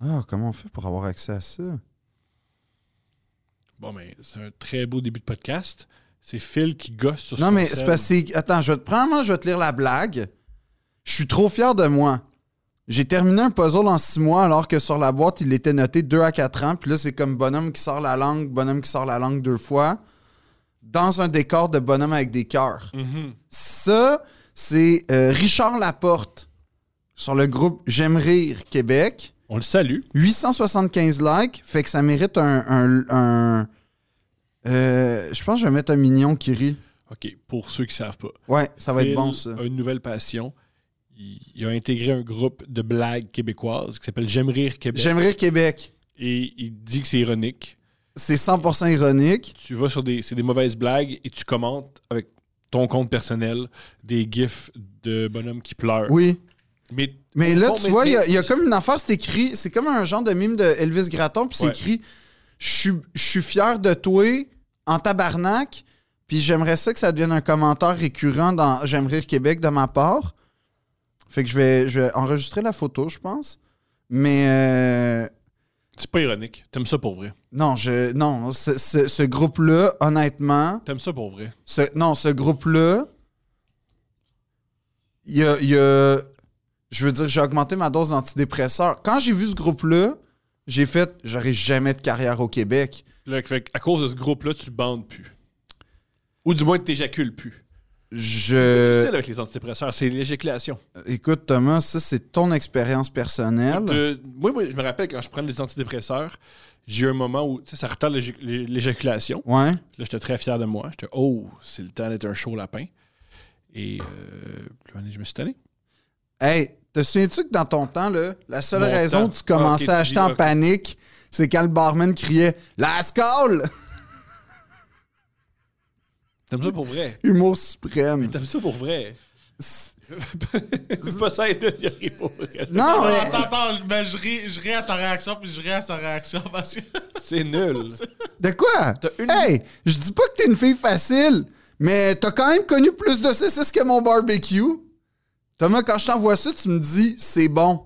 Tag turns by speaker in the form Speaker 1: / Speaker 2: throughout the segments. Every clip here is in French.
Speaker 1: Ah, comment on fait pour avoir accès à ça?
Speaker 2: Bon, mais c'est un très beau début de podcast. C'est Phil qui gosse sur
Speaker 1: Non,
Speaker 2: son
Speaker 1: mais
Speaker 2: sel.
Speaker 1: c'est parce que. Attends, je vais te prendre, hein, je vais te lire la blague. Je suis trop fier de moi. J'ai terminé un puzzle en six mois alors que sur la boîte, il était noté 2 à 4 ans. Puis là, c'est comme bonhomme qui sort la langue, bonhomme qui sort la langue deux fois, dans un décor de bonhomme avec des cœurs.
Speaker 2: Mhm.
Speaker 1: Ça, c'est euh, Richard Laporte sur le groupe J'aime rire Québec.
Speaker 2: On le salue.
Speaker 1: 875 likes, fait que ça mérite un. un- un- euh, je pense que je vais mettre un mignon qui rit.
Speaker 2: OK, pour ceux qui ne savent pas.
Speaker 1: Ouais, ça va
Speaker 2: Phil
Speaker 1: être bon ça.
Speaker 2: a une nouvelle passion. Il, il a intégré un groupe de blagues québécoises qui s'appelle J'aime rire Québec.
Speaker 1: J'aime rire Québec.
Speaker 2: Et il dit que c'est ironique.
Speaker 1: C'est 100% ironique.
Speaker 2: Tu vas sur des, c'est des mauvaises blagues et tu commentes avec ton compte personnel des gifs de bonhommes qui pleurent.
Speaker 1: Oui.
Speaker 2: Mais
Speaker 1: Mais là,
Speaker 2: Bon,
Speaker 1: tu
Speaker 2: mais-
Speaker 1: vois, il y, a-
Speaker 2: mais-
Speaker 1: il y a comme une affaire, c'est écrit. C'est comme un genre de mime de Elvis Gratton, puis c'est
Speaker 2: Ouais.
Speaker 1: écrit Je suis- je suis fier de toi en tabarnak, puis j'aimerais ça que ça devienne un commentaire récurrent dans J'aime rire Québec de ma part. Fait que je vais, je vais enregistrer la photo, je pense. Mais. euh,
Speaker 2: c'est pas ironique. T'aimes ça pour vrai.
Speaker 1: Non, je non, ce, ce- ce groupe-là, honnêtement,
Speaker 2: T'aimes ça pour vrai.
Speaker 1: ce, non, ce groupe-là, il y a, il y a- je veux dire, j'ai augmenté ma dose d'antidépresseurs. Quand j'ai vu ce groupe-là, j'ai fait, j'aurai jamais de carrière au Québec.
Speaker 2: Là, fait, à cause de ce groupe-là, tu bandes plus. Ou du moins, tu t'éjacules plus. C'est
Speaker 1: Je,
Speaker 2: difficile avec les antidépresseurs, c'est l'éjaculation.
Speaker 1: écoute Thomas, ça c'est ton expérience personnelle.
Speaker 2: De- Moi, moi, je me rappelle quand je prenais les antidépresseurs, j'ai eu un moment où tu sais, ça retarde l'éjac- l'é- l'éjaculation.
Speaker 1: Ouais.
Speaker 2: Là, j'étais très fier de moi. J'étais, oh, c'est le temps d'être un chaud lapin. Et euh, puis, je me suis tanné.
Speaker 1: Hey, te souviens-tu que dans ton temps, là, la seule
Speaker 2: Mon
Speaker 1: raison
Speaker 2: temps. Ah,
Speaker 1: que tu commençais
Speaker 2: Ok,
Speaker 1: à
Speaker 2: tu
Speaker 1: acheter
Speaker 2: dis,
Speaker 1: en
Speaker 2: ok.
Speaker 1: panique, c'est quand le barman criait La scale!
Speaker 2: T'aimes ça pour vrai?
Speaker 1: Humour suprême.
Speaker 2: T'aimes ça pour vrai? C'est pas ça, Eden, il arrive pour vrai.
Speaker 1: Non,
Speaker 3: Non,
Speaker 1: mais
Speaker 3: attends, attends, mais je ris, je ris à ta réaction, puis je ris à sa réaction, parce que...
Speaker 2: C'est nul.
Speaker 1: de quoi?
Speaker 2: T'as une-
Speaker 1: Hey, je dis pas que t'es une fille facile, mais t'as quand même connu plus de saucisses que mon barbecue. Thomas, quand je t'envoie ça, tu me dis c'est bon.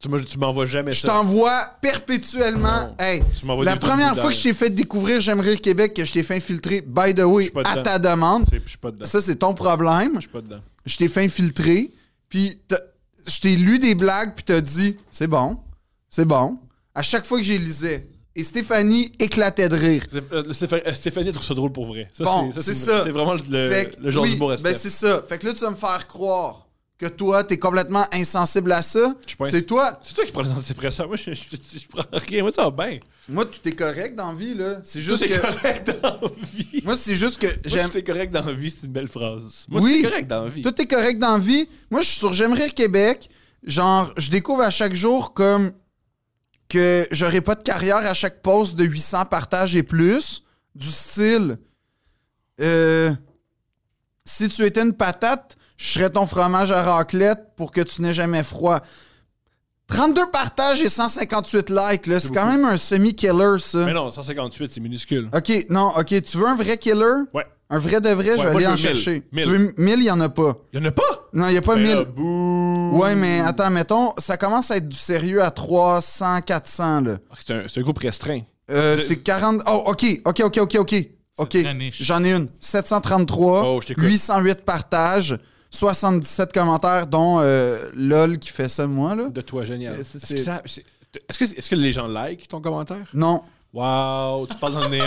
Speaker 2: Tu m'en- tu m'envoies jamais
Speaker 1: Je
Speaker 2: ça.
Speaker 1: t'envoie perpétuellement.
Speaker 2: Non.
Speaker 1: Hey,
Speaker 2: Tu m'envoies
Speaker 1: la
Speaker 2: des trucs
Speaker 1: première
Speaker 2: boudards.
Speaker 1: fois que je t'ai fait découvrir J'aimerais le Québec, que je t'ai fait infiltrer, by the way,
Speaker 2: suis pas
Speaker 1: à
Speaker 2: dedans.
Speaker 1: ta demande.
Speaker 2: C'est- Je suis pas dedans. Je
Speaker 1: Ça, c'est ton problème.
Speaker 2: suis pas dedans.
Speaker 1: je t'ai fait infiltrer, puis t'as- je t'ai lu des blagues, puis t'as dit c'est bon, c'est bon. À chaque fois que j'ai lisais, et Stéphanie éclatait de rire.
Speaker 2: C'est- euh, Stéphanie- Stéphanie trouve ça drôle pour vrai. Ça,
Speaker 1: Bon,
Speaker 2: c'est-
Speaker 1: c'est
Speaker 2: c'est-
Speaker 1: ça.
Speaker 2: C'est vraiment le,
Speaker 1: Fait que,
Speaker 2: Euh, le genre
Speaker 1: oui,
Speaker 2: d'humour à
Speaker 1: ben
Speaker 2: Steph.
Speaker 1: c'est ça. Fait que là, tu vas me faire croire que toi, t'es complètement insensible à ça.
Speaker 2: Je suis pas
Speaker 1: C'est
Speaker 2: ins-
Speaker 1: toi.
Speaker 2: C'est toi qui prends les antidépresseurs. Moi, je, je, je- je prends rien. Moi, ça va bien.
Speaker 1: Moi, tout est correct dans la vie, là. C'est
Speaker 2: Tout
Speaker 1: juste
Speaker 2: est
Speaker 1: que.
Speaker 2: correct dans la vie.
Speaker 1: Moi, c'est juste que
Speaker 2: Moi,
Speaker 1: j'aime.
Speaker 2: tout est correct dans la vie, c'est une belle phrase. Moi,
Speaker 1: Oui.
Speaker 2: tout est correct dans la vie.
Speaker 1: Tout est correct dans la vie. Moi, je suis sur J'aime rire Québec. Genre, je découvre à chaque jour comme que j'aurai pas de carrière à chaque poste de 800 partages et plus. Du style, euh, si tu étais une patate, je serais ton fromage à raclette pour que tu n'aies jamais froid. 32 partages et 158 likes, là, c'est quand
Speaker 2: beaucoup.
Speaker 1: même un semi-killer, ça.
Speaker 2: Mais non, 158, c'est minuscule.
Speaker 1: Ok, non, ok, tu veux un vrai killer?
Speaker 2: Ouais.
Speaker 1: Un vrai de vrai, je vais aller
Speaker 2: moi, je veux
Speaker 1: en
Speaker 2: mille.
Speaker 1: chercher.
Speaker 2: Mille.
Speaker 1: Tu veux 1000, il n'y en a pas.
Speaker 2: Il y en a pas!
Speaker 1: Non, il n'y a pas 1000.
Speaker 2: bouh!
Speaker 1: Ouais, mais attends, mettons, ça commence à être du sérieux à 300, 400, là.
Speaker 2: Ah, C'est un, c'est un groupe restreint.
Speaker 1: Euh,
Speaker 2: C'est-
Speaker 1: c'est 40... Oh, OK, OK, OK, OK, OK. OK,
Speaker 3: très niche.
Speaker 1: j'en ai une. 733,
Speaker 2: Oh, je t'écoute.
Speaker 1: 808 partages, 77 commentaires, dont euh, LOL qui fait ça, moi, là.
Speaker 2: De toi, génial.
Speaker 1: Euh, c'est-
Speaker 2: Est-ce que, ça- c'est- est-ce que, est-ce que les gens like ton commentaire?
Speaker 1: Non.
Speaker 2: Wow, tu parles dans le néant.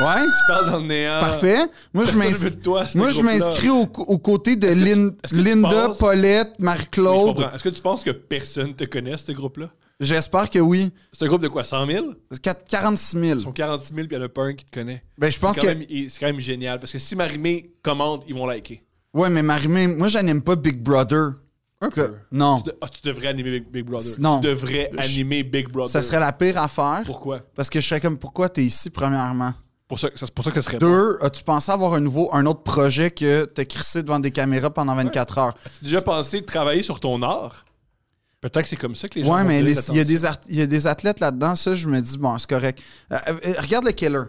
Speaker 1: Ouais,
Speaker 2: Tu parles dans le néant.
Speaker 1: parfait. Moi, je
Speaker 2: Euh, Personne
Speaker 1: m'ins-
Speaker 2: veut de toi, ce
Speaker 1: moi, je
Speaker 2: groupe-là.
Speaker 1: m'inscris au, aux côtés de
Speaker 2: tu-
Speaker 1: Lin-
Speaker 2: est-ce que tu
Speaker 1: Linda,
Speaker 2: penses-
Speaker 1: Paulette,
Speaker 2: Oui, je
Speaker 1: Marie-Claude.
Speaker 2: comprends. Est-ce que tu penses que personne te connaît, ce groupe-là?
Speaker 1: J'espère que oui.
Speaker 2: C'est un groupe de quoi? 100 000?
Speaker 1: Quatre- 46 000.
Speaker 2: Ils sont 46 000 puis il y en a pas un qui te connaît.
Speaker 1: Ben, je pense
Speaker 2: C'est
Speaker 1: que...
Speaker 2: quand même- il- C'est quand même génial parce que si Marimé commente, ils vont liker.
Speaker 1: Ouais, mais Marimé, moi, j'anime pas Big Brother. Que-
Speaker 2: peu.
Speaker 1: Non.
Speaker 2: Tu de- ah, tu devrais animer Big, Big Brother.
Speaker 1: Non.
Speaker 2: Tu devrais
Speaker 1: Je-
Speaker 2: animer Big Brother.
Speaker 1: Ça serait la pire affaire.
Speaker 2: Pourquoi?
Speaker 1: Parce que je serais comme, pourquoi t'es ici, premièrement?
Speaker 2: Pour ça, c'est pour ça que ça serait
Speaker 1: Deux, as-tu pensé avoir un nouveau, un autre projet que t'as crissé devant des caméras pendant 24 heures?
Speaker 2: T'as déjà pensé de travailler sur ton art? Peut-être que c'est comme ça que les gens
Speaker 1: Ouais,
Speaker 2: vont
Speaker 1: mais
Speaker 2: te
Speaker 1: les-
Speaker 2: donner
Speaker 1: il y, a
Speaker 2: attention.
Speaker 1: des art- il y a des athlètes là-dedans, ça, je me dis, bon, c'est correct. Euh, euh, regarde le killer.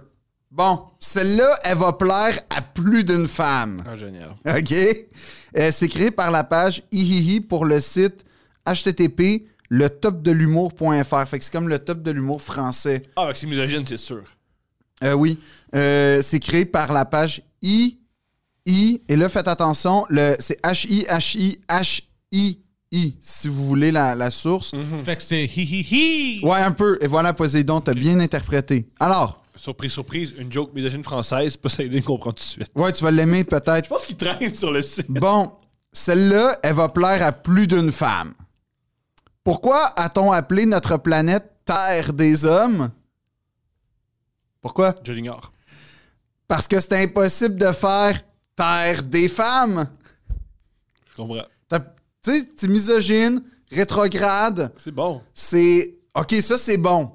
Speaker 1: Bon, celle-là, elle va plaire à plus d'une femme.
Speaker 2: Ah, génial.
Speaker 1: OK? Euh, c'est créé par la page Ihihi pour le site http le top de l'humour.fr. Fait que c'est comme le top de l'humour français.
Speaker 2: Ah, avec c'est misogyne, c'est sûr.
Speaker 1: Euh, oui. Euh, c'est créé par la page I. I. Et là, faites attention, le, c'est H-I-H-I-H-I-I, si vous voulez la, la source.
Speaker 3: Fait que c'est hi hi hi.
Speaker 1: Ouais, un peu. Et voilà, Poséidon, t'as bien interprété. Alors,
Speaker 2: Surprise, surprise, une joke misogyne française, pas ça aider à comprendre tout de suite.
Speaker 1: ouais, tu vas l'aimer peut-être.
Speaker 2: Je pense qu'il traîne sur le site.
Speaker 1: Bon, celle-là, elle va plaire à plus d'une femme. Pourquoi a-t-on appelé notre planète Terre des hommes? Pourquoi?
Speaker 2: Je l'ignore.
Speaker 1: Parce que c'est impossible de faire Terre des femmes.
Speaker 2: Je comprends.
Speaker 1: T'as- Tu sais, t'es misogyne, rétrograde,
Speaker 2: C'est bon.
Speaker 1: c'est... OK, ça, c'est bon.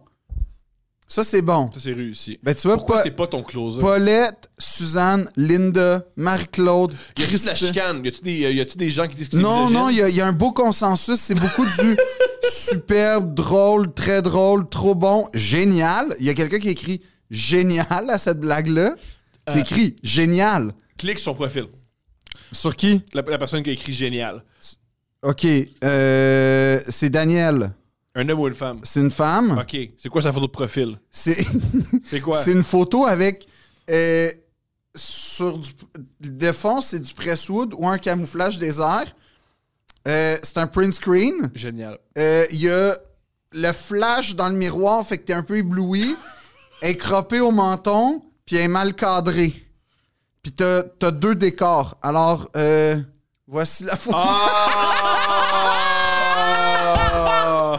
Speaker 1: Ça, c'est bon.
Speaker 2: Ça, c'est réussi.
Speaker 1: Ben, tu vois
Speaker 2: Pourquoi
Speaker 1: pourquoi...
Speaker 2: c'est pas ton closer?
Speaker 1: Paulette, Suzanne, Linda, Marie-Claude,
Speaker 2: Y a-tu de la
Speaker 1: Christine...
Speaker 2: chicane? Y a-tu des, euh, y a-tu des gens qui disent que c'est
Speaker 1: Non,
Speaker 2: misogyne?
Speaker 1: non, il y, a- il y a un beau consensus. C'est beaucoup du superbe, drôle, très drôle, trop bon, génial. Il y a quelqu'un qui écrit génial à cette blague-là. C'est écrit génial.
Speaker 2: Clique sur son profil.
Speaker 1: Sur qui?
Speaker 2: La, la personne qui a écrit génial.
Speaker 1: OK. euh, c'est Daniel.
Speaker 2: Un homme ou une femme?
Speaker 1: C'est une femme.
Speaker 2: Ok. C'est quoi sa photo de profil?
Speaker 1: C'est
Speaker 2: C'est quoi?
Speaker 1: c'est une photo avec. euh, sur du. De fond, c'est du presswood ou un camouflage désert. Euh, c'est un print screen.
Speaker 2: Génial.
Speaker 1: Euh, il y a le flash dans le miroir, fait que t'es un peu ébloui, est croppé au menton, puis elle est mal cadrée. Puis t'as t'as deux décors. Alors, euh, voici la photo.
Speaker 2: Ah!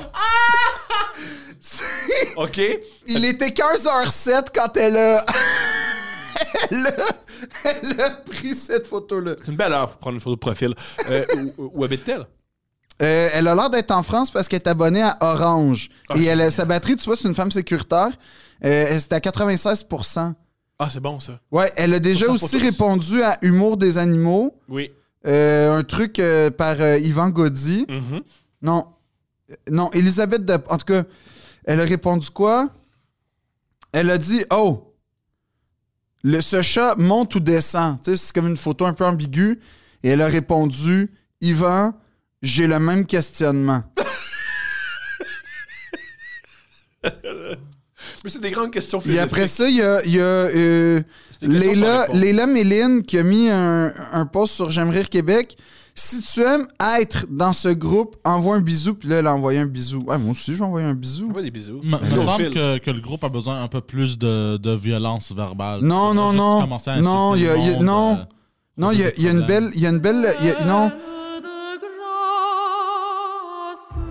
Speaker 2: ok.
Speaker 1: Il était 15h07 quand elle a... elle, a... elle a pris cette photo-là.
Speaker 2: C'est une belle heure pour prendre une photo de profil. Euh, où où habite-t-elle?
Speaker 1: Euh, elle a l'air d'être en France parce qu'elle est abonnée à Orange.
Speaker 2: Ah,
Speaker 1: Et elle a- sa batterie, tu vois, c'est une femme sécuritaire. Euh, C'était à 96
Speaker 2: Ah, c'est bon ça.
Speaker 1: Ouais, elle a déjà
Speaker 2: Pour sa
Speaker 1: aussi
Speaker 2: photo.
Speaker 1: répondu à Humour des animaux.
Speaker 2: Oui.
Speaker 1: Euh, un truc euh, par euh, Yvan Gaudy.
Speaker 2: Mhm.
Speaker 1: Non. Euh, Non, Elisabeth de... En tout cas, elle a répondu quoi? Elle a dit « Oh! Le, ce chat monte ou descend? » Tu sais, c'est comme une photo un peu ambiguë. Et elle a répondu « Yvan, j'ai le même questionnement.
Speaker 2: Mais c'est des grandes questions »
Speaker 1: Et
Speaker 2: philosophiques.
Speaker 1: après ça, il y a... il y a, euh,
Speaker 2: C'est des questions sans
Speaker 1: Léla,
Speaker 2: réponse.
Speaker 1: Léla Méline qui a mis un, un post sur J'aime rire Québec. Si tu aimes être dans ce groupe, envoie un bisou. Puis là, elle a envoyé un bisou. Ouais, moi aussi, j'ai envoyé un bisou.
Speaker 2: On voit des bisous. Ben,
Speaker 3: Me me
Speaker 2: Au
Speaker 3: semble
Speaker 2: fil.
Speaker 3: que, que le groupe a besoin un peu plus de, de violence verbale.
Speaker 1: Non,
Speaker 3: On a
Speaker 1: non,
Speaker 3: juste
Speaker 1: non.
Speaker 3: commencé à
Speaker 1: Non,
Speaker 3: insulter
Speaker 1: il y a-
Speaker 3: le
Speaker 1: il y a-
Speaker 3: monde,
Speaker 1: non.
Speaker 3: euh,
Speaker 1: Non, il y, a- il y a une belle. Il y a une belle. il y a- non.
Speaker 3: Bah,
Speaker 4: de grâce.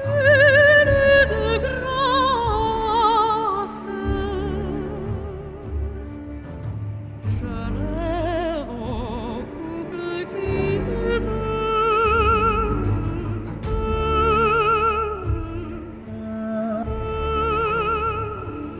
Speaker 4: Pleine de grâce. Je rêve au couple qui demeure.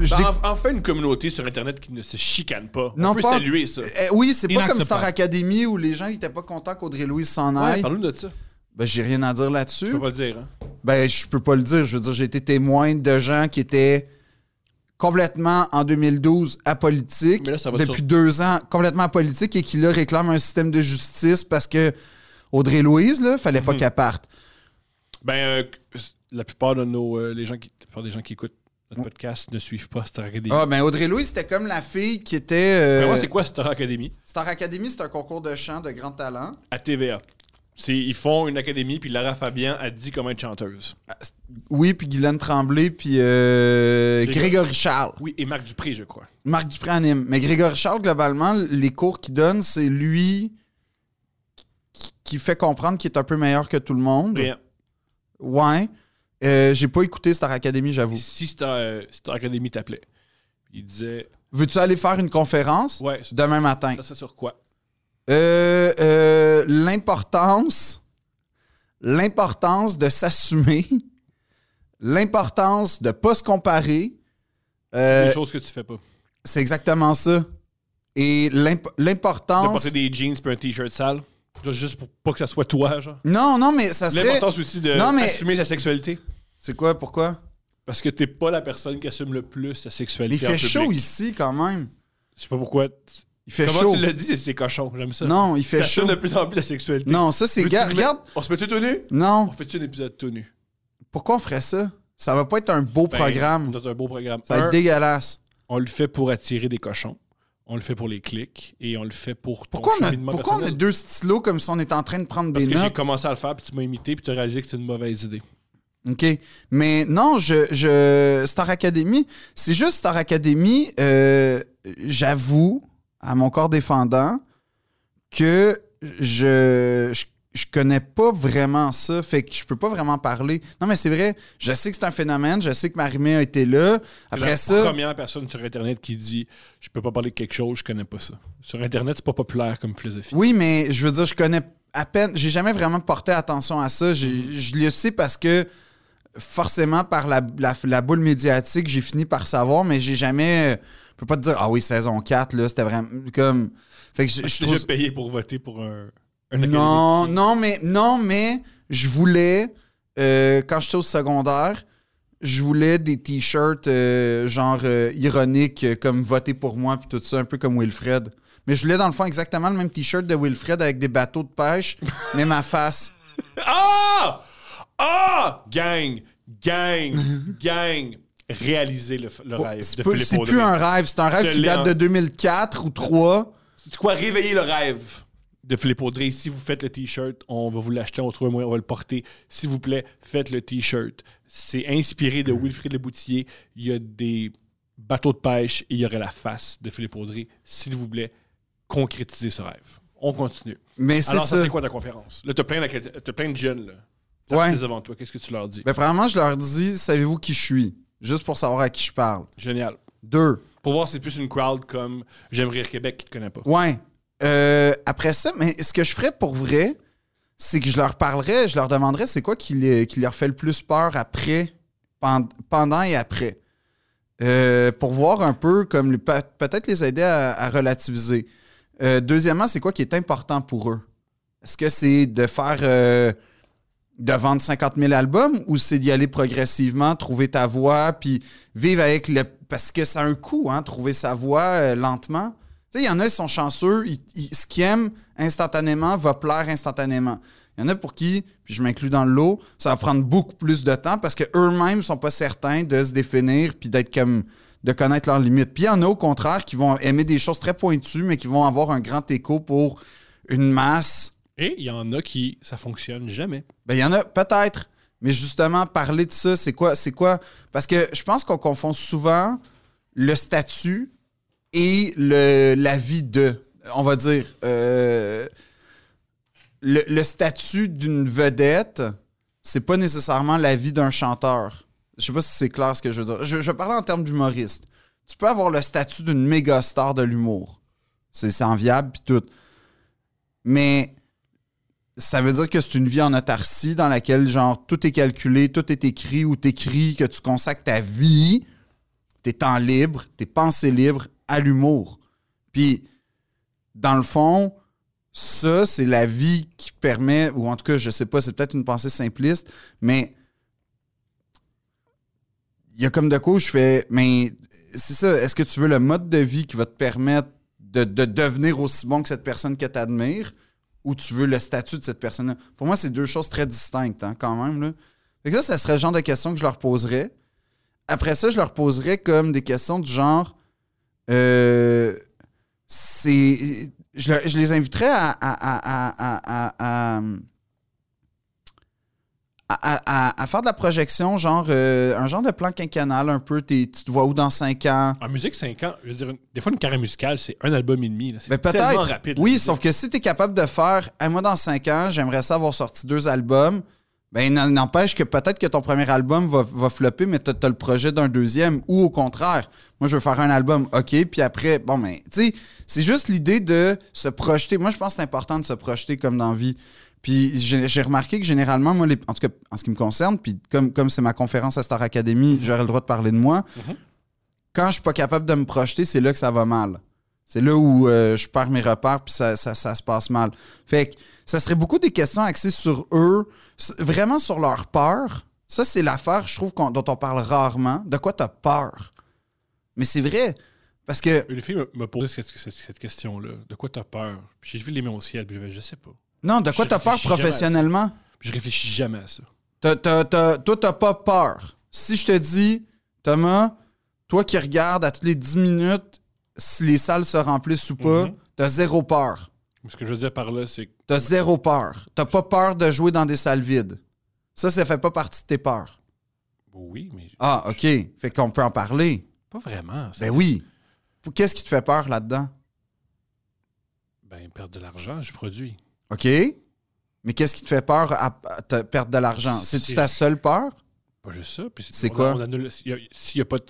Speaker 1: Je
Speaker 2: Ben,
Speaker 3: bah,
Speaker 1: déc-
Speaker 2: en- enfin, une communauté sur Internet qui ne se chicane pas.
Speaker 1: Non,
Speaker 2: On peut
Speaker 1: pas-
Speaker 2: saluer ça.
Speaker 1: Eh oui, c'est pas comme
Speaker 3: Inacceptable.
Speaker 1: Star Academy où les gens n'étaient pas contents qu'Audrey-Louise s'en
Speaker 2: Ouais,
Speaker 1: aille.
Speaker 2: Parle-nous de ça.
Speaker 1: ben, j'ai rien à dire
Speaker 2: Je
Speaker 1: là-dessus.
Speaker 2: peux pas le dire. Hein.
Speaker 1: Ben, je peux pas le dire. Je veux dire, j'ai été témoin de gens qui étaient complètement en 2012 apolitiques,
Speaker 2: Mais là, ça va
Speaker 1: depuis
Speaker 2: sur-
Speaker 1: deux ans complètement apolitiques et qui là réclament un système de justice parce que Audrey Louise, là, fallait
Speaker 2: Mhm.
Speaker 1: pas qu'elle parte.
Speaker 2: Ben, euh, la plupart de nos. euh, les gens qui, la plupart des gens qui écoutent notre podcast ne suivent pas Star Academy.
Speaker 1: Ah, ben Audrey Louise, c'était comme la fille qui était. euh,
Speaker 2: Vraiment, c'est quoi Star Academy
Speaker 1: Star Academy, c'est un concours de chant de grand talent.
Speaker 2: À TVA. C'est- Ils font une académie, puis Lara Fabian a dit comment être chanteuse.
Speaker 1: Oui, puis Guylaine Tremblay, puis euh,
Speaker 2: Grégo-
Speaker 1: Grégory Charles.
Speaker 2: Oui, et Marc Dupré, je crois.
Speaker 1: Marc Dupré anime. Mais Grégory Charles, globalement, les cours qu'il donne, c'est lui qui, qui fait comprendre qu'il est un peu meilleur que tout le monde.
Speaker 2: Rien.
Speaker 1: Ouais. Euh, J'ai pas écouté Star Academy, j'avoue.
Speaker 2: Si Star, euh, Star Academy t'appelait, il disait
Speaker 1: Veux-tu aller faire une conférence
Speaker 2: Ouais, ça,
Speaker 1: demain matin?
Speaker 2: ça, c'est sur quoi
Speaker 1: Euh, euh, l'importance l'importance de s'assumer l'importance de pas se comparer Euh,
Speaker 2: Des choses que tu fais pas.
Speaker 1: c'est exactement ça et l'imp-
Speaker 2: De
Speaker 1: l'importance
Speaker 2: porter des jeans puis un t-shirt sale. Genre, Juste pour pas que ça soit toi, genre.
Speaker 1: non non mais ça serait
Speaker 2: L'importance aussi de
Speaker 1: Non, mais-
Speaker 2: assumer sa sexualité.
Speaker 1: c'est quoi pourquoi
Speaker 2: Parce que t'es pas la personne qui assume le plus sa
Speaker 1: il
Speaker 2: sexualité. en
Speaker 1: fait
Speaker 2: public.
Speaker 1: chaud ici quand même
Speaker 2: Je sais pas pourquoi.
Speaker 1: il fait
Speaker 2: Comment
Speaker 1: chaud
Speaker 2: tu l'as dit, c'est- c'est cochon. J'aime ça.
Speaker 1: non il fait
Speaker 2: T'assumes
Speaker 1: chaud
Speaker 2: de plus en plus la sexualité.
Speaker 1: non ça c'est
Speaker 2: Veux-tu
Speaker 1: gars,
Speaker 2: me-
Speaker 1: regarde
Speaker 2: On se met tout nu
Speaker 1: non
Speaker 2: On fait-tu un épisode tout nu
Speaker 1: pourquoi on ferait ça ça va pas être un beau
Speaker 2: Ben,
Speaker 1: programme
Speaker 2: Dans un beau programme.
Speaker 1: ça va
Speaker 2: Un,
Speaker 1: être dégueulasse
Speaker 2: On le fait pour attirer des cochons. On le fait pour les clics. Et on le fait pour. ton
Speaker 1: pourquoi on a,
Speaker 2: cheminement
Speaker 1: pourquoi on a
Speaker 2: personnel.
Speaker 1: deux stylos comme si on était en train de prendre
Speaker 2: Parce
Speaker 1: des
Speaker 2: que j'ai
Speaker 1: notes
Speaker 2: commencé à le faire, puis tu m'as imité, puis tu as réalisé que c'est une mauvaise idée.
Speaker 1: OK. Mais non, je, je Star Academy, c'est juste Star Academy, euh, j'avoue, à mon corps défendant, que je, je, je connais pas vraiment ça. Fait que je peux pas vraiment parler. Non, mais c'est vrai, je sais que c'est un phénomène, je sais que Marimé a été là.
Speaker 2: C'est
Speaker 1: Après
Speaker 2: la
Speaker 1: ça,
Speaker 2: première personne sur Internet qui dit Je peux pas parler de quelque chose, je connais pas ça. Sur Internet, c'est pas populaire comme philosophie.
Speaker 1: oui, mais je veux dire, je connais à peine, j'ai jamais vraiment porté attention à ça. J'ai- Je le sais parce que forcément par la, la- la boule médiatique, j'ai fini par savoir, mais j'ai jamais. Je peux pas te dire, ah oui, saison 4, là, c'était vraiment comme. Fait que je,
Speaker 2: Je
Speaker 1: je
Speaker 2: suis
Speaker 1: trouve.
Speaker 2: déjà payé pour voter pour un. un
Speaker 1: Non,
Speaker 2: académicien.
Speaker 1: non, mais non, mais je voulais, euh, quand j'étais au secondaire, je voulais des t-shirts euh, genre euh, ironiques, euh, comme voter pour moi, puis tout ça, un peu comme Wilfred. Mais je voulais dans le fond exactement le même t-shirt de Wilfred avec des bateaux de pêche, mais ma face.
Speaker 2: Ah Ah Gang Gang Gang Réaliser le, le rêve
Speaker 1: C'est
Speaker 2: de
Speaker 1: pas-
Speaker 2: Philippe
Speaker 1: c'est plus
Speaker 2: Audrey.
Speaker 1: un rêve, c'est un rêve
Speaker 2: Je
Speaker 1: qui
Speaker 2: l'ai
Speaker 1: date
Speaker 2: en-
Speaker 1: de 2004 ou 3.
Speaker 2: C'est quoi Réveiller le rêve de Philippe Audrey. Si vous faites le t-shirt, on va vous l'acheter, on va trouver un moyen, on va le porter. S'il vous plaît, faites le t-shirt. C'est inspiré de Wilfrid Leboutillier. Il y a des bateaux de pêche et il y aurait la face de Philippe Audrey. S'il vous plaît, concrétisez ce rêve. On continue.
Speaker 1: Mais c'est
Speaker 2: Alors, ça,
Speaker 1: ça.
Speaker 2: c'est quoi ta conférence? Là, t'as plein, d'acad- t'as plein de jeunes, là.
Speaker 1: Ouais.
Speaker 2: Artistes devant toi. Qu'est-ce que tu leur dis?
Speaker 1: Ben, premièrement, je leur dis, savez-vous qui je suis? Juste pour savoir à qui je parle.
Speaker 2: Génial.
Speaker 1: Deux.
Speaker 2: Pour voir, c'est plus une crowd comme J'aime rire Québec qui te connaît pas.
Speaker 1: Ouais. Euh, après ça, mais ce que je ferais pour vrai, c'est que je leur parlerais, je leur demanderais c'est quoi qui, les- qui leur fait le plus peur après, pend- pendant et après. Euh, pour voir un peu comme le- peut- peut-être les aider à, à relativiser. Euh, deuxièmement, c'est quoi qui est important pour eux? Est-ce que c'est de faire euh, de vendre 50 000 albums ou c'est d'y aller progressivement, trouver ta voix, puis vivre avec le. Parce que ça a un coût, hein, trouver sa voix euh, lentement. Tu sais, il y en a, ils sont chanceux, ils- ils- ce qu'ils aiment instantanément va plaire instantanément. Il y en a pour qui, puis je m'inclus dans le lot, ça va prendre beaucoup plus de temps parce qu'eux-mêmes sont pas certains de se définir puis d'être comme. de connaître leurs limites. Puis il y en a, au contraire, qui vont aimer des choses très pointues, mais qui vont avoir un grand écho pour une masse.
Speaker 2: Et il y en a qui, ça fonctionne jamais.
Speaker 1: Ben, il y en a peut-être. Mais justement, parler de ça, c'est quoi, c'est quoi? Parce que je pense qu'on confond souvent le statut et le, la vie de, on va dire, euh, le, le statut d'une vedette, c'est pas nécessairement la vie d'un chanteur. Je sais pas si c'est clair ce que je veux dire. Je, je vais parler en termes d'humoriste. Tu peux avoir le statut d'une méga star de l'humour. C'est c'est enviable puis tout. Mais ça veut dire que c'est une vie en autarcie dans laquelle, genre, tout est calculé, tout est écrit ou t'écris, que tu consacres ta vie, tes temps libres, tes pensées libres à l'humour. Puis, dans le fond, ça, c'est la vie qui permet, ou en tout cas, je sais pas, c'est peut-être une pensée simpliste, mais il y a comme de quoi où je fais, mais c'est ça, est-ce que tu veux le mode de vie qui va te permettre de, de devenir aussi bon que cette personne que tu admires? ou tu veux le statut de cette personne-là. Pour moi, c'est deux choses très distinctes, hein, quand même. Là. Fait que ça, ça serait le genre de questions que je leur poserais. Après ça, je leur poserais comme des questions du genre. euh, c'est. Je, leur- je les inviterais à. à, à, à, à, à- à- à, à- à faire de la projection, genre euh, un genre de plan quinquennal un peu, t'es- tu te vois où dans 5 ans?
Speaker 2: En musique, 5 ans, je veux dire, une- des fois, une carrière musicale, c'est un album et demi. là. C'est
Speaker 1: Mais
Speaker 2: tellement
Speaker 1: peut-être.
Speaker 2: rapide.
Speaker 1: oui, sauf que si tu es capable de faire, Hey, moi, dans 5 ans, j'aimerais ça avoir sorti deux albums, ben n'en- n'empêche que peut-être que ton premier album va, va flopper, mais tu as, le projet d'un deuxième, ou au contraire, moi, je veux faire un album, OK, puis après, bon, mais tu sais, c'est juste l'idée de se projeter. Moi, je pense que c'est important de se projeter comme dans la vie. Puis j'ai j'ai remarqué que généralement, moi, les- en tout cas, en ce qui me concerne, puis comme comme c'est ma conférence à Star Academy, j'aurais le droit de parler de moi.
Speaker 2: Mm-hmm.
Speaker 1: Quand je suis pas capable de me projeter, c'est là que ça va mal. C'est là où euh, je perds mes repères puis ça, ça- ça se passe mal. Fait que ça serait beaucoup des questions axées sur eux, s- vraiment sur leur peur. Ça, c'est l'affaire, je trouve, qu'on- dont on parle rarement. De quoi t'as peur? Mais c'est vrai. Parce que.
Speaker 2: Une fille me- me posait cette, cette- cette question-là. De quoi t'as peur? Puis j'ai vu les mains au ciel, puis je vais, je sais pas.
Speaker 1: Non, de quoi
Speaker 2: Je
Speaker 1: t'as peur
Speaker 2: réfléchis jamais à ça.
Speaker 1: professionnellement?
Speaker 2: Puis je réfléchis jamais à ça.
Speaker 1: T'as- t'as- t'as- toi, t'as pas peur. Si je te dis, Thomas, toi qui regardes à toutes les 10 minutes si les salles se remplissent ou pas,
Speaker 2: Mhm.
Speaker 1: t'as zéro peur.
Speaker 2: Ce que je veux dire par là, c'est que
Speaker 1: T'as zéro peur. T'as pas peur de jouer dans des salles vides. Ça, ça fait pas partie de tes peurs.
Speaker 2: oui, mais
Speaker 1: Ah, OK. Fait qu'on peut en parler.
Speaker 2: pas vraiment. Ça-
Speaker 1: Ben oui. Qu'est-ce qui te fait peur là-dedans?
Speaker 2: Ben, perdre de l'argent, je produis.
Speaker 1: OK. Mais qu'est-ce qui te fait peur à à te perdre de l'argent? C'est-tu
Speaker 2: C'est-
Speaker 1: ta seule peur?
Speaker 2: Pas juste ça. puis
Speaker 1: C'est
Speaker 2: on a-
Speaker 1: quoi?
Speaker 2: on annule- S'il n'y a, s'il y a pas de-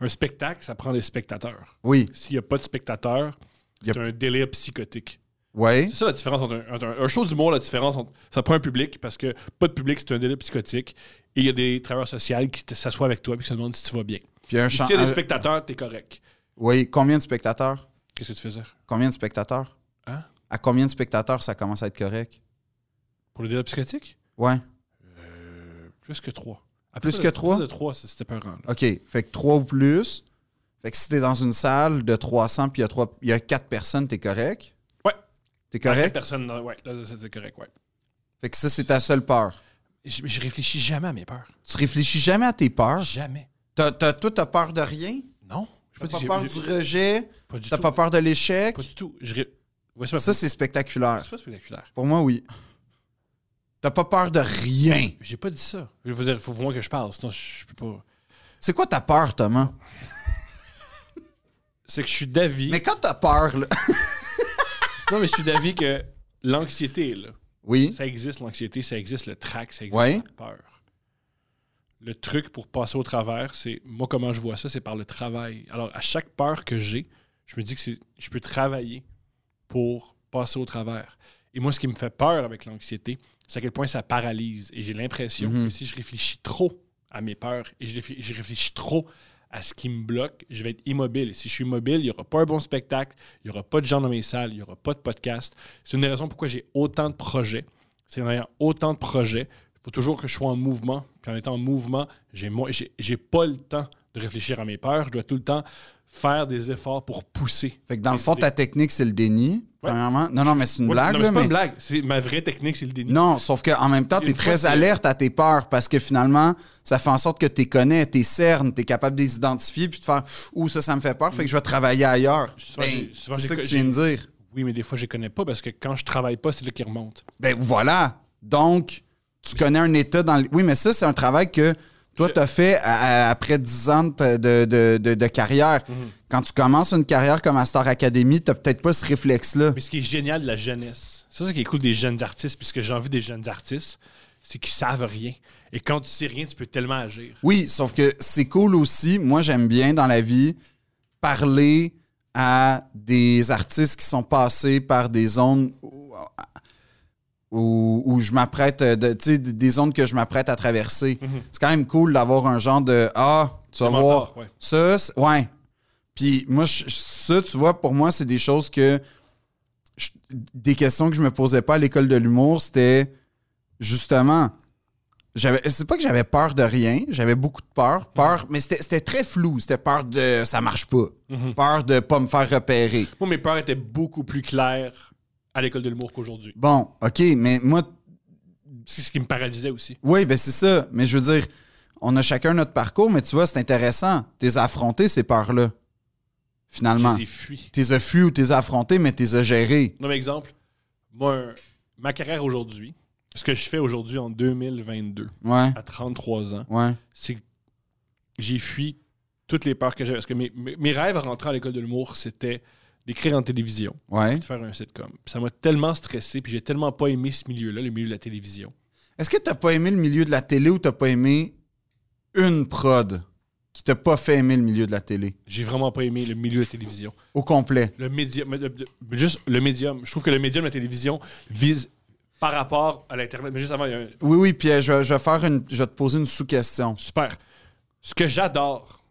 Speaker 2: un spectacle, ça prend des spectateurs.
Speaker 1: Oui.
Speaker 2: S'il n'y a pas de spectateurs,
Speaker 1: Y a-
Speaker 2: c'est un délire psychotique.
Speaker 1: Ouais.
Speaker 2: C'est ça la différence entre un, entre un- un show d'humour, la différence entre. Ça prend un public parce que pas de public, c'est un délire psychotique. Et il y a des travailleurs sociaux qui t- s'assoient avec toi et qui se demandent si tu vas bien.
Speaker 1: Puis un
Speaker 2: Si
Speaker 1: chant.
Speaker 2: il y a des
Speaker 1: un-
Speaker 2: spectateurs, t'es correct.
Speaker 1: Oui. Combien de spectateurs?
Speaker 2: Qu'est-ce que tu faisais?
Speaker 1: Combien de spectateurs?
Speaker 2: Hein?
Speaker 1: À combien de spectateurs ça commence à être correct?
Speaker 2: Pour le délire psychotique?
Speaker 1: Ouais.
Speaker 2: Euh, plus que trois. À
Speaker 1: Plus
Speaker 2: partir
Speaker 1: que
Speaker 2: de- à partir
Speaker 1: trois?
Speaker 2: de trois, c'est- c'était peurant. là.
Speaker 1: OK. Fait que 3 ou plus. Fait que si t'es dans une salle de 300 puis il y a trois- il y a 4 personnes, t'es correct?
Speaker 2: Ouais.
Speaker 1: T'es
Speaker 2: Quatre
Speaker 1: correct?
Speaker 2: personnes, non, ouais, là, là, c'est c'est correct, ouais.
Speaker 1: Fait que ça, c'est ta seule peur.
Speaker 2: Je, je réfléchis jamais à mes peurs.
Speaker 1: Tu réfléchis jamais à tes peurs.
Speaker 2: Jamais.
Speaker 1: T'as, t'as, toi, t'as peur de rien?
Speaker 2: Non. Je
Speaker 1: T'as
Speaker 2: peux
Speaker 1: pas
Speaker 2: dire, j'ai-
Speaker 1: peur
Speaker 2: j'ai-
Speaker 1: du rejet?
Speaker 2: Pas du
Speaker 1: T'as
Speaker 2: tout.
Speaker 1: pas peur de l'échec?
Speaker 2: Pas du tout. Je ré- Voici ma-
Speaker 1: Ça, c'est spectaculaire.
Speaker 2: c'est pas spectaculaire.
Speaker 1: Pour moi, oui. T'as pas peur de rien.
Speaker 2: J'ai pas dit ça. Je veux dire, il faut vraiment que je parle, sinon je je peux pas.
Speaker 1: C'est quoi ta peur, Thomas?
Speaker 2: C'est que je suis d'avis.
Speaker 1: Mais quand t'as peur, là...
Speaker 2: Non, mais je suis d'avis que l'anxiété, là,
Speaker 1: Oui.
Speaker 2: ça existe, l'anxiété, ça existe, le trac, ça existe,
Speaker 1: Ouais.
Speaker 2: la peur. Le truc pour passer au travers, c'est moi comment je vois ça, c'est par le travail. Alors à chaque peur que j'ai, je me dis que c'est- je peux travailler pour passer au travers. Et moi, ce qui me fait peur avec l'anxiété, c'est à quel point ça paralyse. Et j'ai l'impression
Speaker 1: Mhm.
Speaker 2: que si je réfléchis trop à mes peurs et je, réfl- je réfléchis trop à ce qui me bloque, je vais être immobile. Et si je suis immobile, il n'y aura pas un bon spectacle, il n'y aura pas de gens dans mes salles, il n'y aura pas de podcast. C'est une des raisons pourquoi j'ai autant de projets. C'est en ayant autant de projets, il faut toujours que je sois en mouvement. Puis en étant en mouvement, j'ai moins- j'ai j'ai pas le temps de réfléchir à mes peurs. Je dois tout le temps faire des efforts pour pousser.
Speaker 1: Fait que dans le
Speaker 2: Des
Speaker 1: fond,
Speaker 2: idées.
Speaker 1: ta technique, c'est le déni,
Speaker 2: Ouais.
Speaker 1: premièrement. Non, non, mais c'est une
Speaker 2: Ouais,
Speaker 1: blague,
Speaker 2: non, mais
Speaker 1: là,
Speaker 2: c'est pas
Speaker 1: mais...
Speaker 2: une blague. C'est ma vraie technique, c'est le déni.
Speaker 1: Non, sauf qu'en même temps,
Speaker 2: Une
Speaker 1: tu es
Speaker 2: fois
Speaker 1: très
Speaker 2: que-
Speaker 1: alerte à tes peurs parce que finalement, ça fait en sorte que tu les connais, tu cernes, tu es capable de les identifier puis de faire Ouh, ça, ça me fait peur, fait que je vais travailler ailleurs.
Speaker 2: Souvent,
Speaker 1: Ben,
Speaker 2: j'ai- souvent,
Speaker 1: c'est
Speaker 2: j'ai-
Speaker 1: ça que tu viens de dire.
Speaker 2: Oui, mais des fois, je les connais pas parce que quand je travaille pas, c'est là qu'ils remontent.
Speaker 1: Ben voilà. Donc, tu connais un état dans le. Oui, mais ça, c'est un travail que toi, tu as fait à- à- après 10 ans de, de- de- de- de carrière.
Speaker 2: Mhm.
Speaker 1: Quand tu commences une carrière comme à Star Academy, tu peut-être pas ce réflexe-là.
Speaker 2: Mais ce qui est génial de la jeunesse, ça, c'est ce qui est cool des jeunes artistes, puisque j'ai envie des jeunes artistes, c'est qu'ils savent rien. Et quand tu sais rien, tu peux tellement agir.
Speaker 1: Oui, sauf que c'est cool aussi. Moi, j'aime bien dans la vie parler à des artistes qui sont passés par des zones où, où- où je m'apprête, euh, de- tu sais, des zones que je m'apprête à traverser. C'est quand même cool d'avoir un genre de Ah, tu vas
Speaker 2: Le mentor,
Speaker 1: voir.
Speaker 2: ouais.
Speaker 1: Ça, c'est- ouais. Puis moi, je- ça, tu vois, pour moi, c'est des choses que. je- des questions que je me posais pas à l'école de l'humour, c'était justement. J'avais, c'est pas que j'avais peur de rien, j'avais beaucoup de peur, peur, mais c'était, c'était très flou, c'était peur de ça marche pas, peur de pas me faire repérer.
Speaker 2: Moi, mes peurs étaient beaucoup plus claires à l'école de l'humour qu'aujourd'hui.
Speaker 1: Bon, ok, mais moi,
Speaker 2: C'est ce qui me paralysait aussi.
Speaker 1: oui, ben c'est ça, mais je veux dire, on a chacun notre parcours, mais tu vois, c'est intéressant, t'es affronté ces peurs-là, finalement.
Speaker 2: Je les ai fui.
Speaker 1: T'es as fui ou t'es affronté, mais t'es as géré.
Speaker 2: Non, mais exemple, moi, un- ma carrière aujourd'hui, Ce que je fais aujourd'hui en 2022,
Speaker 1: Ouais,
Speaker 2: à 33 ans,
Speaker 1: ouais.
Speaker 2: c'est que j'ai fui toutes les peurs que j'avais. Parce que mes, mes- mes rêves en rentrant à l'école de l'humour, c'était d'écrire en télévision,
Speaker 1: Ouais.
Speaker 2: de faire un sitcom. Puis ça m'a tellement stressé, puis j'ai tellement pas aimé ce milieu-là, le milieu de la télévision.
Speaker 1: Est-ce que t'as pas aimé le milieu de la télé ou t'as pas aimé une prod qui t'a pas fait aimer le milieu de la télé
Speaker 2: J'ai vraiment pas aimé le milieu de la télévision.
Speaker 1: au complet?
Speaker 2: Le médium, mais de- de- juste le médium. Je trouve que le médium de la télévision vise par rapport à l'Internet. Mais juste avant, il y a un
Speaker 1: Oui, oui, puis euh, je, vais- je vais faire une, je vais te poser une sous-question.
Speaker 2: Super. Ce que j'adore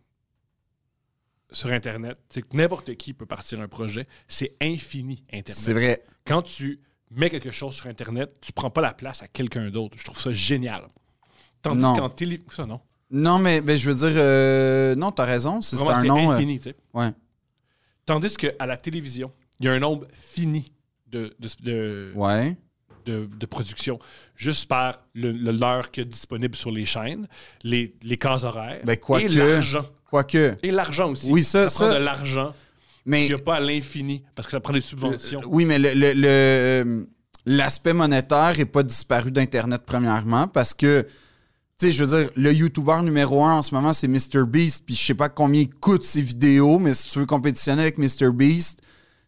Speaker 2: sur Internet, c'est que n'importe qui peut partir un projet. C'est infini, Internet.
Speaker 1: C'est vrai.
Speaker 2: Quand tu mets quelque chose sur Internet, tu prends pas la place à quelqu'un d'autre. Je trouve ça génial. Tandis
Speaker 1: Non.
Speaker 2: qu'en télé... Ça, non.
Speaker 1: Non, mais, mais je veux dire, euh, non, t'as raison. C'est c'est
Speaker 2: Vraiment,
Speaker 1: un
Speaker 2: c'est
Speaker 1: nom. euh,
Speaker 2: infini, tu sais.
Speaker 1: ouais.
Speaker 2: Tandis qu'à la télévision, il y a un nombre fini de, de, de,
Speaker 1: Ouais.
Speaker 2: de- de production, juste par le, le- l'heure qui est disponible sur les chaînes, les, les cases horaires
Speaker 1: Ben, quoi
Speaker 2: et
Speaker 1: que-
Speaker 2: l'argent.
Speaker 1: Quoique.
Speaker 2: Et l'argent aussi.
Speaker 1: Oui, ça,
Speaker 2: prend
Speaker 1: ça-
Speaker 2: de l'argent.
Speaker 1: Mais.
Speaker 2: Il n'y a pas à l'infini parce que ça prend des subventions.
Speaker 1: Euh, Oui, mais le- le- le- l'aspect monétaire n'est pas disparu d'Internet, premièrement, parce que, tu sais, je veux dire, le YouTuber numéro un en ce moment, c'est MrBeast, puis je sais pas combien il coûte ses vidéos, mais si tu veux compétitionner avec MrBeast,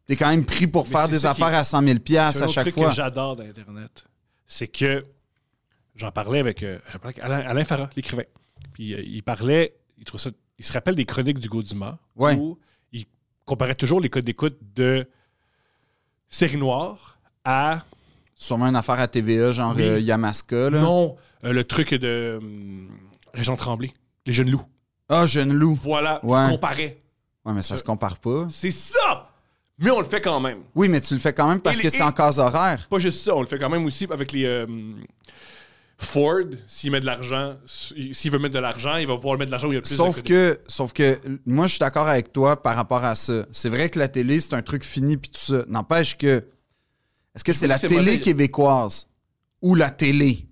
Speaker 1: t'es quand même pris pour
Speaker 2: Mais
Speaker 1: faire
Speaker 2: c'est
Speaker 1: des
Speaker 2: ça qui-
Speaker 1: affaires à 100 000
Speaker 2: C'est un
Speaker 1: à
Speaker 2: autre
Speaker 1: chaque
Speaker 2: truc
Speaker 1: fois.
Speaker 2: que j'adore d'Internet. C'est que j'en parlais avec, euh, j'en parlais avec Alain, Alain Farah, l'écrivain. Puis euh, il parlait, il, trouve ça, il se rappelle des chroniques du Gaudima
Speaker 1: Ouais.
Speaker 2: où il comparait toujours les codes d'écoute de série noire à
Speaker 1: Sûrement une affaire à TVA, genre
Speaker 2: Oui.
Speaker 1: euh, Yamaska, là.
Speaker 2: non, euh, le truc de hum, Régent Tremblay, les jeunes loups.
Speaker 1: Ah, jeune loup.
Speaker 2: Voilà,
Speaker 1: Ouais.
Speaker 2: il comparait.
Speaker 1: Ouais, mais ça se compare pas.
Speaker 2: C'est ça! Mais on le fait quand même.
Speaker 1: Oui, mais tu le fais quand même parce
Speaker 2: Et
Speaker 1: que
Speaker 2: les-
Speaker 1: c'est en
Speaker 2: et-
Speaker 1: case horaire.
Speaker 2: Pas juste ça, on le fait quand même aussi avec les. euh, Ford, s'il met de l'argent, s'il veut mettre de l'argent, il va pouvoir mettre de l'argent où il y a plus
Speaker 1: Sauf
Speaker 2: de
Speaker 1: que, sauf que, l- moi, je suis d'accord avec toi par rapport à ça. C'est vrai que la télé, c'est un truc fini puis tout ça. N'empêche que, est-ce que c'est
Speaker 2: pas
Speaker 1: la
Speaker 2: si c'est
Speaker 1: télé
Speaker 2: mauvais.
Speaker 1: québécoise ou la télé?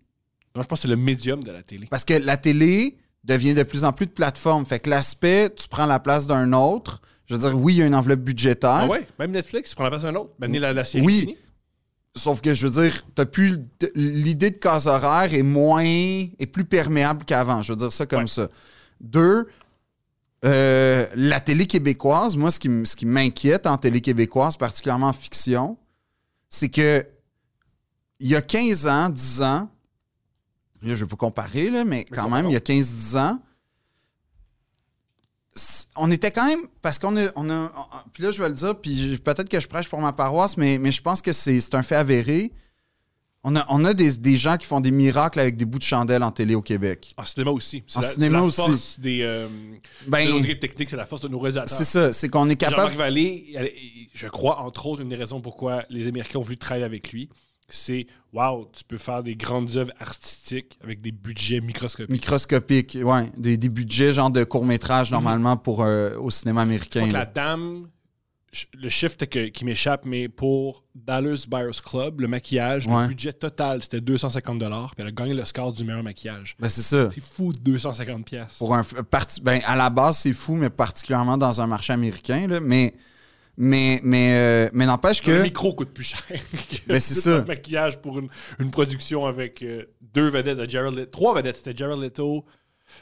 Speaker 2: Non, je pense que c'est le médium de la télé.
Speaker 1: Parce que la télé devient de plus en plus de plateformes. Fait que l'aspect, tu prends la place d'un autre. Je veux dire, oui, il y a une enveloppe budgétaire.
Speaker 2: Ah ouais? Même Netflix, prend la place d'un autre. Ben, la, la série.
Speaker 1: Oui.
Speaker 2: finie.
Speaker 1: Sauf que, je veux dire, t'as plus le- t- l'idée de case horaire est moins, est plus perméable qu'avant. Je veux dire ça comme
Speaker 2: Ouais.
Speaker 1: ça. Deux, euh, la télé québécoise, moi, ce qui, m- ce qui m'inquiète en télé québécoise, particulièrement en fiction, c'est que il y a 15 ans, 10 ans, là, je ne vais pas comparer, là, mais quand même, il y a 15-10 ans, c- on était quand même. Parce qu'on a. On a on- on- puis là, je vais le dire, puis je- peut-être que je prêche pour ma paroisse, mais, mais je pense que c'est c'est un fait avéré. On a, on a des, des gens qui font des miracles avec des bouts de chandelle en télé au Québec.
Speaker 2: En Ah, cinéma aussi. C'est
Speaker 1: En
Speaker 2: la,
Speaker 1: cinéma
Speaker 2: la
Speaker 1: aussi.
Speaker 2: force des, euh,
Speaker 1: Ben,
Speaker 2: de nos équipes techniques, c'est la force de nos réalisateurs.
Speaker 1: c'est ça, c'est qu'on est
Speaker 2: Jean-Marc
Speaker 1: capable.
Speaker 2: Vallée, elle- elle- je crois, entre autres, une des raisons pourquoi les Américains ont voulu travailler avec lui, c'est waouh, tu peux faire des grandes œuvres artistiques avec des budgets microscopiques.
Speaker 1: Microscopique, ouais. Des, des budgets, genre de court-métrage,
Speaker 2: Mhm.
Speaker 1: normalement, pour, euh, au cinéma américain.
Speaker 2: Donc,
Speaker 1: là.
Speaker 2: la dame, ch- le shift que- qui m'échappe, mais pour Dallas Buyers Club, le maquillage,
Speaker 1: Ouais.
Speaker 2: le budget total, c'était 250 puis elle a gagné le score du meilleur maquillage.
Speaker 1: Ben, c'est ça.
Speaker 2: C'est fou, 250 pièces.
Speaker 1: pour un f- parti- ben, à la base c'est fou mais particulièrement dans un marché américain là, mais mais mais euh, mais n'empêche
Speaker 2: Le
Speaker 1: que
Speaker 2: micro coûte plus cher. que
Speaker 1: Ben, c'est
Speaker 2: tout
Speaker 1: ça.
Speaker 2: un maquillage pour une, une production avec euh, deux vedettes de Jared Leto. Trois vedettes, c'était Jared Leto,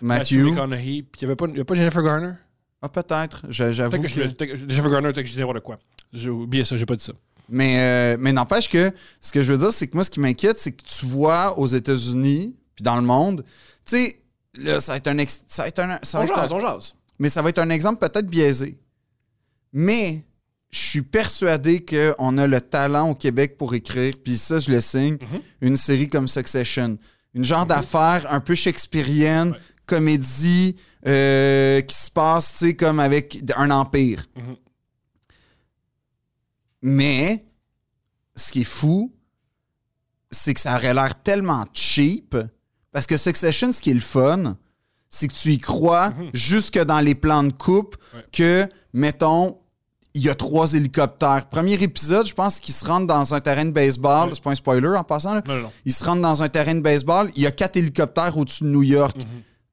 Speaker 2: Matthew
Speaker 1: Mathieu
Speaker 2: McConaughey, puis il n'y avait, pas- il y avait pas Jennifer Garner.
Speaker 1: ah peut-être je- j'avoue
Speaker 2: Peut-être que je
Speaker 1: que-
Speaker 2: le- peut-être que- Jennifer Garner, peut-être que je disais n'importe quoi. J'ai oublié ça, j'ai pas dit ça.
Speaker 1: mais euh, mais n'empêche que ce que je veux dire c'est que moi ce qui m'inquiète c'est que tu vois aux États-Unis puis dans le monde tu sais là, ça va être un ex- ça va être un ça va
Speaker 2: On
Speaker 1: être un-
Speaker 2: jase, on jase.
Speaker 1: mais ça va être un exemple peut-être biaisé mais je suis persuadé qu'on a le talent au Québec pour écrire, puis ça, je le signe, une série comme Succession. Une genre d'affaire un peu shakespearienne,
Speaker 2: Mhm. Ouais.
Speaker 1: comédie, euh, qui se passe, tu sais, comme avec un empire.
Speaker 2: Mhm.
Speaker 1: Mais, ce qui est fou, c'est que ça aurait l'air tellement cheap, parce que Succession, ce qui est le fun, c'est que tu y crois jusque dans les plans de coupe,
Speaker 2: Mhm. Ouais.
Speaker 1: que, mettons, il y a trois hélicoptères. Premier épisode, je pense qu'ils se rendent dans un terrain de baseball.
Speaker 2: Ouais.
Speaker 1: C'est pas un spoiler en passant. là.
Speaker 2: Non, non, non.
Speaker 1: Ils se rendent dans un terrain de baseball. Il y a quatre hélicoptères au-dessus de New York.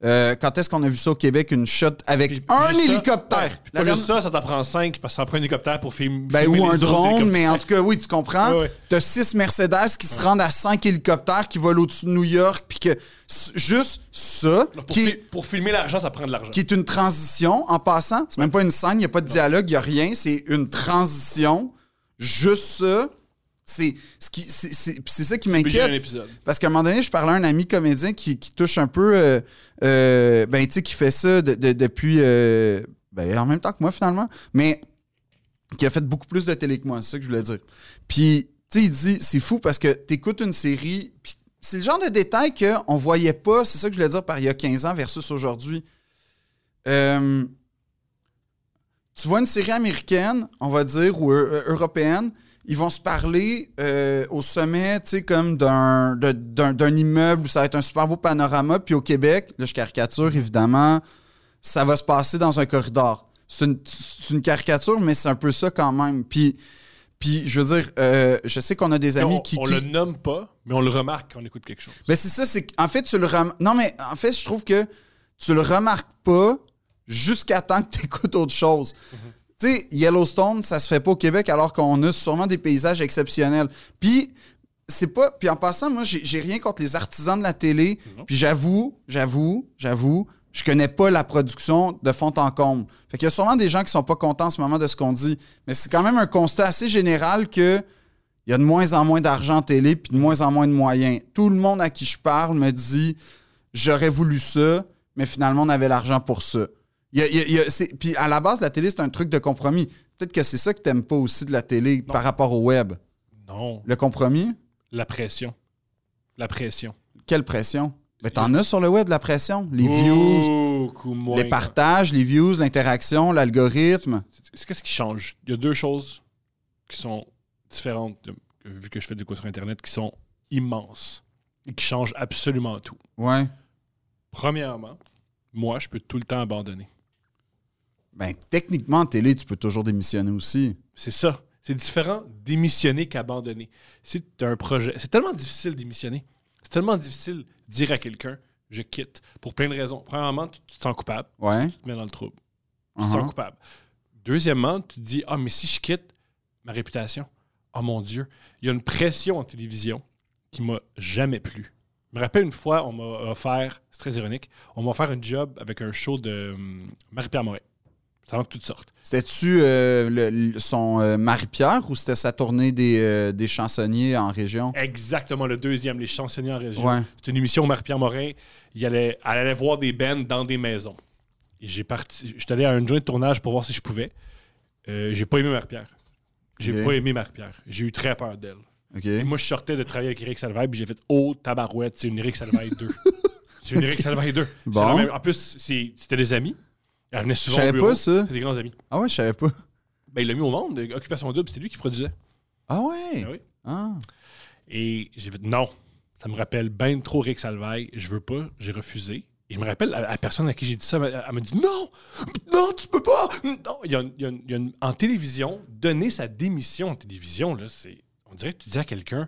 Speaker 1: Euh, quand est-ce qu'on a vu ça au Québec, une shot avec
Speaker 2: Mhm. Puis-
Speaker 1: un
Speaker 2: puis ça-
Speaker 1: hélicoptère?
Speaker 2: Puis
Speaker 1: La
Speaker 2: pas
Speaker 1: dernière-
Speaker 2: juste ça, ça t'en prend cinq parce que ça prend un hélicoptère pour film- filmer.
Speaker 1: Ben, ou
Speaker 2: les
Speaker 1: un
Speaker 2: autres
Speaker 1: drone,
Speaker 2: hélicoptères.
Speaker 1: mais en tout cas, oui, tu comprends.
Speaker 2: Ouais, ouais.
Speaker 1: T'as six Mercedes qui se rendent à cinq hélicoptères qui volent au-dessus de New York, puis que s- juste ça,
Speaker 2: Pour,
Speaker 1: qui,
Speaker 2: fi- pour filmer l'argent, ça prend de l'argent.
Speaker 1: qui est une transition en passant. C'est même pas une scène, il n'y a pas de dialogue, il n'y a rien. C'est une transition. Juste ça. C'est ce qui- c'est- c'est- c'est ça qui
Speaker 2: Obligé d'un
Speaker 1: m'inquiète.
Speaker 2: épisode.
Speaker 1: Parce qu'à un moment donné, je parlais à un ami comédien qui, qui touche un peu. euh, euh, ben, tu sais, qui fait ça de- de- depuis. euh, ben, en même temps que moi, finalement. Mais qui a fait beaucoup plus de télé que moi, c'est ça que je voulais dire. Puis, tu sais, il dit, c'est fou parce que t'écoutes une série. Puis, c'est le genre de détail qu'on voyait pas. C'est ça que je voulais dire par il y a 15 ans versus aujourd'hui. Euh, tu vois une série américaine, on va dire, ou eu- européenne, ils vont se parler euh, au sommet, tu sais, comme d'un de- d'un- d'un immeuble où ça va être un super beau panorama. Puis au Québec, là, je caricature, évidemment, ça va se passer dans un corridor. C'est une, c'est une caricature, mais c'est un peu ça quand même. Puis, puis je veux dire, euh, je sais qu'on a des amis
Speaker 2: on,
Speaker 1: qui.
Speaker 2: on
Speaker 1: qui-
Speaker 2: le nomme pas, mais on le remarque quand on écoute quelque chose.
Speaker 1: ben c'est ça, c'est en fait tu le rem... non mais en fait je trouve que tu le remarques pas jusqu'à temps que tu écoutes autre chose. Tu sais Yellowstone, ça se fait pas au Québec alors qu'on a sûrement des paysages exceptionnels. Puis c'est pas puis en passant moi j'ai j'ai rien contre les artisans de la télé,
Speaker 2: Non.
Speaker 1: puis j'avoue, j'avoue, j'avoue, je connais pas la production de fond en comble. Fait qu'il y a sûrement des gens qui sont pas contents en ce moment de ce qu'on dit, mais c'est quand même un constat assez général que il y a de moins en moins d'argent en télé, puis de moins en moins de moyens. Tout le monde à qui je parle me dit j'aurais voulu ça, mais finalement on avait l'argent pour ça. Il y a- il y a- il y a- c'est- puis à la base, la télé, c'est un truc de compromis. Peut-être que c'est ça que t'aimes pas aussi de la télé
Speaker 2: Non.
Speaker 1: par rapport au web.
Speaker 2: Non,
Speaker 1: Le compromis?
Speaker 2: la pression. La pression.
Speaker 1: Quelle pression? Mais t'en as sur le web, la pression.
Speaker 2: Oh,
Speaker 1: Les views,
Speaker 2: Beaucoup moins.
Speaker 1: les partages, les views, l'interaction, l'algorithme.
Speaker 2: C'est- c'est- Qu'est-ce qui change? Il y a deux choses qui sont différentes, de- vu que je fais du coup sur Internet, qui sont immenses et qui changent absolument tout.
Speaker 1: Ouais.
Speaker 2: Premièrement, moi, je peux tout le temps abandonner.
Speaker 1: Ben, techniquement, en télé, tu peux toujours démissionner aussi.
Speaker 2: C'est ça. C'est différent démissionner qu'abandonner. C'est un projet. C'est tellement difficile démissionner. C'est tellement difficile dire à quelqu'un je quitte pour plein de raisons. Premièrement, tu tu te sens coupable,
Speaker 1: Ouais.
Speaker 2: tu te mets dans le trouble, tu te
Speaker 1: Uh-huh.
Speaker 2: sens coupable. Deuxièmement, tu te dis ah mais si je quitte ma réputation, oh mon dieu, il y a une pression en télévision qui m'a jamais plu. Je me rappelle une fois, on m'a offert, c'est très ironique, on m'a offert un job avec un show de hum, Marie-Pierre Morin. Ça manque toutes sortes.
Speaker 1: C'était-tu euh, le- le- son euh, Marie-Pierre ou c'était sa tournée des, euh, des chansonniers en région?
Speaker 2: Exactement, le deuxième, les chansonniers en région.
Speaker 1: Ouais.
Speaker 2: C'est une émission où Marie-Pierre Morin, il allait, elle allait voir des bands dans des maisons. Et j'ai parti, j'étais allé à une journée de tournage pour voir si je pouvais. Euh, j'ai pas aimé Marie-Pierre. J'ai
Speaker 1: Ok.
Speaker 2: pas aimé Marie-Pierre. J'ai eu très peur d'elle.
Speaker 1: OK.
Speaker 2: Et moi, je sortais de travailler avec Eric Salvaille, puis j'ai fait Oh, tabarouette, c'est une Eric Salvaille 2. c'est une Eric Salvaille 2. C'est
Speaker 1: Bon.
Speaker 2: la même- En plus, c'est- c'était des amis. Elle venait
Speaker 1: Je
Speaker 2: souvent. au
Speaker 1: savais
Speaker 2: bureau.
Speaker 1: pas ça.
Speaker 2: C'était des grands amis.
Speaker 1: Ah ouais, je savais pas.
Speaker 2: Ben, il l'a mis au monde, Occupation Double, c'est lui qui produisait.
Speaker 1: Ah ouais?
Speaker 2: Ah oui.
Speaker 1: Ah.
Speaker 2: Et j'ai fait non, ça me rappelle bien trop Rick Salvaille, je veux pas, j'ai refusé. Et je me rappelle, la, la personne à qui j'ai dit ça, elle, elle me dit non, non, tu peux pas. Non, il y a une- il y a une- il y a une- en télévision, donner sa démission en télévision, là, c'est, on dirait que tu dis à quelqu'un,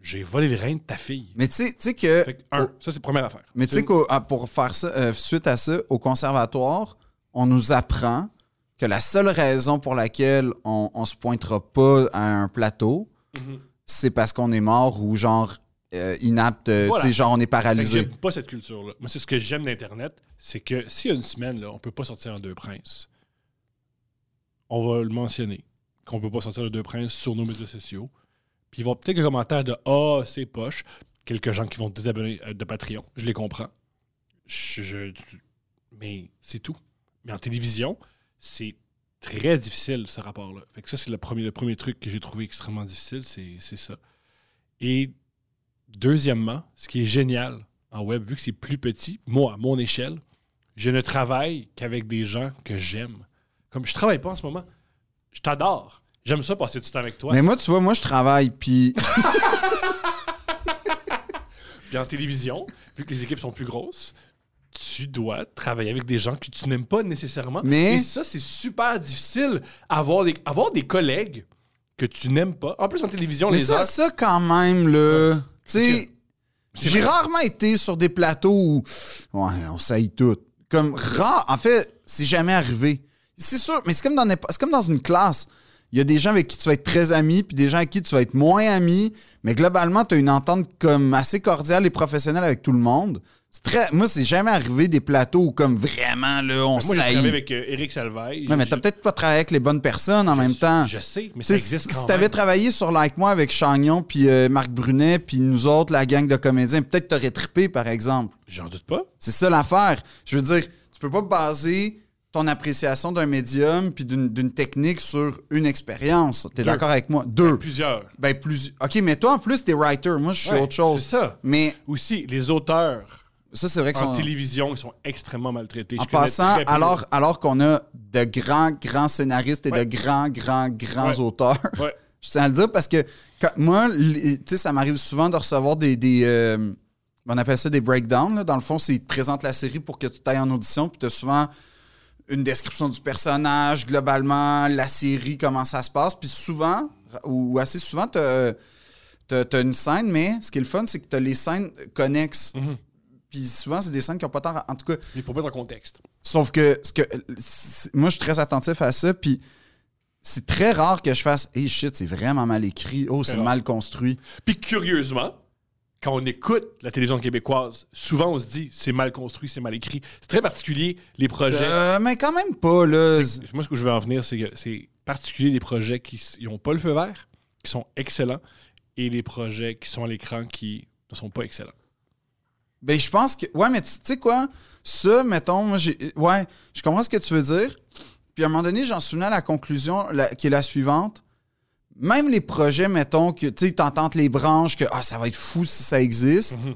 Speaker 2: j'ai volé les reins de ta fille.
Speaker 1: Mais tu sais- tu sais que.
Speaker 2: Fait que, un, ça c'est la première affaire.
Speaker 1: Oh. Mais tu sais qu'au- ah, pour faire ça, euh, suite à ça, au conservatoire, on nous apprend que la seule raison pour laquelle on, on se pointera pas à un plateau,
Speaker 2: Mhm.
Speaker 1: c'est parce qu'on est mort ou genre euh, inapte, euh,
Speaker 2: Voilà.
Speaker 1: tu sais, genre on est
Speaker 2: Fait que
Speaker 1: paralysé.
Speaker 2: j'aime pas cette culture-là. Moi, c'est ce que j'aime d'Internet, c'est que s'il y a une semaine, là, on peut pas sortir en deux princes, on va le mentionner, qu'on peut pas sortir en deux princes sur nos médias sociaux. Puis il va peut-être un commentaire de Ah, c'est poche. Quelques gens qui vont désabonner euh, de Patreon, je les comprends. Je- je- tu- mais c'est tout. Mais en télévision, c'est très difficile ce rapport-là. Fait que ça, c'est le premier, le premier truc que j'ai trouvé extrêmement difficile, c'est c'est ça. Et Deuxièmement, ce qui est génial en web, vu que c'est plus petit, moi, à mon échelle, je ne travaille qu'avec des gens que j'aime. Comme je travaille pas en ce moment, je t'adore. J'aime ça passer du temps avec toi.
Speaker 1: Mais moi, tu vois, moi je travaille, puis
Speaker 2: Puis en télévision, vu que les équipes sont plus grosses, tu dois travailler avec des gens que tu n'aimes pas nécessairement.
Speaker 1: Mais-
Speaker 2: Et ça, c'est super difficile. Avoir des, avoir des collègues que tu n'aimes pas. En plus, en télévision,
Speaker 1: Mais
Speaker 2: les
Speaker 1: ça,
Speaker 2: heures-
Speaker 1: ça quand même, là. Tu sais,
Speaker 2: C'est
Speaker 1: J'ai
Speaker 2: vrai.
Speaker 1: rarement été sur des plateaux où ouais, on saillit tout. Comme rare, en fait, c'est jamais arrivé. C'est sûr, mais c'est comme, dans n'importe- c'est comme dans une classe. Il y a des gens avec qui tu vas être très ami, puis des gens avec qui tu vas être moins ami, mais globalement, tu as une entente comme assez cordiale et professionnelle avec tout le monde. C'est très, moi, c'est jamais arrivé des plateaux où comme vraiment, là, on
Speaker 2: Moi, j'ai travaillé
Speaker 1: saillit.
Speaker 2: avec euh, Eric Salvaille.
Speaker 1: Ouais, mais
Speaker 2: Je-
Speaker 1: t'as peut-être pas travaillé avec les bonnes personnes en même temps.
Speaker 2: Je sais, mais
Speaker 1: Tu
Speaker 2: ça
Speaker 1: sais,
Speaker 2: existe
Speaker 1: si
Speaker 2: quand
Speaker 1: tu avais
Speaker 2: même.
Speaker 1: travaillé sur Like Moi avec Chagnon, puis euh, Marc Brunet, puis nous autres, la gang de comédiens, peut-être t'aurais trippé, par exemple.
Speaker 2: J'en doute pas.
Speaker 1: C'est ça l'affaire. Je veux dire, tu peux pas baser ton appréciation d'un médium puis d'une d'une technique sur une expérience. T'es
Speaker 2: Deux.
Speaker 1: d'accord avec moi? Deux.
Speaker 2: Plusieurs.
Speaker 1: Ben, plus... OK, mais toi, en plus, t'es writer. Moi, je suis
Speaker 2: Ouais,
Speaker 1: autre chose.
Speaker 2: C'est ça.
Speaker 1: Mais
Speaker 2: Aussi, les auteurs
Speaker 1: ça, c'est vrai que sont...
Speaker 2: en télévision, ils sont extrêmement maltraités.
Speaker 1: En
Speaker 2: Je connais
Speaker 1: passant,
Speaker 2: très peu.
Speaker 1: alors, alors qu'on a de grands, grands scénaristes et
Speaker 2: Ouais.
Speaker 1: de grands, grands, grands
Speaker 2: Ouais.
Speaker 1: auteurs,
Speaker 2: Ouais.
Speaker 1: je tiens à le dire parce que quand- moi, l- tu sais, ça m'arrive souvent de recevoir des. des, euh, on appelle ça des breakdowns. là. Dans le fond, c'est ils te présentent la série pour que tu t'ailles en audition, puis tu as souvent une description du personnage, globalement, la série, comment ça se passe. Puis souvent, ou ou assez souvent, tu as, une scène, mais ce qui est le fun, c'est que tu as les scènes connexes.
Speaker 2: Mhm.
Speaker 1: Puis souvent, c'est des scènes qui n'ont pas tant. En tout cas,
Speaker 2: Mais pour mettre en contexte.
Speaker 1: Sauf que, ce que c'est- moi, je suis très attentif à ça. Puis c'est très rare que je fasse Hey shit, c'est vraiment mal écrit. Oh,
Speaker 2: Très
Speaker 1: c'est
Speaker 2: rare.
Speaker 1: mal construit.
Speaker 2: Puis curieusement, quand on écoute la télévision québécoise, souvent on se dit c'est mal construit, c'est mal écrit. C'est très particulier les projets.
Speaker 1: Euh, mais quand même pas, là. C'est-
Speaker 2: Moi, ce que je veux en venir, c'est que c'est particulier les projets qui n'ont pas le feu vert, qui sont excellents, et les projets qui sont à l'écran qui ne sont pas excellents.
Speaker 1: Ben, je pense que. Ouais, mais tu tu sais quoi? Ça, mettons, moi, j'ai. Ouais, je comprends ce que tu veux dire. Puis à un moment donné, j'en souvenais à la conclusion la- qui est la suivante. Même les projets, mettons, que tu sais, t'entends les branches, que ah, ça va être fou si ça existe.
Speaker 2: Mhm.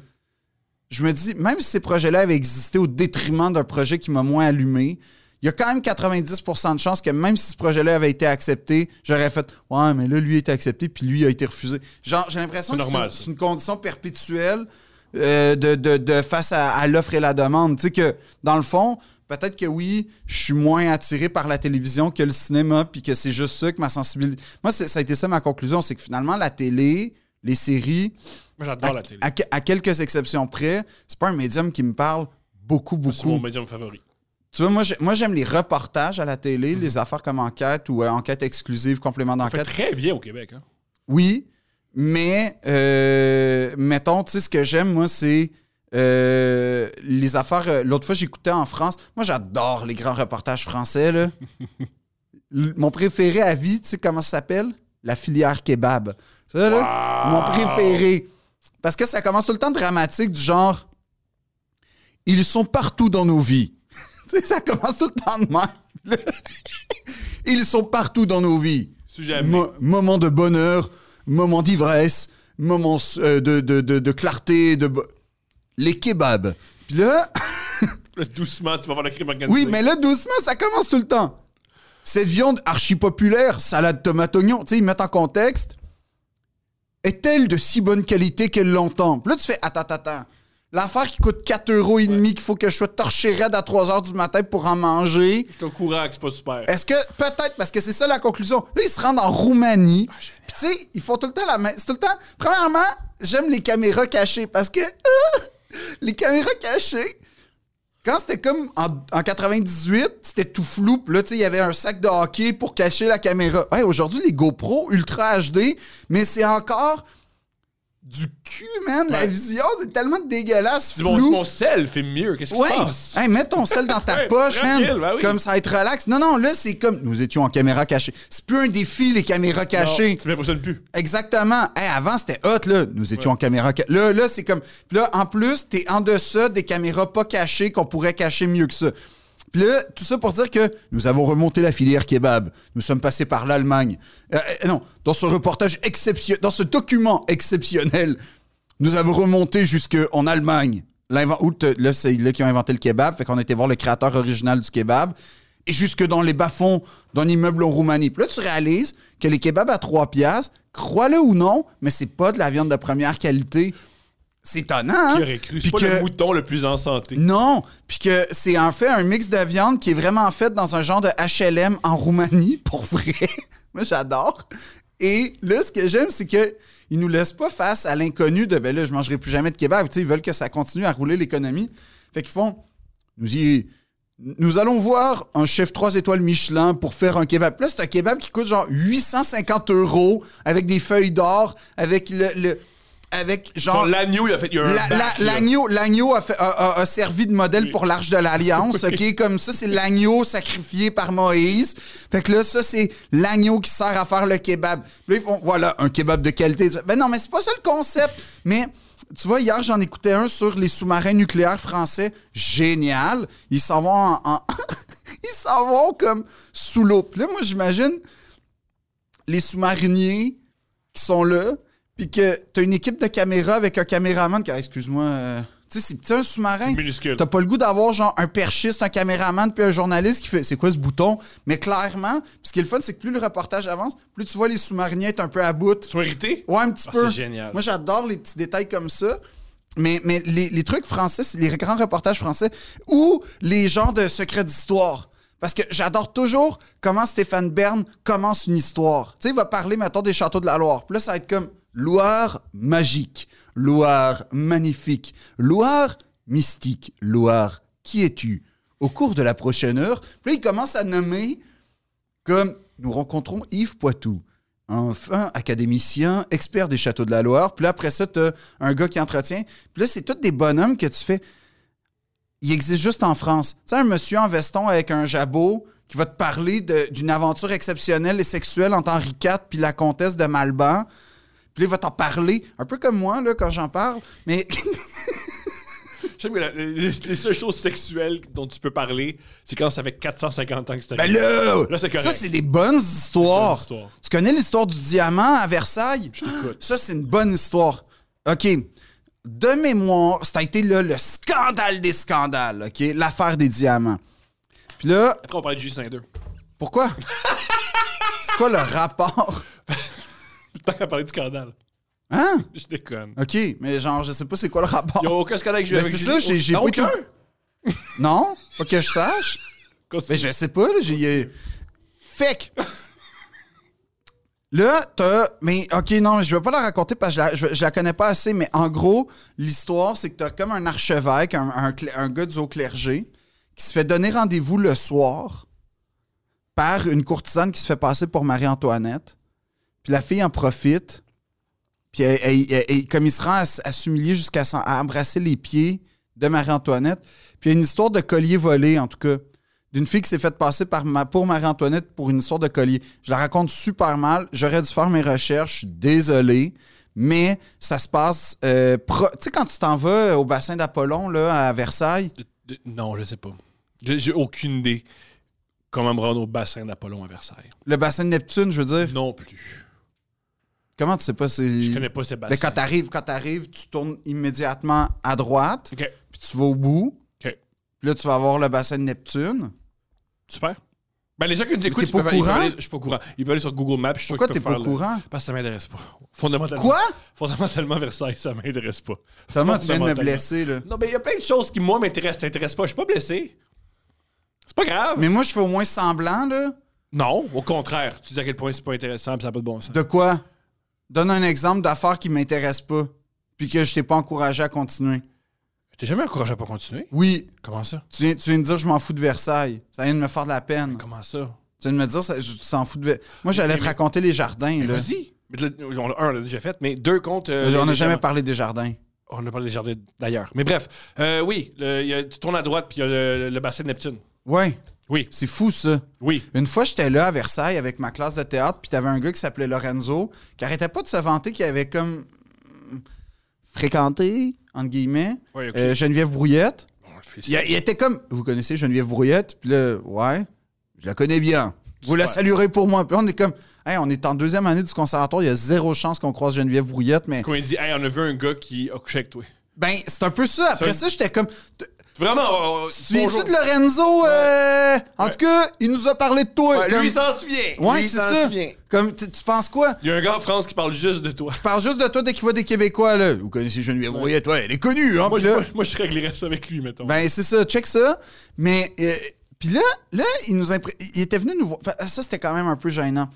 Speaker 1: Je me dis, même si ces projets-là avaient existé au détriment d'un projet qui m'a moins allumé, il y a quand même 90% de chances que même si ce projet-là avait été accepté, j'aurais fait Ouais, mais là, lui a été accepté, puis lui a été refusé. Genre, j'ai l'impression
Speaker 2: C'est
Speaker 1: que c'est
Speaker 2: normal,
Speaker 1: une-
Speaker 2: ça.
Speaker 1: c'est une condition perpétuelle euh, de, de- de face à, à l'offre et la demande. Tu sais que, dans le fond, peut-être que oui, je suis moins attiré par la télévision que le cinéma, puis que c'est juste ça que ma sensibilité. Moi, c'est- ça a été ça ma conclusion, c'est que finalement, la télé, les séries,
Speaker 2: Moi,
Speaker 1: à,
Speaker 2: j'adore la télé.
Speaker 1: à que- à quelques exceptions près, c'est pas un médium qui me parle beaucoup,
Speaker 2: C'est mon
Speaker 1: beaucoup.
Speaker 2: médium favori.
Speaker 1: Tu vois, moi, j'ai- moi, j'aime les reportages à la télé, les affaires comme enquête ou euh, enquête exclusive, complément
Speaker 2: On Mhm. fait
Speaker 1: d'enquête.
Speaker 2: très bien au Québec. hein.
Speaker 1: Oui, mais euh, mettons, tu sais, ce que j'aime, moi, c'est euh, les affaires. euh, L'autre fois, j'écoutais en France. Moi, j'adore les grands reportages français, là. L- Mon préféré à vie, tu sais comment ça s'appelle? La filière kebab. Ça, là, mon préféré. Parce que ça commence tout le temps dramatique, du genre Ils sont partout dans nos vies. tu sais, ça commence tout le temps de même. Ils sont partout dans nos vies.
Speaker 2: Sujet à
Speaker 1: Mo- moment de bonheur, moment d'ivresse, moment euh, de, de- de- de clarté, de bo- les kebabs. Puis là,
Speaker 2: Là, doucement, tu vas voir le crime organisé.
Speaker 1: oui, mais là, doucement, ça commence tout le temps. Cette viande archi populaire, salade tomate oignon, tu sais, ils mettent en contexte, est-elle de si bonne qualité qu'elle l'entend? Puis là, tu fais, attends, attends, attends. L'affaire qui coûte 4,5 euros et demi, qu'il faut que je sois torché raide à 3 heures du matin pour en manger.
Speaker 2: Je suis au courant que c'est pas super.
Speaker 1: Est-ce que peut-être parce que c'est ça la conclusion. Là, ils se rendent en Roumanie. Puis tu sais, ils font tout le temps la même. C'est tout le temps. Premièrement, j'aime les caméras cachées parce que ah, les caméras cachées. Quand c'était comme en, en 98, c'était tout flou. Puis là, tu sais, il y avait un sac de hockey pour cacher la caméra. Ouais, aujourd'hui, les GoPro Ultra HD, mais c'est encore du cul, man. La
Speaker 2: Ouais.
Speaker 1: vision, c'est tellement dégueulasse,
Speaker 2: Dis, Mon,
Speaker 1: flou.
Speaker 2: mon sel fait mieux. Qu'est-ce qui
Speaker 1: Ouais. Hein?
Speaker 2: se passe?
Speaker 1: Hey, mets ton sel dans ta
Speaker 2: Ouais,
Speaker 1: poche, man.
Speaker 2: tranquille, ben oui.
Speaker 1: Comme ça va être relax. Non, non, là, c'est comme. Nous étions en caméra cachée. C'est plus un défi, les caméras
Speaker 2: Non,
Speaker 1: cachées.
Speaker 2: tu m'impressionnes plus.
Speaker 1: Exactement. Hey, avant, c'était hot, là. Nous étions en caméra cachée. Là, là c'est comme. Puis là, en plus, t'es en deçà des caméras pas cachées qu'on pourrait cacher mieux que ça. Puis là, tout ça pour dire que nous avons remonté la filière kebab. Nous sommes passés par l'Allemagne. Euh, euh, non, dans ce reportage exceptionnel, dans ce document exceptionnel, nous avons remonté jusqu'en Allemagne. L'invent- Ou te- Là, c'est là qui ont inventé le kebab. Fait qu'on était voir le créateur original du kebab. Et jusque dans les bas-fonds d'un immeuble en Roumanie. Puis là, tu réalises que les kebabs à 3 piastres, crois-le ou non, mais c'est pas de la viande de première qualité. C'est étonnant, hein?
Speaker 2: Qui aurait cru?
Speaker 1: Puis
Speaker 2: C'est pas
Speaker 1: que-
Speaker 2: le mouton le plus en santé.
Speaker 1: non, puis que c'est en fait un mix de viande qui est vraiment fait dans un genre de HLM en Roumanie, pour vrai. Moi, j'adore. Et là, ce que j'aime, c'est que ils nous laissent pas face à l'inconnu de ben là, je mangerai plus jamais de Québec. Tu sais, ils veulent que ça continue à rouler l'économie. Fait qu'ils font nous y nous allons voir un chef 3 étoiles Michelin pour faire un kebab. Là, c'est un kebab qui coûte genre 850 euros avec des feuilles d'or, avec le, le- avec genre
Speaker 2: Genre, l'agneau, il a fait. Il y a
Speaker 1: la-
Speaker 2: un.
Speaker 1: la-
Speaker 2: bac, là.
Speaker 1: L'agneau, l'agneau a, fait- a- a- a servi de modèle pour l'arche de l'alliance, ok Comme ça, c'est l'agneau sacrifié par Moïse. Fait que là, ça c'est l'agneau qui sert à faire le kebab. Puis là, ils font voilà un kebab de qualité. Ben non, mais c'est pas ça le concept. Mais tu vois, hier j'en écoutais un sur les sous-marins nucléaires français. Génial. Ils s'en vont en, en- ils s'en vont comme sous l'eau. Puis là, moi, j'imagine les sous-mariniers qui sont là, puis que t'as une équipe de caméra avec un caméraman qui, Ah, excuse-moi, euh, tu sais, c'est petit, un sous-marin.
Speaker 2: Minuscule.
Speaker 1: T'as pas le goût d'avoir genre un perchiste, un caméraman, puis un journaliste qui fait c'est quoi ce bouton? Mais clairement, puis ce qui est le fun, c'est que plus le reportage avance, plus tu vois les sous-mariniers être un peu à bout.
Speaker 2: Tu vas hériter?
Speaker 1: Ouais, un petit
Speaker 2: Ah,
Speaker 1: peu.
Speaker 2: c'est génial.
Speaker 1: Moi, j'adore les petits détails comme ça. Mais, mais les, les trucs français, c'est les grands reportages français ou les genres de secrets d'histoire. Parce que j'adore toujours comment Stéphane Bern commence une histoire. Tu sais, il va parler, mettons, des châteaux de la Loire. Puis là, ça va être comme Loire magique, Loire magnifique, Loire mystique, Loire qui es-tu? Au cours de la prochaine heure, puis là, il commence à nommer comme nous rencontrons Yves Poitou, un fin académicien, expert des châteaux de la Loire. Puis là, après ça, tu un gars qui entretient. Puis là, c'est tous des bonhommes que tu fais. Il existe juste en France. Tu sais, un monsieur en veston avec un jabot qui va te parler de- d'une aventure exceptionnelle et sexuelle entre Henri IV puis la comtesse de Malban. Puis là, il va t'en parler, un peu comme moi, là, quand j'en parle. Mais
Speaker 2: J'aime que la- les, les seules choses sexuelles dont tu peux parler, c'est quand ça fait 450 ans que c'est
Speaker 1: ben
Speaker 2: arrivé.
Speaker 1: là,
Speaker 2: Là, c'est correct.
Speaker 1: ça, c'est des bonnes histoires.
Speaker 2: C'est des bonnes histoires.
Speaker 1: Tu connais l'histoire du diamant à Versailles?
Speaker 2: t'écoute.
Speaker 1: Ça, c'est une bonne histoire. OK. De mémoire, ça a été là, le scandale des scandales, OK? L'affaire des diamants. Puis là,
Speaker 2: Après, on parlait de Justin 2.
Speaker 1: pourquoi? c'est quoi le rapport?
Speaker 2: Tant qu'à parler de scandale.
Speaker 1: Hein?
Speaker 2: Je déconne.
Speaker 1: OK, mais genre, je sais pas c'est quoi le rapport.
Speaker 2: Il n'y a aucun scandale que j'ai
Speaker 1: Mais
Speaker 2: avec
Speaker 1: Ben, c'est
Speaker 2: Justin.
Speaker 1: ça, j'ai j'ai
Speaker 2: Non,
Speaker 1: pas
Speaker 2: aucun.
Speaker 1: tout- Non? Pas que je sache. Mais Ben, je sais pas, là, j'ai. euh, Fait que- Là, t'as. Mais, ok, non, je vais pas la raconter parce que je la, je, je la connais pas assez, mais en gros, l'histoire, c'est que t'as comme un archevêque, un, un cl- un gars du haut clergé, qui se fait donner rendez-vous le soir par une courtisane qui se fait passer pour Marie-Antoinette. Puis la fille en profite. Puis elle- elle- elle- elle- comme il se rend à, s- à s'humilier jusqu'à s'en- à embrasser les pieds de Marie-Antoinette. Puis il y a une histoire de collier volé, en tout cas. D'une fille qui s'est faite passer par ma, pour Marie-Antoinette pour une histoire de collier. Je la raconte super mal. J'aurais dû faire mes recherches. Je suis désolé. Mais ça se passe. euh, pro- tu sais, quand tu t'en vas au bassin d'Apollon, là, à Versailles,
Speaker 2: De- de- non, je sais pas. J'ai j'ai aucune idée comment me rendre au bassin d'Apollon à Versailles.
Speaker 1: le bassin de Neptune, je veux dire.
Speaker 2: Non plus.
Speaker 1: Comment tu sais pas c'est.
Speaker 2: Je connais pas ces bassins.
Speaker 1: Mais quand t'arrives, quand t'arrives, tu tournes immédiatement à droite,
Speaker 2: Ok,
Speaker 1: puis tu vas au bout.
Speaker 2: Ok.
Speaker 1: Puis là, tu vas avoir le bassin de Neptune.
Speaker 2: super. Ben, les gens qui nous écoutent,
Speaker 1: t'es
Speaker 2: ils
Speaker 1: pas
Speaker 2: peuvent aller- ils
Speaker 1: courant?
Speaker 2: peuvent aller- Je suis pas au courant. Ils peuvent aller sur Google Maps. Je suis sûr
Speaker 1: Pourquoi
Speaker 2: qu'ils
Speaker 1: t'es
Speaker 2: peuvent
Speaker 1: pas au
Speaker 2: faire le-
Speaker 1: courant?
Speaker 2: Parce que ça m'intéresse pas. Fondamentalement.
Speaker 1: Quoi?
Speaker 2: Fondamentalement, Versailles, ça m'intéresse pas.
Speaker 1: Seulement, tu viens de me
Speaker 2: Fondamentalement.
Speaker 1: blesser, là.
Speaker 2: Non, mais il y a plein de choses qui, moi, m'intéressent. T'intéresses pas. Je suis pas blessé. C'est pas grave.
Speaker 1: Mais moi, je fais au moins semblant, là.
Speaker 2: Non, au contraire. Tu dis à quel point c'est pas intéressant pis ça n'a pas de bon sens.
Speaker 1: De quoi? Donne un exemple d'affaires qui m'intéressent pas, puis que je t'ai pas encouragé à continuer.
Speaker 2: T'es jamais encouragé à pas continuer?
Speaker 1: Oui,
Speaker 2: Comment ça?
Speaker 1: tu viens, tu viens de dire je m'en fous de Versailles. Ça vient de me faire de la peine.
Speaker 2: Comment ça?
Speaker 1: Tu viens de me dire ça- je- tu t'en fous de Ver- Moi, j'allais
Speaker 2: Mais-
Speaker 1: te raconter les jardins,
Speaker 2: Mais
Speaker 1: là.
Speaker 2: Vas-y. Mais là, on a- Un, on l'a déjà fait, mais deux contre. euh,
Speaker 1: on n'a
Speaker 2: les-
Speaker 1: jamais parlé des jardins.
Speaker 2: On a parlé des jardins d'ailleurs. Mais bref, euh, oui, le- il y a- tu tournes à droite, puis il y a le, le bassin de Neptune.
Speaker 1: Ouais,
Speaker 2: Oui,
Speaker 1: c'est fou, ça.
Speaker 2: oui.
Speaker 1: Une fois, j'étais là à Versailles avec ma classe de théâtre, puis t'avais un gars qui s'appelait Lorenzo, qui arrêtait pas de se vanter qu'il avait comme hum, fréquenté, entre guillemets,
Speaker 2: Ouais, ok.
Speaker 1: euh, Geneviève Brouillette.
Speaker 2: Bon, je fais
Speaker 1: Il,
Speaker 2: ça.
Speaker 1: a- il était comme, vous connaissez Geneviève Brouillette? Puis là, ouais, je la connais bien. Vous la
Speaker 2: Super.
Speaker 1: saluerez pour moi. Puis on est comme, hey, on est en deuxième année du conservatoire, il y a zéro chance qu'on croise Geneviève Brouillette, mais
Speaker 2: Quand il dit, hey, on a vu un gars qui a couché avec toi.
Speaker 1: ben, c'est un peu ça. Après ça,
Speaker 2: Ça-
Speaker 1: j'étais comme, tu
Speaker 2: Vraiment, euh, bonjour.
Speaker 1: viens-tu de Lorenzo? euh, En tout cas, il nous a parlé de toi.
Speaker 2: Ouais,
Speaker 1: Comme-
Speaker 2: Bah, Lui, il s'en souvient.
Speaker 1: Ouais,
Speaker 2: Lui, il
Speaker 1: c'est
Speaker 2: s'en
Speaker 1: ça.
Speaker 2: souvient.
Speaker 1: Comme, tu tu penses quoi?
Speaker 2: Il y a un gars en France qui parle juste de toi.
Speaker 1: Je parle juste de toi dès qu'il voit des Québécois, là. Vous connaissez Geneviève Brouillette, ouais, elle est connue, hein.
Speaker 2: Moi,
Speaker 1: puis
Speaker 2: je,
Speaker 1: là-
Speaker 2: moi, moi, je réglerais ça avec lui, mettons.
Speaker 1: Ben, c'est ça, check ça. Mais, euh, puis là, là, il nous impré- il était venu nous voir. Ça, c'était quand même un peu gênant.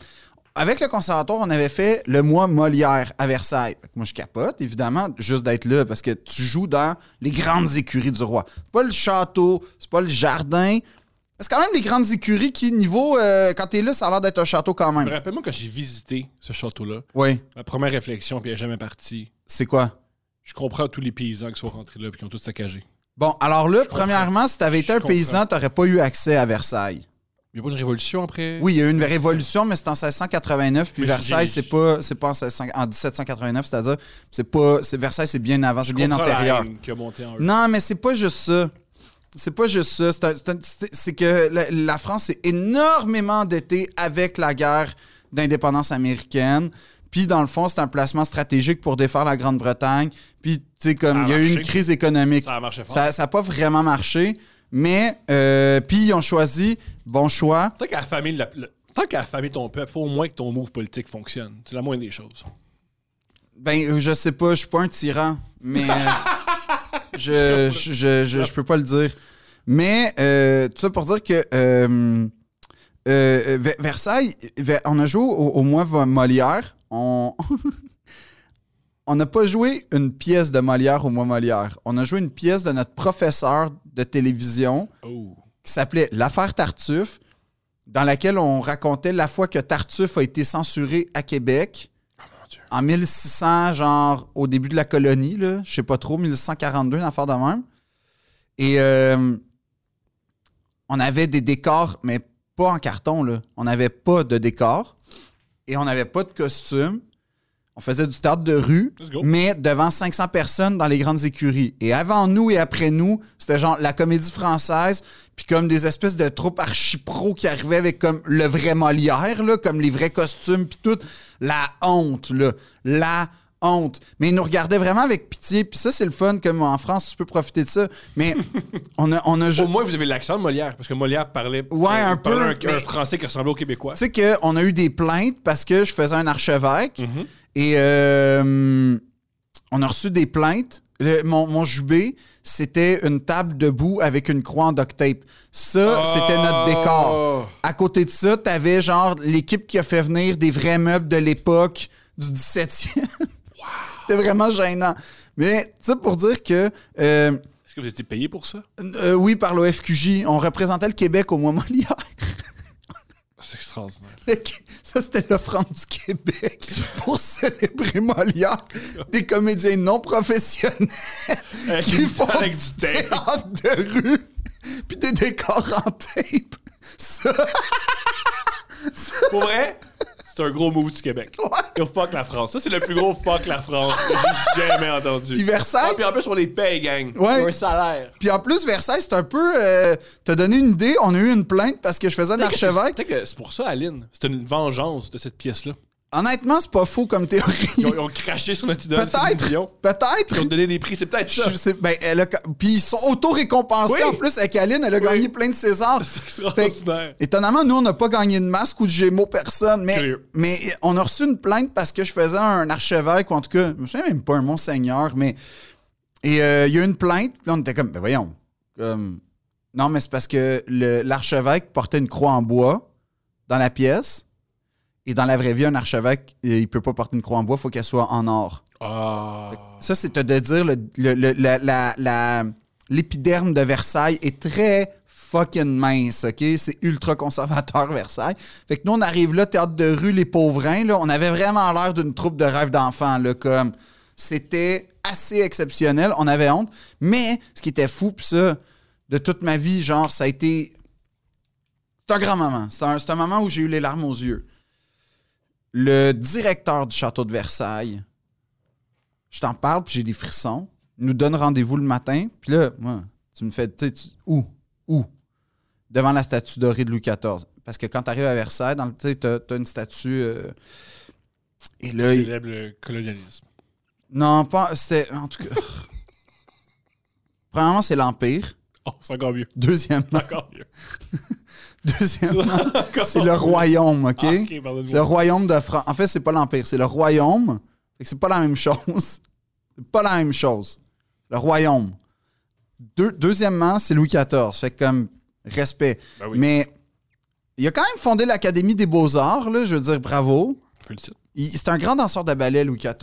Speaker 1: avec le conservatoire, on avait fait le mois Molière à Versailles. Fait que Moi, je capote, évidemment, juste d'être là, parce que tu joues dans les grandes écuries du roi. C'est pas le château, c'est pas le jardin. C'est quand même les grandes écuries qui, niveau, euh, quand t'es là, ça a l'air d'être un château quand
Speaker 2: Je me
Speaker 1: même.
Speaker 2: rappelle, moi, quand j'ai visité ce château-là,
Speaker 1: Oui,
Speaker 2: ma première réflexion, puis elle n'est jamais partie,
Speaker 1: c'est quoi?
Speaker 2: je comprends tous les paysans qui sont rentrés là puis qui ont tout saccagé.
Speaker 1: Bon, alors là, premièrement, si t'avais été
Speaker 2: Je
Speaker 1: un paysan, t'aurais pas eu accès à Versailles.
Speaker 2: Il n'y a pas une révolution après?
Speaker 1: Oui, il y a eu une révolution, mais c'est en 1689, puis
Speaker 2: Mais
Speaker 1: Versailles,
Speaker 2: j'ai-
Speaker 1: c'est pas, c'est pas en, 1600 en 1789, c'est-à-dire, c'est pas, c'est- Versailles, c'est bien avant, c'est bien
Speaker 2: comprends la
Speaker 1: antérieur.
Speaker 2: haine qui a monté en eux.
Speaker 1: Non, mais c'est pas juste ça. C'est pas juste ça. C'est un- c'est un- C'est c'est que la, la France s'est énormément endettée avec la guerre d'indépendance américaine. Puis, dans le fond, c'est un placement stratégique pour défaire la Grande-Bretagne. Puis, tu sais,
Speaker 2: Ça
Speaker 1: comme
Speaker 2: a
Speaker 1: il y a eu une
Speaker 2: marché.
Speaker 1: crise économique.
Speaker 2: Ça a marché fort.
Speaker 1: Ça n'a pas vraiment marché. Mais, euh, puis, ils ont choisi, bon choix,
Speaker 2: Tant qu'à affamer la- le- tant qu'à affamer ton peuple, faut au moins que ton move politique fonctionne. C'est la moindre des choses.
Speaker 1: Ben, euh, je sais pas, je suis pas un tyran, mais euh, je, je, je, je, je peux pas le dire. Mais euh, tout ça pour dire que euh, euh, Ver- Versailles, Ver- on a joué au, au mois Molière. On on n'a pas joué une pièce de Molière au mois Molière. On a joué une pièce de notre professeur de télévision
Speaker 2: Oh.
Speaker 1: qui s'appelait L'affaire Tartuffe, dans laquelle on racontait la fois que Tartuffe a été censuré à Québec
Speaker 2: Oh, mon Dieu.
Speaker 1: en 1600, genre au début de la colonie, là, je sais pas trop, 1642, une affaire de même. Et euh, on avait des décors, mais pas en carton, là. On n'avait pas de décors et on n'avait pas de costume. On faisait du théâtre de rue,
Speaker 2: Let's go.
Speaker 1: mais devant 500 personnes dans les grandes écuries. Et avant nous et après nous, c'était genre la comédie française, puis comme des espèces de troupes archipro qui arrivaient avec comme le vrai Molière, là, comme les vrais costumes, puis tout. La honte, là. La honte. Mais ils nous regardaient vraiment avec pitié, puis ça, c'est le fun, comme en France, tu peux profiter de ça. Mais on a, on a
Speaker 2: Au moins, vous avez l'accent de Molière, parce que Molière parlait,
Speaker 1: Ouais,
Speaker 2: euh,
Speaker 1: un
Speaker 2: parlait
Speaker 1: peu,
Speaker 2: un,
Speaker 1: mais-
Speaker 2: un français qui ressemblait au Québécois.
Speaker 1: Tu sais qu'on a eu des plaintes parce que je faisais un archevêque et euh, on a reçu des plaintes. Le- mon, mon jubé, c'était une table debout avec une croix en duct tape. Ça,
Speaker 2: Oh.
Speaker 1: c'était notre décor. À côté de ça, t'avais genre l'équipe qui a fait venir des vrais meubles de l'époque du 17e. C'était vraiment gênant. Mais tu sais, pour dire que euh,
Speaker 2: Est-ce que vous étiez payé pour ça?
Speaker 1: euh, oui, par l'OFQJ, on représentait le Québec au moment hier.
Speaker 2: C'est extraordinaire.
Speaker 1: Le Qué- Ça, c'était l'offrande du Québec pour célébrer Molière. Des comédiens non professionnels
Speaker 2: Avec,
Speaker 1: qui font
Speaker 2: Euh, avec
Speaker 1: du
Speaker 2: du thé.
Speaker 1: théâtre de rue puis des décors en tape. Ça,
Speaker 2: Pour vrai, c'est un gros move du Québec.
Speaker 1: Ouais.
Speaker 2: Et fuck la France. Ça, c'est le plus gros fuck la France que j'ai jamais entendu.
Speaker 1: Puis Versailles?
Speaker 2: Ah, puis en plus, on les paye, gang.
Speaker 1: Ouais.
Speaker 2: Pour un salaire.
Speaker 1: Puis en plus, Versailles, c'est un peu... euh, T'as donné une idée, on a eu une plainte parce que je faisais un
Speaker 2: Peut-être que c'est-
Speaker 1: archevêque.
Speaker 2: peut-être que C'est pour ça, Aline. C'est une vengeance de cette pièce-là.
Speaker 1: Honnêtement, c'est pas faux comme théorie.
Speaker 2: Ils ont, ils ont craché sur notre idole. Céline Dion.
Speaker 1: Peut-être,
Speaker 2: Ils ont
Speaker 1: peut-être.
Speaker 2: donné des prix. C'est peut-être ça.
Speaker 1: Je sais- ben, elle a- Puis ils sont auto-récompensés
Speaker 2: Oui.
Speaker 1: en plus avec Aline, elle a gagné plein de Césars.
Speaker 2: C'est extraordinaire.
Speaker 1: Étonnamment, nous, on n'a pas gagné de masque ou de gémeaux, personne. Mais,
Speaker 2: Curieux.
Speaker 1: mais on a reçu une plainte parce que je faisais un archevêque, ou en tout cas, je me souviens même pas un monseigneur, mais. Et euh, il y a eu une plainte, puis là, on était comme, ben voyons. comme, non, mais c'est parce que le- l'archevêque portait une croix en bois dans la pièce. Et dans la vraie vie, un archevêque, euh, il peut pas porter une croix en bois, il faut qu'elle soit en or.
Speaker 2: Ah.
Speaker 1: Ça, c'est de dire le, le- le- la- la- la- l'épiderme de Versailles est très fucking mince, OK? C'est ultra conservateur, Versailles. Fait que nous, on arrive là, théâtre de rue, les pauvrins, là, on avait vraiment l'air d'une troupe de rêve d'enfants, là, comme... C'était assez exceptionnel, on avait honte. Mais ce qui était fou, pis ça, de toute ma vie, genre, ça a été... C'est un grand moment. C'est un, c'est un moment où j'ai eu les larmes aux yeux. Le directeur du château de Versailles je t'en parle, puis j'ai des frissons. Il nous donne rendez-vous le matin, puis là, moi, tu me fais, tu sais, tu- où? Où? Devant la statue dorée de Louis XIV. Parce que quand tu arrives à Versailles, dans le- tu sais, t'as t'as une statue. euh, et là, il-
Speaker 2: Célèbre le colonialisme.
Speaker 1: non, pas. C'est. En tout cas. Premièrement, c'est l'Empire.
Speaker 2: Oh, c'est encore mieux.
Speaker 1: Deuxièmement,
Speaker 2: Encore mieux.
Speaker 1: deuxièmement
Speaker 2: Encore
Speaker 1: c'est le
Speaker 2: mieux.
Speaker 1: royaume, OK?
Speaker 2: Ah,
Speaker 1: C'est
Speaker 2: ok,
Speaker 1: le
Speaker 2: pardonne-moi.
Speaker 1: royaume de France. En fait, c'est pas l'Empire, c'est le royaume. Fait que c'est pas la même chose. C'est pas la même chose. Le royaume. Deux- deuxièmement, c'est Louis XIV. Fait que comme respect.
Speaker 2: Ben oui.
Speaker 1: Mais Il a quand même fondé l'Académie des Beaux-Arts, là, je veux dire, bravo.
Speaker 2: Félicite.
Speaker 1: Il- C'est un grand danseur de ballet, Louis XIV.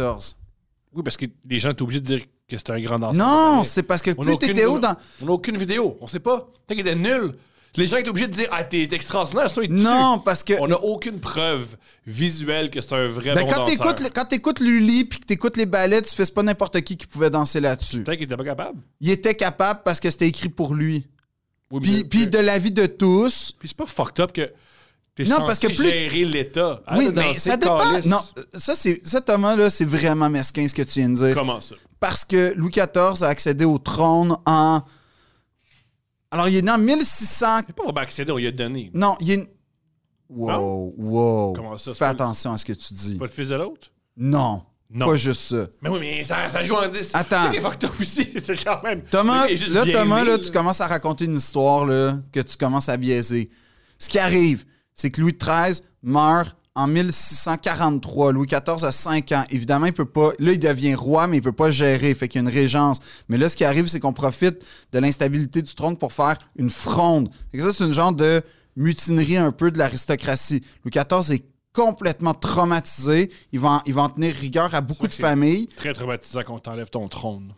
Speaker 2: Oui, parce que les gens étaient obligés de dire que c'était Ah, un grand danseur.
Speaker 1: Non,
Speaker 2: Mais
Speaker 1: c'est parce que
Speaker 2: on a
Speaker 1: plus
Speaker 2: aucune-
Speaker 1: t'étais haut dans...
Speaker 2: On n'a aucune vidéo. On sait pas. Peut-être qu'il était nul. Les gens étaient obligés de dire Ah, t'es extraordinaire, sinon ils te
Speaker 1: Non, parce que...
Speaker 2: tuent. On n'a aucune preuve visuelle que c'est un vrai
Speaker 1: Ben,
Speaker 2: bon
Speaker 1: quand
Speaker 2: danseur.
Speaker 1: t'écoutes le- quand t'écoutes Lully puis que t'écoutes les ballets, tu fais c'est pas n'importe qui qui pouvait danser là-dessus.
Speaker 2: Peut-être qu'il était pas capable.
Speaker 1: Il était capable parce que c'était écrit pour lui.
Speaker 2: Oui,
Speaker 1: Puis,
Speaker 2: mais-
Speaker 1: puis de l'avis de tous.
Speaker 2: Puis c'est pas fucked up que t'es
Speaker 1: Non,
Speaker 2: censé
Speaker 1: parce que plus-
Speaker 2: gérer l'État. Arrête
Speaker 1: oui,
Speaker 2: Ah, de
Speaker 1: mais
Speaker 2: danser,
Speaker 1: ça dépend.
Speaker 2: calice.
Speaker 1: Non, ça c'est ça Thomas là, c'est vraiment mesquin ce que tu viens de dire.
Speaker 2: Comment ça?
Speaker 1: parce que Louis XIV a accédé au trône en. Alors, il est né en 1600.
Speaker 2: C'est pas vraiment accéder, on lui a donné.
Speaker 1: Non, il est. Wow, wow.
Speaker 2: Comment ça, c'est
Speaker 1: Fais
Speaker 2: pas-
Speaker 1: attention à ce que tu dis.
Speaker 2: Pas le fils de l'autre?
Speaker 1: Non,
Speaker 2: Non.
Speaker 1: pas juste ça.
Speaker 2: Mais oui, mais ça, ça joue en 10.
Speaker 1: Attends.
Speaker 2: C'est qui est fucked up aussi, c'est quand même.
Speaker 1: Thomas,
Speaker 2: Le gars est juste
Speaker 1: là,
Speaker 2: bien
Speaker 1: Thomas,
Speaker 2: né,
Speaker 1: là, tu commences à raconter une histoire là, que tu commences à biaiser. Ce qui arrive, c'est que Louis XIII meurt en 1643. Louis XIV a 5 ans. Évidemment, il peut pas. Là, il devient roi, mais il peut pas gérer. Fait qu'il y a une régence. Mais là, ce qui arrive, c'est qu'on profite de l'instabilité du trône pour faire une fronde. Fait que ça, c'est une genre de mutinerie un peu de l'aristocratie. Louis XIV est complètement traumatisé. Il va en, il va en tenir rigueur à beaucoup
Speaker 2: vrai
Speaker 1: de
Speaker 2: que c'est-
Speaker 1: familles.
Speaker 2: Très traumatisant qu'on t'enlève ton trône.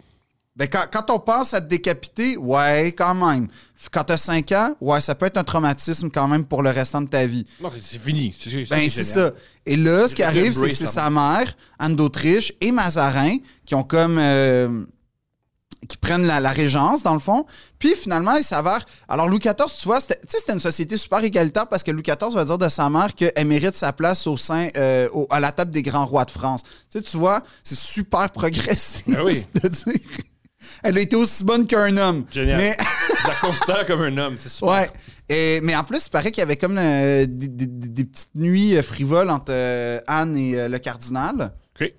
Speaker 1: Ben, quand, quand on pense à te décapiter, ouais, quand même. F- Quand t'as 5 ans, ouais, ça peut être un traumatisme quand même pour le restant de ta vie.
Speaker 2: Non, c'est- c'est fini. C'est
Speaker 1: Ben, c'est ça. Et là, ce qui arrive, c'est que c'est sa mère, Anne d'Autriche et Mazarin qui ont comme. euh, qui prennent la, la régence, dans le fond. Puis finalement, il s'avère. Alors, Louis XIV, tu vois, c'était tu sais, c'était une société super égalitaire parce que Louis XIV va dire de sa mère qu'elle mérite sa place au sein, euh, au- à la table des grands rois de France. Tu sais, tu vois, c'est super progressif
Speaker 2: Ah oui.
Speaker 1: de dire. Elle a été aussi bonne qu'un homme.
Speaker 2: Génial.
Speaker 1: Mais
Speaker 2: Je la considère comme un homme, c'est ça.
Speaker 1: Ouais. Et, mais en plus, il paraît qu'il y avait comme euh, des, des- des- des petites nuits euh, frivoles entre euh, Anne et euh, le cardinal.
Speaker 2: OK.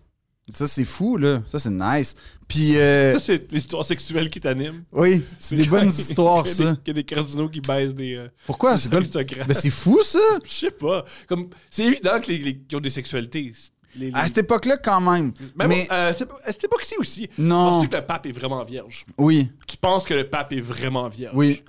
Speaker 1: Ça, c'est fou, là. Ça, c'est nice. Puis, euh,
Speaker 2: Ça, c'est l'histoire sexuelle qui t'anime.
Speaker 1: oui, c'est des bonnes histoires,
Speaker 2: Qu'il y a
Speaker 1: ça.
Speaker 2: des- qu'il y a des cardinaux qui baissent des. euh,
Speaker 1: Pourquoi? C'est quoi le-
Speaker 2: aristocrates.
Speaker 1: Ben, c'est fou, ça.
Speaker 2: Je sais pas. Comme, c'est évident que les, les- qu'ils ont des sexualités. Les- les-
Speaker 1: À cette époque-là, quand même.
Speaker 2: Même,
Speaker 1: Ah, mais
Speaker 2: euh, c'était pas- c'était pas que c'est aussi.
Speaker 1: Non.
Speaker 2: Penses-tu que le pape est vraiment vierge?
Speaker 1: oui,
Speaker 2: Tu penses que le pape est vraiment vierge?
Speaker 1: oui.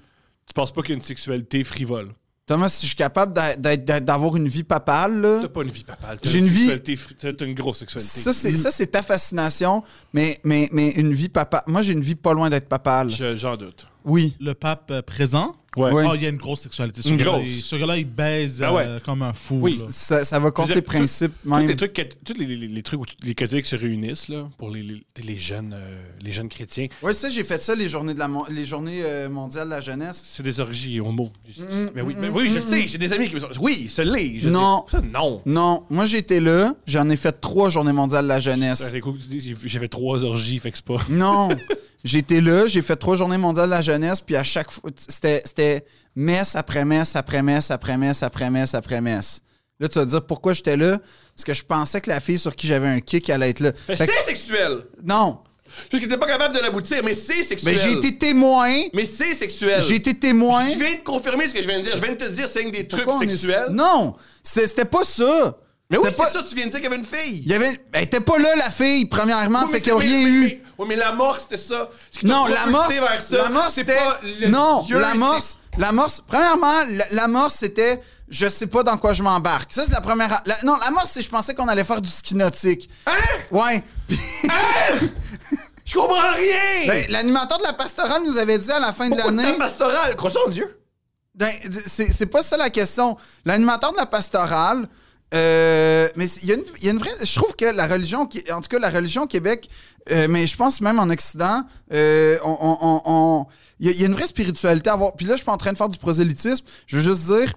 Speaker 2: Tu penses pas qu'il y a une sexualité frivole?
Speaker 1: Thomas, si je suis capable d'a- d'a- d'a- d'avoir une vie papale, là,
Speaker 2: T'as pas une vie papale. T'as
Speaker 1: J'ai une vie-
Speaker 2: sexualité fri- T'as t'as une grosse sexualité.
Speaker 1: ça, c'est ça, c'est ta fascination. Mais, mais, mais une vie papale. Moi, j'ai une vie pas loin d'être papale.
Speaker 2: Je- J'en doute.
Speaker 1: Oui.
Speaker 3: Le pape euh, présent.
Speaker 2: Ouais.
Speaker 1: Oui.
Speaker 3: Oh, il y a une grosse sexualité. Ce
Speaker 2: Une
Speaker 3: gars-là,
Speaker 2: grosse.
Speaker 3: il- ce gars-là, il baise
Speaker 2: Ah ouais.
Speaker 3: euh, comme un fou.
Speaker 2: Oui.
Speaker 3: là.
Speaker 1: Ça, ça va contre
Speaker 2: Je
Speaker 1: les
Speaker 2: veux dire, tout-
Speaker 1: principes,
Speaker 2: Tous
Speaker 1: même.
Speaker 2: les trucs, cat- tous les, les- les trucs où t- les catholiques se réunissent là, pour les, les, les jeunes, euh, les jeunes chrétiens,
Speaker 1: Oui, ça, j'ai fait ça les journées, de la mon- les journées euh, mondiales de la jeunesse.
Speaker 2: c'est des orgies homo.
Speaker 1: Mm,
Speaker 2: mais oui,
Speaker 1: mm,
Speaker 2: mais oui, je
Speaker 1: mm,
Speaker 2: sais, j'ai des amis qui me sont. Oui, se l'est. je
Speaker 1: Non.
Speaker 2: sais. Ça, non.
Speaker 1: Non, moi j'étais là, j'en ai fait trois journées mondiales de la
Speaker 2: Ça,
Speaker 1: jeunesse.
Speaker 2: C'est cool que tu dises, j'ai- J'avais trois orgies, fait que c'est pas.
Speaker 1: Non, j'étais là, j'ai fait trois journées mondiales de la jeunesse, puis à chaque fois, c'était c'était messe après messe, après messe, après messe, après messe, après messe. Là, tu vas te dire pourquoi j'étais là? Parce que je pensais que la fille sur qui j'avais un kick allait être là.
Speaker 2: Mais
Speaker 1: Fait que-
Speaker 2: c'est sexuel!
Speaker 1: non,
Speaker 2: Juste que t'es pas capable de l'aboutir, mais c'est sexuel!
Speaker 1: mais j'ai été témoin,
Speaker 2: Mais c'est sexuel!
Speaker 1: j'ai été témoin.
Speaker 2: Je viens de confirmer ce que je viens de dire. Je viens de te dire, c'est un des trucs
Speaker 1: Pourquoi on est-
Speaker 2: sexuels.
Speaker 1: Non, c'est- c'était pas ça.
Speaker 2: Mais oui,
Speaker 1: C'était pas-
Speaker 2: c'est ça, tu viens de dire qu'il y avait une fille.
Speaker 1: Il y avait... Elle était pas là, la fille, premièrement,
Speaker 2: Oui, mais
Speaker 1: fait qu'il
Speaker 2: c'est-
Speaker 1: n'y a rien
Speaker 2: mais-
Speaker 1: eu.
Speaker 2: mais- Oui, mais l'amorce, c'était ça. Ce qui t'a
Speaker 1: Non,
Speaker 2: propulsé
Speaker 1: l'amorce,
Speaker 2: vers ça,
Speaker 1: l'amorce,
Speaker 2: c'est
Speaker 1: c'était-
Speaker 2: pas le
Speaker 1: non,
Speaker 2: Dieu,
Speaker 1: l'amorce, l'amorce. Premièrement, la- l'amorce c'était, je sais pas dans quoi je m'embarque. Ça c'est la première. la- non, l'amorce c'est, je pensais qu'on allait faire du ski nautique.
Speaker 2: Hein?
Speaker 1: Ouais. Puis,
Speaker 2: c'est- Je comprends rien!
Speaker 1: ben, l'animateur de la pastorale nous avait dit à la fin
Speaker 2: Pourquoi
Speaker 1: de
Speaker 2: t'as
Speaker 1: l'année.
Speaker 2: pastoral? Crois ça en Dieu.
Speaker 1: Ben, c'est, c'est pas ça la question. L'animateur de la pastorale. euh, mais c'est- il y, a une- il y a une vraie. Je trouve que la religion, qui- en tout cas la religion au Québec, euh, mais je pense même en Occident, euh, on- on- on- on- il y, a- il y a une vraie spiritualité à avoir. Puis là, je suis pas en train de faire du prosélytisme. Je veux juste dire,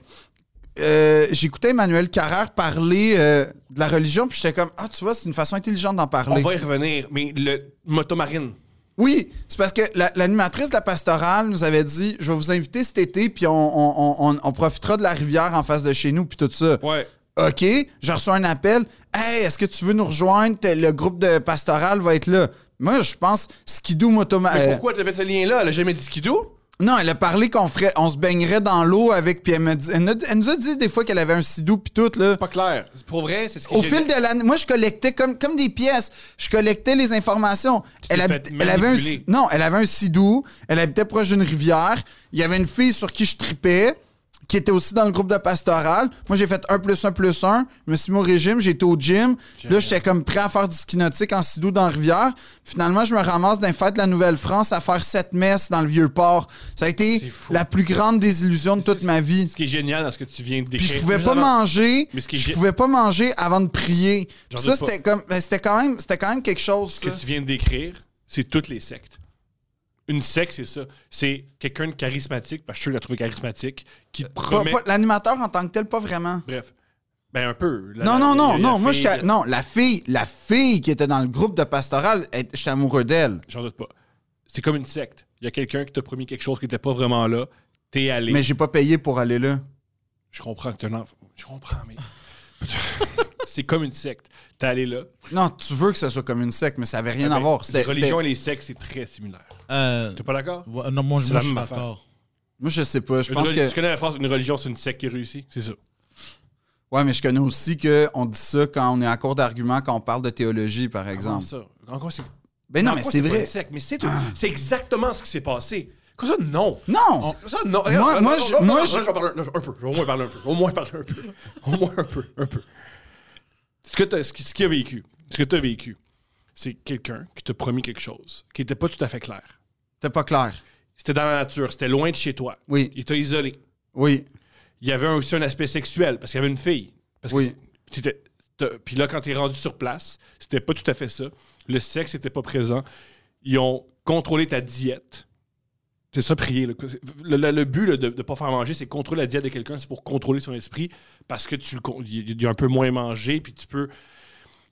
Speaker 1: euh, j'écoutais Emmanuel Carrère parler euh, de la religion, puis j'étais comme, ah, tu vois, c'est une façon intelligente d'en
Speaker 2: On
Speaker 1: parler.
Speaker 2: va y revenir, mais le motomarine.
Speaker 1: Oui, c'est parce que la- l'animatrice de la pastorale nous avait dit Je vais vous inviter cet été, puis on, on- on- on- on profitera de la rivière en face de chez nous, puis tout ça.
Speaker 2: Ouais.
Speaker 1: OK, j'ai reçu un appel Hey, est-ce que tu veux nous rejoindre T'es- Le groupe de pastorale va être là. Moi, je pense Skidoo Motoma.
Speaker 2: Mais
Speaker 1: euh,
Speaker 2: pourquoi t'as fait ce lien-là? Elle a jamais dit skidoo?
Speaker 1: non, elle a parlé qu'on ferait, on se baignerait dans l'eau avec, puis elle, me dit- elle nous a- elle nous a dit des fois qu'elle avait un sidou, puis tout, là.
Speaker 2: Pas clair. C'est Pour vrai, c'est ce que
Speaker 1: Au
Speaker 2: j'ai
Speaker 1: fil
Speaker 2: dit.
Speaker 1: de l'année, moi, je collectais comme, comme des pièces. Je collectais les informations.
Speaker 2: t'es
Speaker 1: Elle,
Speaker 2: fait
Speaker 1: habit- elle avait un,
Speaker 2: manipuler.
Speaker 1: si- non, elle avait un sidou. Elle habitait proche d'une rivière. Il y avait une fille sur qui je tripais. qui était aussi dans le groupe de pastoral. Moi, j'ai fait 1 plus 1 plus 1. Je me suis mis au régime, j'étais au gym. Là, j'étais comme prêt à faire du ski nautique en sidou dans la rivière. Finalement, je me ramasse d'un fête de la Nouvelle-France à faire sept messes dans le Vieux-Port. Ça a été
Speaker 2: C'est fou.
Speaker 1: la plus grande désillusion de toute ma vie.
Speaker 2: Ce qui est génial dans ce que tu viens de
Speaker 1: Puis
Speaker 2: décrire.
Speaker 1: je pouvais pas
Speaker 2: Justement,
Speaker 1: manger,
Speaker 2: Mais ce qui est
Speaker 1: je
Speaker 2: gé-
Speaker 1: pouvais pas manger avant de prier.
Speaker 2: J'en
Speaker 1: Ça
Speaker 2: doute pas.
Speaker 1: c'était comme ben, c'était quand même c'était quand même quelque chose.
Speaker 2: Ce que
Speaker 1: ça.
Speaker 2: tu viens de décrire, c'est toutes les sectes. Une secte, c'est ça. C'est quelqu'un de charismatique, parce que je suis sûr que tu l'as trouvé charismatique, qui te
Speaker 1: Euh, Pas-
Speaker 2: promet.
Speaker 1: pas- L'animateur en tant que tel pas vraiment.
Speaker 2: Bref. Ben, un peu. La-
Speaker 1: Non,
Speaker 2: la-
Speaker 1: non,
Speaker 2: la-
Speaker 1: non,
Speaker 2: la
Speaker 1: non. Moi,
Speaker 2: fille
Speaker 1: j'étais.
Speaker 2: de-
Speaker 1: Non, la fille, la fille qui était dans le groupe de pastoral, elle- j'étais amoureux d'elle.
Speaker 2: J'en doute pas. C'est comme une secte. Il y a quelqu'un qui t'a promis quelque chose qui n'était pas vraiment là. T'es allé.
Speaker 1: Mais j'ai pas payé pour aller là.
Speaker 2: Je comprends que t'es un enfant. Je comprends, mais. c'est comme une secte. T'es allé là.
Speaker 1: Non, tu veux que ça soit comme une secte, mais ça avait rien à
Speaker 2: Ben,
Speaker 1: voir. C'était-
Speaker 2: Les religions
Speaker 1: c'était-
Speaker 2: et les sectes, c'est très similaire.
Speaker 5: Euh,
Speaker 2: T'es pas d'accord?
Speaker 5: ouais, non, moi, je
Speaker 2: C'est
Speaker 5: moi,
Speaker 2: la
Speaker 5: je suis
Speaker 2: même affaire.
Speaker 5: d'accord.
Speaker 1: Moi, je sais pas. Je
Speaker 2: Une
Speaker 1: pense
Speaker 2: reli-
Speaker 1: que.
Speaker 2: Tu connais la phrase une religion, c'est une secte qui réussit? C'est ça.
Speaker 1: Ouais, mais je connais aussi qu'on dit ça quand on est à court d'arguments, quand on parle de théologie, par exemple.
Speaker 2: Comment ça? En quoi c'est.
Speaker 1: Ben non,
Speaker 2: en
Speaker 1: mais
Speaker 2: quoi
Speaker 1: c'est
Speaker 2: pas
Speaker 1: vrai. Ah.
Speaker 2: une secte? Mais c'est tout. C'est exactement ce qui s'est passé. Comme ça, non.
Speaker 1: Non!
Speaker 2: Ça, non.
Speaker 1: Moi- moi, je- moi, je-
Speaker 2: vais parler un, un peu. Je vais au moins parler un peu. Au moins parler un peu. Au moins un peu. Un peu. Ce que t'as- ce qui- ce qu'il a vécu, ce que tu as vécu, c'est quelqu'un qui t'a promis quelque chose qui n'était pas tout à fait clair.
Speaker 1: C'était pas clair.
Speaker 2: C'était dans la nature, c'était loin de chez toi.
Speaker 1: Oui.
Speaker 2: Il t'a isolé.
Speaker 1: Oui.
Speaker 2: Il y avait aussi un aspect sexuel parce qu'il y avait une fille. Parce que
Speaker 1: Oui.
Speaker 2: c'est- t'étais- t'as- Puis là, quand t'es rendu sur place, c'était pas tout à fait ça. Le sexe n'était pas présent. Ils ont contrôlé ta diète. C'est ça, prier. là. Le, le- le but là, de ne pas faire manger, c'est contrôler la diète de quelqu'un. C'est pour contrôler son esprit parce que tu le con- il, il a un peu moins mangé, puis tu peux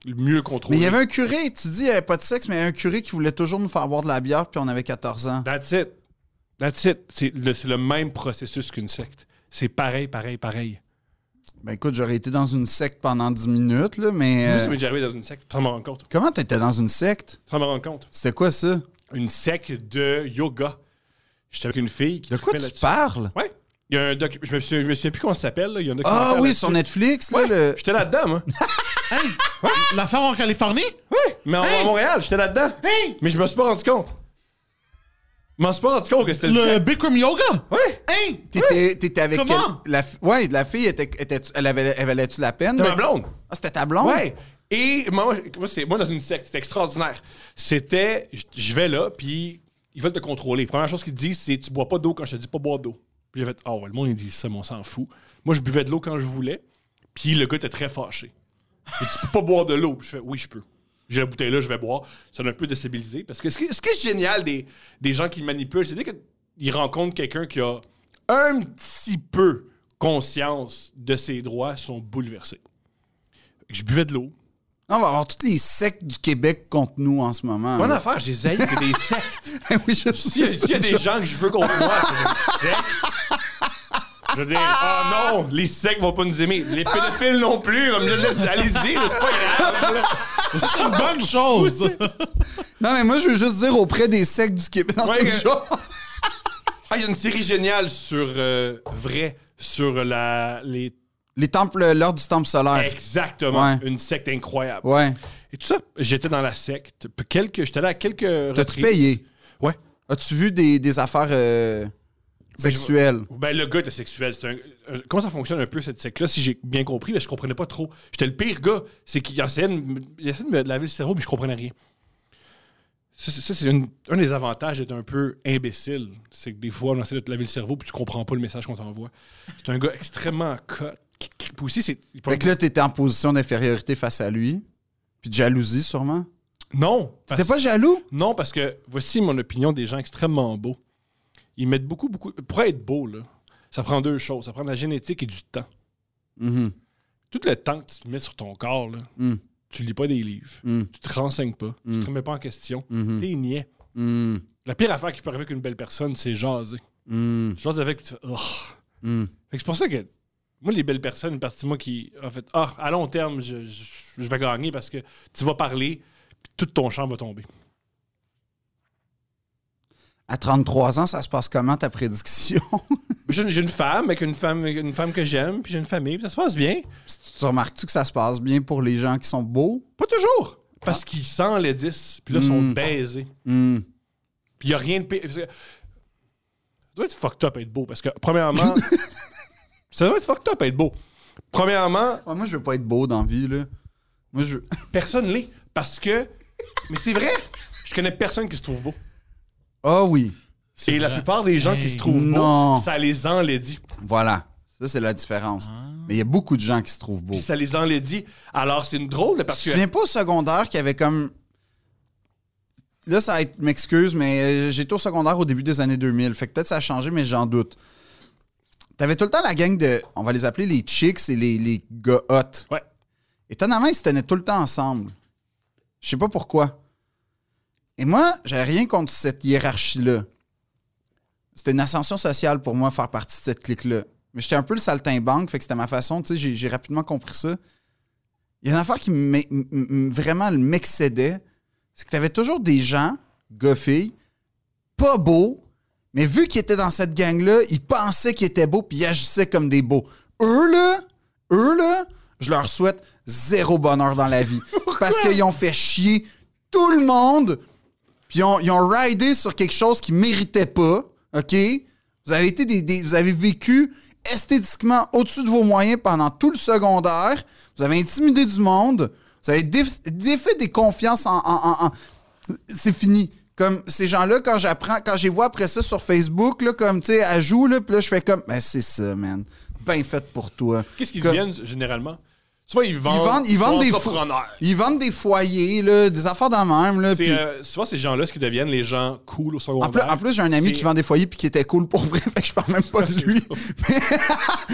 Speaker 2: mieux le
Speaker 1: Mais
Speaker 2: contrôler.
Speaker 1: il y avait un curé, tu dis, il n'y avait pas de sexe, mais il y avait un curé qui voulait toujours nous faire boire de la bière, puis on avait 14 ans.
Speaker 2: That's it. That's it. C'est le, c'est le même processus qu'une secte. C'est pareil, pareil, pareil.
Speaker 1: Ben écoute, j'aurais été dans une secte pendant 10 minutes, là, mais.
Speaker 2: Moi,
Speaker 1: euh,
Speaker 2: ça m'est déjà arrivé dans une secte, sans m'en rendre compte.
Speaker 1: Comment t'étais dans une secte?
Speaker 2: Sans m'en rendre compte.
Speaker 1: C'était quoi ça?
Speaker 2: une sec de yoga. J'étais avec une fille qui
Speaker 1: De quoi
Speaker 2: trippait
Speaker 1: tu
Speaker 2: là-dessus.
Speaker 1: parles?
Speaker 2: Ouais. Il y a un docu- je me souviens, je me souviens plus comment ça s'appelle. là. Il y a
Speaker 1: Ah
Speaker 2: un documentaire
Speaker 1: oui,
Speaker 2: là-dessus.
Speaker 1: sur Netflix, là,
Speaker 2: Ouais,
Speaker 1: le-
Speaker 2: J'étais là-dedans, moi.
Speaker 3: L'affaire en Californie?
Speaker 2: Oui, mais en-
Speaker 3: Hey!
Speaker 2: à Montréal, j'étais là-dedans.
Speaker 3: Hey!
Speaker 2: Mais je me suis pas rendu compte. Je m'en suis pas rendu compte que c'était une
Speaker 3: Le
Speaker 2: sec.
Speaker 3: Bikram Yoga?
Speaker 2: Ouais.
Speaker 3: Hein?
Speaker 1: T'étais t'étais avec
Speaker 3: Comment?
Speaker 1: quel- la fi- Ouais, la fille était, était- elle avait elle valait-tu la peine?
Speaker 2: C'était
Speaker 1: Ben-
Speaker 2: ma blonde.
Speaker 1: Ah, c'était ta blonde?
Speaker 2: Ouais. Et moi, moi, c'est- moi, dans une secte, c'était extraordinaire. C'était, je- je vais là, puis ils veulent te contrôler. Première chose qu'ils te disent, c'est tu bois pas d'eau quand je te dis pas boire d'eau. Puis j'ai fait, ah ouais, le monde, il dit ça, mais on s'en fout. Moi, je buvais de l'eau quand je voulais, puis le gars était très fâché. Et tu peux pas boire de l'eau. Puis je fais, oui, je peux. J'ai la bouteille là, je vais boire. Ça m'a un peu déstabilisé. Parce que ce qui, ce qui est génial des, des gens qui manipulent, c'est dès qu'ils rencontrent quelqu'un qui a un petit peu conscience de ses droits, ils sont bouleversés. Je buvais de l'eau,
Speaker 1: On va avoir toutes les sectes du Québec contre nous en ce moment.
Speaker 2: Bonne
Speaker 1: là. Eh
Speaker 2: affaire, j'ai zaï que des sectes.
Speaker 1: oui, je
Speaker 2: S'il y, a-
Speaker 1: sais.
Speaker 2: s'il y a des gens que je veux qu'on voit, c'est des sectes. Je veux dire, oh non, les sectes vont pas nous aimer. Les pédophiles non plus, comme je l'ai dit, allez-y, là, c'est pas grave. là.
Speaker 3: C'est une bonne chose.
Speaker 1: Non, mais moi, je veux juste dire auprès des sectes du Québec. Non,
Speaker 2: Ouais, euh,
Speaker 1: c'est une
Speaker 2: que-
Speaker 1: joke.
Speaker 2: Ah, il y a une série géniale sur euh, vrai, sur la les
Speaker 1: Les temples, l'heure du temple solaire.
Speaker 2: exactement
Speaker 1: Ouais.
Speaker 2: une secte incroyable.
Speaker 1: Ouais.
Speaker 2: Et tout ça, j'étais dans la secte. Puis quelques, j'étais là à quelques
Speaker 1: T'as-tu
Speaker 2: reprises.
Speaker 1: payé?
Speaker 2: Ouais.
Speaker 1: As-tu vu des, des affaires euh, sexuelles?
Speaker 2: Ben, le gars était sexuel. c'est un- un- comment ça fonctionne un peu cette secte-là, si j'ai bien compris, mais je comprenais pas trop. J'étais le pire gars. C'est qu'il essayait de, me- il essayait de me laver le cerveau, mais je comprenais rien. Ça, c'est- ça, c'est une- un des avantages d'être un peu imbécile. C'est que des fois, on essaie de te laver le cerveau, puis tu comprends pas le message qu'on t'envoie. C'est un gars extrêmement cut. qui- qui- Puis aussi, c'est. il parle-
Speaker 1: Fait que là, t'étais en position d'infériorité face à lui. Puis de jalousie, sûrement.
Speaker 2: Non! parce-
Speaker 1: T'étais pas jaloux?
Speaker 2: Non, parce que voici mon opinion des gens extrêmement beaux. Ils mettent beaucoup, beaucoup. Pour être beau, là, ça prend deux choses. Ça prend de la génétique et du temps.
Speaker 1: Mhm.
Speaker 2: tout le temps que tu te mets sur ton corps, là,
Speaker 1: Mm.
Speaker 2: tu lis pas des livres,
Speaker 1: Mm.
Speaker 2: tu te renseignes pas, tu
Speaker 1: Mm.
Speaker 2: te remets pas en question,
Speaker 1: Mhm.
Speaker 2: t'es niais.
Speaker 1: Mhm.
Speaker 2: La pire affaire qui peut arriver avec une belle personne, c'est jaser.
Speaker 1: Mhm.
Speaker 2: Tu jases avec, puis tu fais, Oh.
Speaker 1: Mhm.
Speaker 2: Fait que c'est pour ça que, moi, les belles personnes, une partie de moi qui a fait, ah, à long terme, je, je- je vais gagner parce que tu vas parler, puis tout ton champ va tomber.
Speaker 1: À 33 ans, ça se passe comment ta prédiction?
Speaker 2: J'ai une- j'ai une femme, avec une femme, une femme que j'aime, puis j'ai une famille, puis ça se passe bien.
Speaker 1: tu remarques-tu que ça se passe bien pour les gens qui sont beaux?
Speaker 2: Pas toujours, parce qu'ils sentent les 10, puis là, ils sont
Speaker 1: Mm.
Speaker 2: baisés.
Speaker 1: Hmm.
Speaker 2: Puis il n'y a rien de pire. parce que- Ça doit être fucked up être beau parce que, premièrement, Ça doit être fucked up être beau. Premièrement,
Speaker 1: Ouais, moi, je veux pas être beau dans la vie, là. Moi, je veux-
Speaker 2: personne l'est. Parce que. Mais c'est vrai! Je connais personne qui se trouve beau.
Speaker 1: Ah oui,
Speaker 2: Et la
Speaker 3: vrai.
Speaker 2: plupart des gens qui
Speaker 3: Hey.
Speaker 2: se trouvent
Speaker 1: Non.
Speaker 2: beaux, ça les enlaidit.
Speaker 1: voilà. Ça, c'est la différence.
Speaker 2: Ah.
Speaker 1: Mais il y a beaucoup de gens qui se trouvent beaux.
Speaker 2: Puis ça les enlaidit. Alors, c'est une drôle de parce
Speaker 1: Tu
Speaker 2: que.
Speaker 1: te souviens pas au secondaire qu'il y avait comme. Là, ça va être. M'excuse, mais euh, j'étais au secondaire au début des années 2000. Fait que peut-être ça a changé, mais j'en doute. T'avais tout le temps la gang de. On va les appeler les chicks et les, les gars hot.
Speaker 2: Ouais.
Speaker 1: Étonnamment, ils se tenaient tout le temps ensemble. Je sais pas pourquoi. Et moi, j'avais rien contre cette hiérarchie-là. C'était une ascension sociale pour moi, faire partie de cette clique-là. Mais j'étais un peu le saltimbanque, fait que c'était ma façon, tu sais, j'ai- j'ai rapidement compris ça. Il y a une affaire qui m'e- m- m- vraiment m'excédait, c'est que tu avais toujours des gens, gars, filles, pas beaux, mais vu qu'ils étaient dans cette gang-là, ils pensaient qu'ils étaient beaux, puis ils agissaient comme des beaux. Eux, là, eux, là, je leur souhaite zéro bonheur dans la vie. parce qu'ils ont fait chier tout le monde, puis ils ont, ils ont ridé sur quelque chose qu'ils méritaient pas, OK? Vous avez été des, des- vous avez vécu esthétiquement au-dessus de vos moyens pendant tout le secondaire. Vous avez intimidé du monde. Vous avez déf- défait des confiances en- en- en- en, c'est fini. Comme ces gens-là, quand j'apprends, quand je les vois après ça sur Facebook, là, comme tu sais, à joue, là, puis là, je fais comme, ben c'est ça, man. Ben fait pour toi.
Speaker 2: Qu'est-ce qu'ils
Speaker 1: Comme-
Speaker 2: deviennent généralement? Souvent, ils vendent,
Speaker 1: Ils vendent, ils vendent des fo-
Speaker 2: entrepreneurs.
Speaker 1: Ils vendent des foyers, là, des affaires dans le même, là.
Speaker 2: C'est,
Speaker 1: puis-
Speaker 2: euh, souvent, ces gens-là, ce qui deviennent les gens cool au secondaire.
Speaker 1: En plus, en plus, j'ai un ami
Speaker 2: c'est-
Speaker 1: qui vend des foyers puis qui était cool pour vrai, fait que je parle même pas de lui.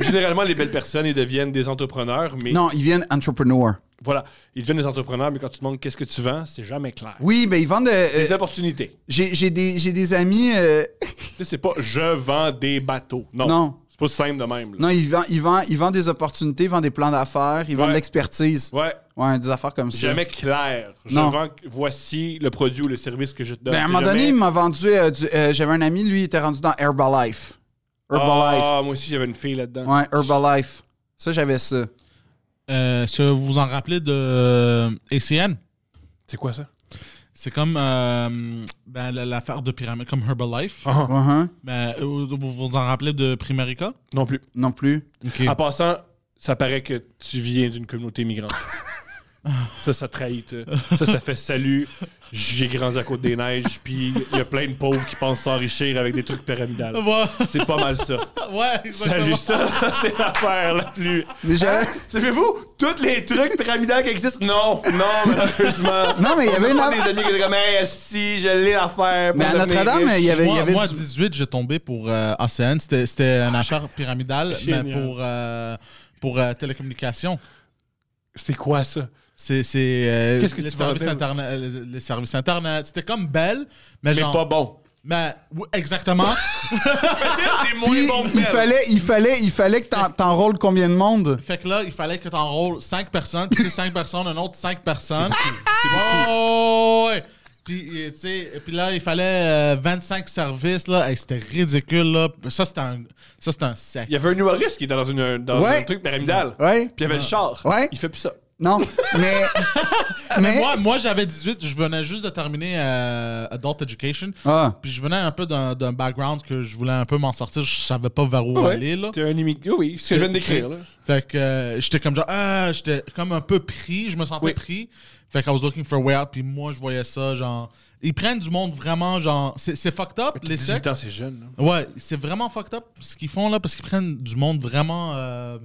Speaker 2: Généralement, les belles personnes, ils deviennent des entrepreneurs, mais
Speaker 1: Non, ils viennent entrepreneur.
Speaker 2: voilà, ils deviennent des entrepreneurs, mais quand tu demandes qu'est-ce que tu vends, c'est jamais clair.
Speaker 1: Oui, ben ils vendent. euh, euh,
Speaker 2: Des opportunités.
Speaker 1: j'ai j'ai des, j'ai des amis. euh,
Speaker 2: Tu sais, c'est pas je vends des bateaux. Non.
Speaker 1: Non.
Speaker 2: C'est pas simple de même. là.
Speaker 1: non, ils vendent, ils, vendent, ils vendent des opportunités, ils vendent des plans d'affaires, ils vendent
Speaker 2: Ouais.
Speaker 1: de l'expertise.
Speaker 2: Ouais.
Speaker 1: Ouais, des affaires comme ça.
Speaker 2: Jamais clair. Je
Speaker 1: Non.
Speaker 2: vends, voici le produit ou le service que je te donne.
Speaker 1: Ben, à un
Speaker 2: C'est
Speaker 1: moment donné,
Speaker 2: jamais-
Speaker 1: il m'a vendu. euh, du- euh, J'avais un ami, lui, il était rendu dans Herbalife. Herbalife.
Speaker 2: Ah, moi aussi, j'avais une fille là-dedans.
Speaker 1: Ouais, Herbalife. Ça, j'avais ça.
Speaker 3: Euh, Est-ce que vous vous en rappelez de euh, ACN?
Speaker 2: C'est quoi ça?
Speaker 3: C'est comme euh, ben, la- l'affaire de Pyramide, comme Herbalife.
Speaker 2: Ah,
Speaker 1: Uh-huh.
Speaker 3: Ben, euh, vous vous en rappelez de Primerica? Ah,
Speaker 2: Non plus.
Speaker 1: Non plus.
Speaker 2: En passant, ça paraît que tu viens d'une communauté migrante. ça, ça trahit. t'as. Ça, ça fait salut. J'ai grandi à Côte-des-Neiges, puis il y a plein de pauvres qui pensent s'enrichir avec des trucs pyramidales.
Speaker 3: Ouais,
Speaker 2: C'est pas mal ça.
Speaker 3: ouais,
Speaker 2: Salut,
Speaker 3: exactement.
Speaker 2: ça, c'est l'affaire la plus. Hein?
Speaker 1: Mais j'avais-
Speaker 2: Savez-vous, tous les trucs pyramidales qui existent? Non, non, malheureusement.
Speaker 1: Non, mais il y avait une
Speaker 2: Pas
Speaker 1: affaire.
Speaker 2: des amis qui étaient comme, hey, si, je l'ai l'affaire.
Speaker 1: Mais à
Speaker 2: pour devenir
Speaker 1: Notre-Dame,
Speaker 2: riche.
Speaker 1: il y avait, il y
Speaker 3: Moi,
Speaker 1: avait
Speaker 3: moi, à
Speaker 1: du-
Speaker 3: 18, j'ai tombé pour euh, ACN. C'était c'était une affaire pyramidale, mais
Speaker 2: Ah, génial.
Speaker 3: pour, euh, pour euh, télécommunications.
Speaker 2: C'est quoi ça?
Speaker 3: C'est c'est, euh,
Speaker 2: Qu'est-ce que
Speaker 3: les,
Speaker 2: tu
Speaker 3: services
Speaker 2: vendais?
Speaker 3: internet, euh, les services Internet. C'était comme Belle, mais,
Speaker 2: Mais
Speaker 3: genre...
Speaker 2: pas bon.
Speaker 3: Mais, oui, exactement.
Speaker 2: C'est
Speaker 1: Puis, il fallait, il fallait, il fallait que t'en- t'enrôles combien de monde?
Speaker 3: fait que là, il fallait que tu enrôles 5 personnes, puis 5 personnes, un autre 5 personnes. C'est ouais. Puis, euh, tu sais, et puis là, il fallait euh, 25 services. là. Hey, c'était ridicule. Là. Ça, c'était un, ça, c'était un sec.
Speaker 2: Il y avait un humoriste qui était dans, une, dans
Speaker 1: Ouais.
Speaker 2: un truc pyramidal.
Speaker 1: Ouais?
Speaker 2: Puis il y avait le char.
Speaker 1: Ouais.
Speaker 2: Il fait plus ça.
Speaker 1: Non. Mais. mais.
Speaker 3: Moi, moi j'avais 18, je venais juste de terminer euh, Adult Education.
Speaker 1: Ah.
Speaker 3: Puis je venais un peu d'un d'un background que je voulais un peu m'en sortir. Je savais pas vers où aller. Là.
Speaker 2: T'es un immigrant. Oui, oui, ce que je viens de décrire. Là.
Speaker 3: Fait que euh, j'étais comme genre, ah, j'étais comme un peu pris, je me sentais
Speaker 2: Oui.
Speaker 3: pris. Fait que I was looking for a way out, puis moi je voyais ça, genre, ils prennent du monde vraiment, genre, c'est c'est fucked up, les
Speaker 2: 18
Speaker 3: sectes.
Speaker 2: ans, c'est jeune. là.
Speaker 3: Ouais, c'est vraiment fucked up ce qu'ils font là, parce qu'ils prennent du monde vraiment euh,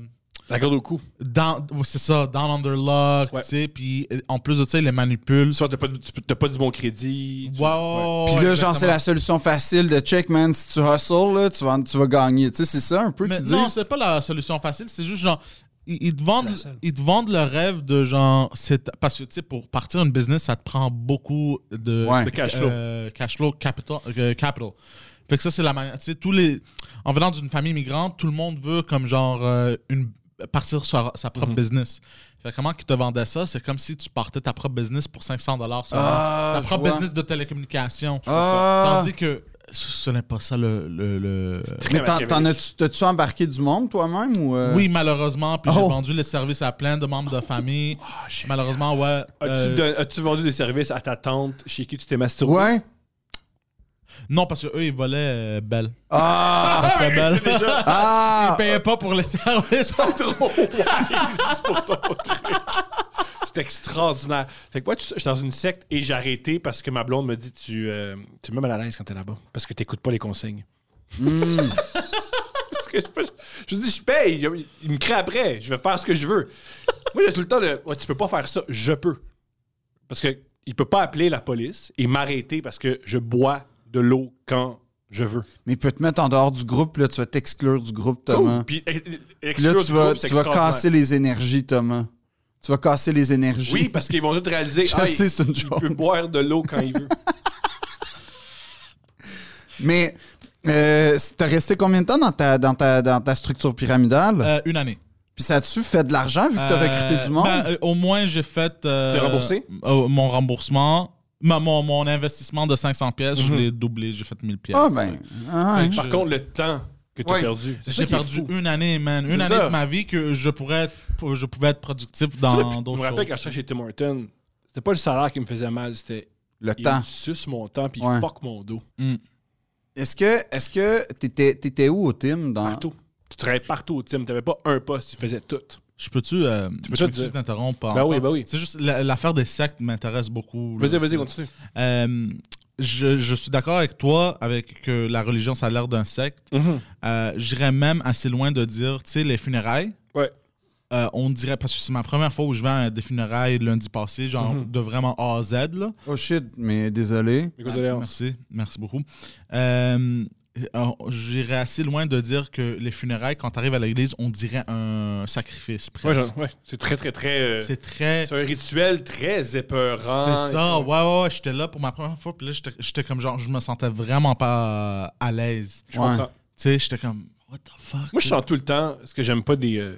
Speaker 2: La garde au cou.
Speaker 3: down, ouais, c'est ça, down on their luck,
Speaker 2: Ouais.
Speaker 3: tu sais, puis euh, en plus de ça, ils les manipulent.
Speaker 2: Soit t'as pas, du- tu- t'as pas du bon crédit. tu-
Speaker 3: Wow,
Speaker 1: Puis là, genre, c'est la solution facile de check, man. Si tu hustles, là, tu vas, tu vas gagner. Tu sais, c'est ça un peu
Speaker 3: Mais
Speaker 1: qu'ils
Speaker 3: non,
Speaker 1: disent.
Speaker 3: c'est pas la solution facile, c'est juste genre. Ils ils te,
Speaker 2: C'est
Speaker 3: vendent,
Speaker 2: la seule.
Speaker 3: ils te vendent le rêve de genre. c'est- Parce que, tu sais, pour partir une business, ça te prend beaucoup de,
Speaker 1: Ouais.
Speaker 2: De cash flow.
Speaker 3: euh, cash flow, capital. euh, capital. Fait que ça, c'est la manière. Tu sais, tous les. En venant d'une famille migrante, tout le monde veut, comme genre, euh, une, partir sur sa propre
Speaker 1: Mhm.
Speaker 3: business. Fait que comment qu'ils te vendaient ça? C'est comme si tu partais ta propre business pour 500 dollars.
Speaker 1: Ah,
Speaker 3: ta
Speaker 1: je
Speaker 3: propre
Speaker 1: vois.
Speaker 3: business de télécommunication.
Speaker 1: Ah.
Speaker 3: Tandis que ce ce n'est pas ça le- le- le...
Speaker 1: Mais
Speaker 2: Très
Speaker 1: t'en t'en
Speaker 2: machiavélique.
Speaker 1: as-tu t'as-tu embarqué du monde toi-même ou. euh,
Speaker 3: Oui, malheureusement. Puis
Speaker 1: Oh. Ah,
Speaker 3: j'ai vendu les services à plein de membres de famille.
Speaker 2: génial.
Speaker 3: malheureusement, ouais.
Speaker 2: As-tu
Speaker 3: euh,
Speaker 2: don- as-tu vendu des services à ta tante chez qui tu t'es masturbé?
Speaker 1: Ouais.
Speaker 3: Non, parce que eux, ils volaient euh, Belle.
Speaker 1: Ah!
Speaker 3: Parce que Belle. Ils
Speaker 1: Ah!
Speaker 3: payaient pas pour les services.
Speaker 2: C'est pour ton truc. C'est extraordinaire. Fait que moi, tu sais, je suis dans une secte et j'ai arrêté parce que ma blonde me dit tu, euh, tu me mets mal à l'aise quand t'es là-bas parce que t'écoutes pas les consignes.
Speaker 1: Hmm.
Speaker 2: Parce que je, je dis je paye, il, il me crée après, je vais faire ce que je veux. Moi, j'ai tout le temps de Ouais, tu peux pas faire ça, je peux. Parce que il peut pas appeler la police et m'arrêter parce que je bois de l'eau quand je veux.
Speaker 1: Mais il peut te mettre en dehors du groupe, là, tu vas t'exclure du groupe, Thomas.
Speaker 2: Puis, eh,
Speaker 1: Puis là, tu vas, tu vas casser les énergies, Thomas. Tu vas casser les énergies.
Speaker 2: Oui,
Speaker 3: ben,
Speaker 2: parce qu'ils vont tout réaliser.
Speaker 1: Je
Speaker 2: ah,
Speaker 1: sais,
Speaker 2: il-
Speaker 1: c'est une
Speaker 2: il
Speaker 1: joke.
Speaker 2: peut boire de l'eau quand il veut.
Speaker 1: Mais euh, t'as resté combien de temps dans ta, dans ta, dans ta structure pyramidale?
Speaker 3: Euh, une année.
Speaker 1: Puis ça a-tu fait de l'argent vu que t'as recruté
Speaker 3: Euh,
Speaker 1: du monde?
Speaker 3: ben, euh, au moins, j'ai fait. euh,
Speaker 2: T'es remboursé?
Speaker 3: euh, mon remboursement. Ma- mon, mon investissement de 500 pièces, je l'ai doublé, j'ai fait 1000 pièces.
Speaker 1: ah ben, ah, hein.
Speaker 3: Fait que
Speaker 2: Mhm. Par
Speaker 3: je-
Speaker 2: contre, le temps que tu as
Speaker 1: Ouais.
Speaker 2: perdu, c'est ça
Speaker 3: j'ai
Speaker 2: qui est
Speaker 3: perdu
Speaker 2: fou.
Speaker 3: une année, man.
Speaker 2: C'est
Speaker 3: Une année
Speaker 2: ça.
Speaker 3: de ma vie que je pourrais être, je pouvais être productif
Speaker 2: Tu sais,
Speaker 3: dans
Speaker 2: puis, Je me
Speaker 3: d'autres
Speaker 2: rappelle quand je
Speaker 3: choses.
Speaker 2: travaillais chez Tim Horton, c'était pas le salaire qui me faisait mal, c'était
Speaker 1: le
Speaker 2: il
Speaker 1: temps.
Speaker 2: suce mon temps puis
Speaker 1: Ouais.
Speaker 2: il fuck mon dos.
Speaker 1: Est-ce que est-ce que t'étais, t'étais où au team? Dans...
Speaker 2: Partout. Tu travaillais partout au team, t'avais pas un poste, tu faisais tout.
Speaker 3: Je peux-tu euh,
Speaker 2: peux
Speaker 3: je
Speaker 2: tout
Speaker 3: peux-tu
Speaker 2: dire.
Speaker 3: t'interrompre?
Speaker 2: Ben
Speaker 3: encore?
Speaker 2: oui, ben oui.
Speaker 3: C'est juste la- l'affaire des sectes m'intéresse beaucoup. là.
Speaker 2: Vas-y, vas-y,
Speaker 3: C'est-
Speaker 2: continue.
Speaker 3: Euh, je, je suis d'accord avec toi avec que la religion, ça a l'air d'un secte.
Speaker 2: Mhm.
Speaker 3: Euh, J'irais même assez loin de dire, tu sais, les funérailles.
Speaker 2: Ouais.
Speaker 3: euh, on dirait, parce que c'est ma première fois où je vais à des funérailles lundi passé, genre
Speaker 2: Mhm.
Speaker 3: de vraiment A à Z. Là.
Speaker 1: Oh shit, mais désolé.
Speaker 2: Mes condoléances.
Speaker 3: Merci, merci beaucoup. Euh, alors, J'irais assez loin de dire que les funérailles, quand tu arrives à l'église, on dirait un sacrifice.
Speaker 2: Ouais,
Speaker 3: presque.
Speaker 2: genre, ouais. C'est très, très, très. euh,
Speaker 3: c'est très.
Speaker 2: C'est un rituel très épeurant.
Speaker 3: C'est ça, ouais, ouais, ouais, J'étais là pour ma première fois, puis là, j'étais- j'étais comme genre, je me sentais vraiment pas euh, à l'aise.
Speaker 2: Je comprends.
Speaker 1: Ouais.
Speaker 3: Tu sais, j'étais comme, what the fuck?
Speaker 2: Moi, je chante tout le temps ce que j'aime pas des. euh,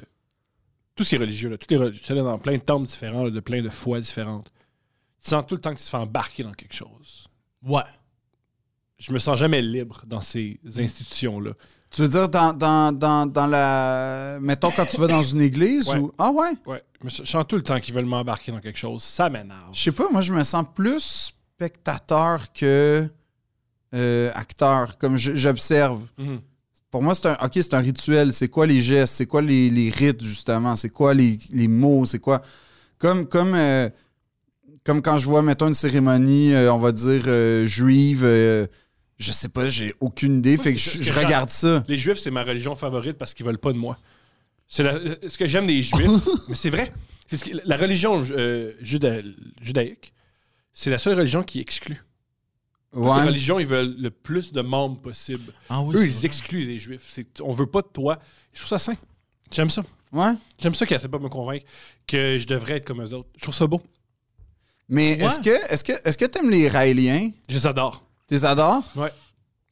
Speaker 2: tout ce qui est religieux, là. Tout est religieux. Tu es dans plein de temples différents, là, de plein de foi différentes. Tu sens tout le temps que tu te fais embarquer dans quelque chose.
Speaker 3: Ouais.
Speaker 2: Je me sens jamais libre dans ces
Speaker 3: Mm.
Speaker 2: institutions-là.
Speaker 1: Tu veux dire dans, dans, dans, dans la. Mettons quand tu vas dans une église
Speaker 2: Ouais.
Speaker 1: ou. Ah ouais?
Speaker 2: Ouais. Je me sens- je sens tout le temps qu'ils veulent m'embarquer dans quelque chose. Ça m'énerve.
Speaker 1: Je sais pas, moi je me sens plus spectateur que euh, acteur, comme je- j'observe.
Speaker 2: Mhm.
Speaker 1: Pour moi, c'est un, ok, c'est un rituel. C'est quoi les gestes? C'est quoi les, les rites, justement? C'est quoi les, les mots? C'est quoi? Comme, comme, euh, comme quand je vois, mettons, une cérémonie, euh, on va dire, euh, juive, euh, je sais pas, j'ai aucune idée. Fait que
Speaker 2: c'est
Speaker 1: je,
Speaker 2: ce
Speaker 1: je
Speaker 2: que j'ai-
Speaker 1: regarde ça.
Speaker 2: Les Juifs, c'est ma religion favorite parce qu'ils veulent pas de moi. C'est la- euh, ce que j'aime des Juifs. mais c'est vrai. C'est ce qui- la religion euh, juda- judaïque, c'est la seule religion qui exclut.
Speaker 1: Ouais.
Speaker 2: Les religions, ils veulent le plus de membres possible.
Speaker 3: Ah oui,
Speaker 2: Eux,
Speaker 3: c'est
Speaker 2: ils
Speaker 3: vrai.
Speaker 2: excluent les juifs. C'est- On veut pas de toi. Je trouve ça sain. J'aime ça.
Speaker 1: Ouais.
Speaker 2: J'aime ça qu'elle ne pas me convaincre que je devrais être comme eux autres. Je trouve ça beau.
Speaker 1: Mais
Speaker 3: Ouais.
Speaker 1: est-ce que est-ce que est-ce que t'aimes les Raéliens?
Speaker 2: Je les adore.
Speaker 1: T'es adores?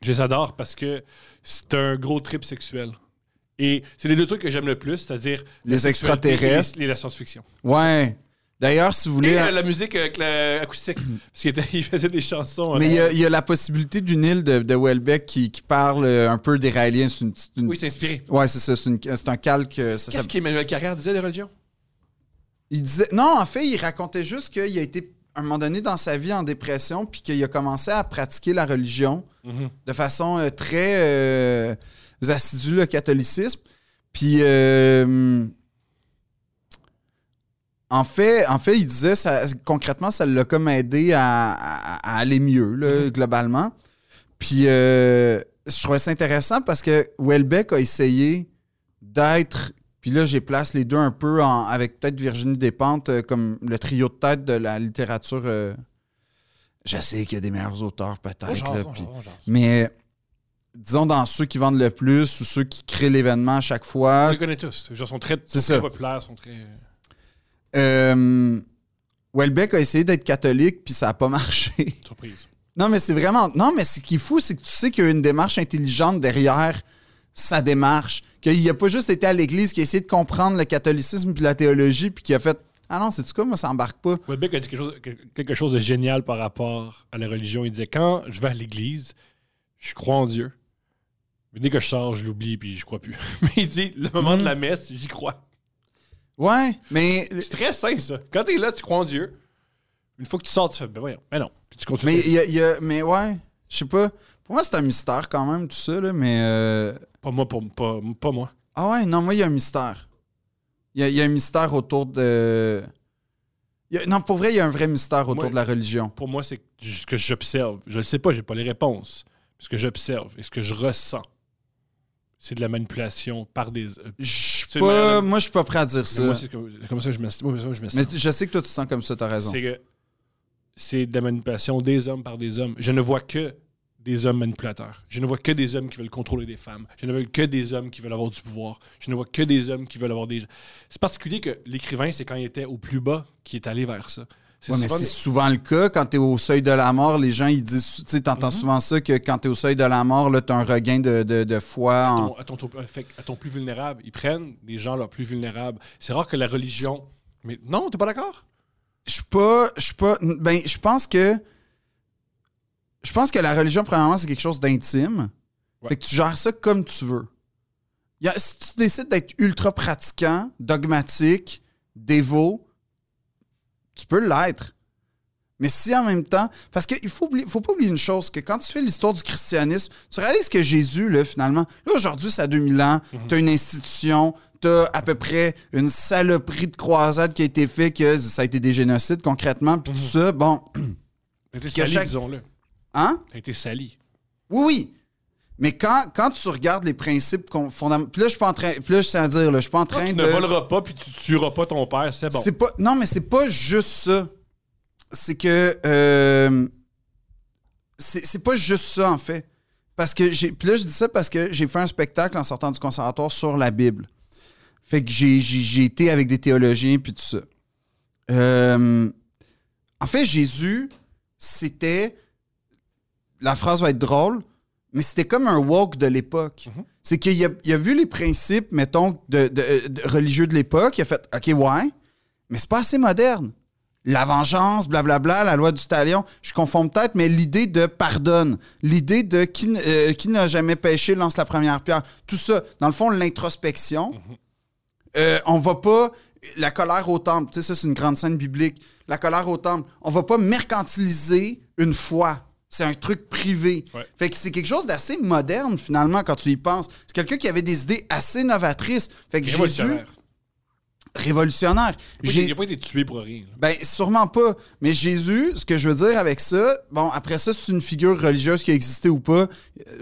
Speaker 2: Je les adore parce que c'est un gros trip sexuel. Et c'est les deux trucs que j'aime le plus, c'est-à-dire
Speaker 1: Les
Speaker 2: la sexualité
Speaker 1: extraterrestres.
Speaker 2: et les- et la science-fiction.
Speaker 1: Ouais. D'ailleurs, si vous
Speaker 2: Et
Speaker 1: voulez.
Speaker 2: euh, la musique avec l'acoustique. parce qu'il était- il faisait des chansons.
Speaker 1: Mais il y,
Speaker 2: euh,
Speaker 1: a- il y a la possibilité d'une île de, de Welbeck qui, qui parle euh, un peu des Raéliens. C'est une, petite- une-
Speaker 2: Oui, c'est inspiré.
Speaker 1: Ouais, c'est ça. C'est une- c'est un calque. euh, ça- ça-
Speaker 2: Qu'est-ce qu'Emmanuel Carrère disait des religions?
Speaker 1: Il disait. Non, en fait, il racontait juste qu'il a été à un moment donné dans sa vie en dépression, puis qu'il a commencé à pratiquer la religion
Speaker 2: Mm-hmm.
Speaker 1: de façon euh, très euh, assidue, le catholicisme. Puis. euh, En fait, en fait, il disait ça, concrètement, ça l'a comme aidé à, à- à aller mieux, là, globalement. Puis euh, je trouvais ça intéressant parce que Welbeck a essayé d'être. Puis là, j'ai place les deux un peu en- avec peut-être Virginie Despentes euh, comme le trio de tête de la littérature. euh, je sais qu'il y a des meilleurs auteurs,
Speaker 3: Oh,
Speaker 1: peut-être. là, puis- mais disons dans ceux qui vendent le plus ou ceux qui créent l'événement à chaque
Speaker 2: On
Speaker 1: fois.
Speaker 2: les connaît tous. Ils sont très,
Speaker 1: C'est
Speaker 2: sont
Speaker 1: ça.
Speaker 2: très populaires, sont très...
Speaker 1: Euh, Welbeck a essayé d'être catholique, puis ça n'a pas marché.
Speaker 2: Surprise.
Speaker 1: Non, mais c'est vraiment. Non, mais ce qui est fou, c'est que tu sais qu'il y a une démarche intelligente derrière sa démarche. Qu'il n'a pas juste été à l'Église, qui a essayé de comprendre le catholicisme puis la théologie, puis qui a fait Ah non, c'est-tu quoi, moi, ça embarque pas.
Speaker 2: Webbeck a dit quelque chose, que- quelque chose de génial par rapport à la religion. Il disait Quand je vais à l'église, je crois en Dieu. Mais dès que je sors, je l'oublie puis je crois plus. Mais il dit Le moment
Speaker 1: Mm.
Speaker 2: de la messe, j'y crois.
Speaker 1: Ouais, mais.
Speaker 2: C'est très sain, ça. Quand t'es là, tu crois en Dieu. Une fois que tu sors, tu fais Ben voyons, ben non. Puis tu continues.
Speaker 1: Mais, il y a- il y a- mais ouais, je sais pas. Pour moi, c'est un mystère quand même, tout ça, là, mais. euh,
Speaker 2: Pas moi, pour, pas, pas moi.
Speaker 1: Ah ouais, non, moi, il y a un mystère. Il y a, il y a un mystère autour de. il y a- Non, pour vrai, il y a un vrai mystère autour
Speaker 2: Ouais.
Speaker 1: de la religion.
Speaker 2: Pour moi, c'est ce que j'observe. Je le sais pas, j'ai pas les réponses. Ce que j'observe et ce que je ressens, c'est de la manipulation par des.
Speaker 1: Je suis
Speaker 2: C'est
Speaker 1: pas-
Speaker 2: malade.
Speaker 1: Moi, je suis pas prêt à dire ça.
Speaker 2: Moi, c'est comme c'est comme ça que je me moi, c'est comme ça que je me sens.
Speaker 1: Mais je sais que toi, tu te sens comme ça, t'as raison.
Speaker 2: C'est que c'est de la manipulation des hommes par des hommes. Je ne vois que des hommes manipulateurs. Je ne vois que des hommes qui veulent contrôler des femmes. Je ne vois que des hommes qui veulent avoir du pouvoir. Je ne vois que des hommes qui veulent avoir des. C'est particulier que l'écrivain, c'est quand il était au plus bas qu'il est allé vers ça. C'est
Speaker 1: Ouais, mais
Speaker 2: souvent-
Speaker 1: c'est souvent le cas. Quand t'es au seuil de la mort, les gens, ils disent. Tu sais, t'entends
Speaker 2: Mhm.
Speaker 1: souvent ça que quand t'es au seuil de la mort, là, t'as un regain de, de, de foi.
Speaker 2: à
Speaker 1: en-
Speaker 2: ton, à ton- ton- fait que à ton plus vulnérable. Ils prennent des gens leurs plus vulnérables. C'est rare que la religion. Mais non, t'es pas d'accord?
Speaker 1: Je suis pas. Je suis pas. Ben, je pense que. Je pense que la religion, premièrement, c'est quelque chose d'intime.
Speaker 2: Ouais.
Speaker 1: Fait que tu gères ça comme tu veux. Il y a- si tu décides d'être ultra pratiquant, dogmatique, dévot, tu peux l'être. Mais si en même temps. Parce qu'il faut, oublier- faut pas oublier une chose, que quand tu fais l'histoire du christianisme, tu réalises que Jésus, là, finalement, là, aujourd'hui, ça a 2000 ans,
Speaker 2: Mhm.
Speaker 1: t'as une institution, t'as à peu près une saloperie de croisade qui a été faite, que ça a été des génocides concrètement, puis
Speaker 2: Mhm.
Speaker 1: tout ça, bon.
Speaker 2: T'as été
Speaker 1: Que
Speaker 2: sali,
Speaker 1: chaque-
Speaker 2: disons-le.
Speaker 1: Hein?
Speaker 2: T'as été sali.
Speaker 1: Oui, oui. Mais quand, quand tu regardes les principes qu'on- fondamentaux. Puis là, je suis pas en train. Puis là, je suis à dire, là, je suis pas en train
Speaker 2: tu
Speaker 1: de.
Speaker 2: ne voleras pas puis tu tueras pas ton père, c'est bon.
Speaker 1: C'est pas. Non, mais c'est pas juste ça. C'est que. euh, c'est c'est pas juste ça, en fait. Parce que j'ai. Puis là, je dis ça parce que j'ai fait un spectacle en sortant du conservatoire sur la Bible. Fait que j'ai- j'ai j'ai été avec des théologiens, puis tout ça. Euh, en fait, Jésus, c'était. La phrase va être drôle, mais c'était comme un woke de l'époque.
Speaker 2: Mm-hmm.
Speaker 1: C'est qu'il a, il a vu les principes, mettons, de, de- de- religieux de l'époque. Il a fait OK, ouais, mais c'est pas assez moderne. La vengeance, blablabla, la loi du talion, je confonds peut-être, mais l'idée de pardonne, l'idée de qui, n- euh, qui n'a jamais péché lance la première pierre, tout ça, dans le fond, l'introspection. Euh, on va pas. La colère au temple, tu sais, ça, c'est une grande scène biblique. La colère au temple, on va pas mercantiliser une foi. C'est un truc privé.
Speaker 2: Ouais.
Speaker 1: Fait que c'est quelque chose d'assez moderne, finalement, quand tu y penses. C'est quelqu'un qui avait des idées assez novatrices. Fait que Jésus,
Speaker 2: Révolutionnaire.
Speaker 1: révolutionnaire.
Speaker 2: Il
Speaker 1: J'ai-
Speaker 2: n'a pas été tué pour rien. là.
Speaker 1: ben, sûrement pas. Mais Jésus, ce que je veux dire avec ça, bon, après ça, c'est une figure religieuse qui a existé ou pas. Euh,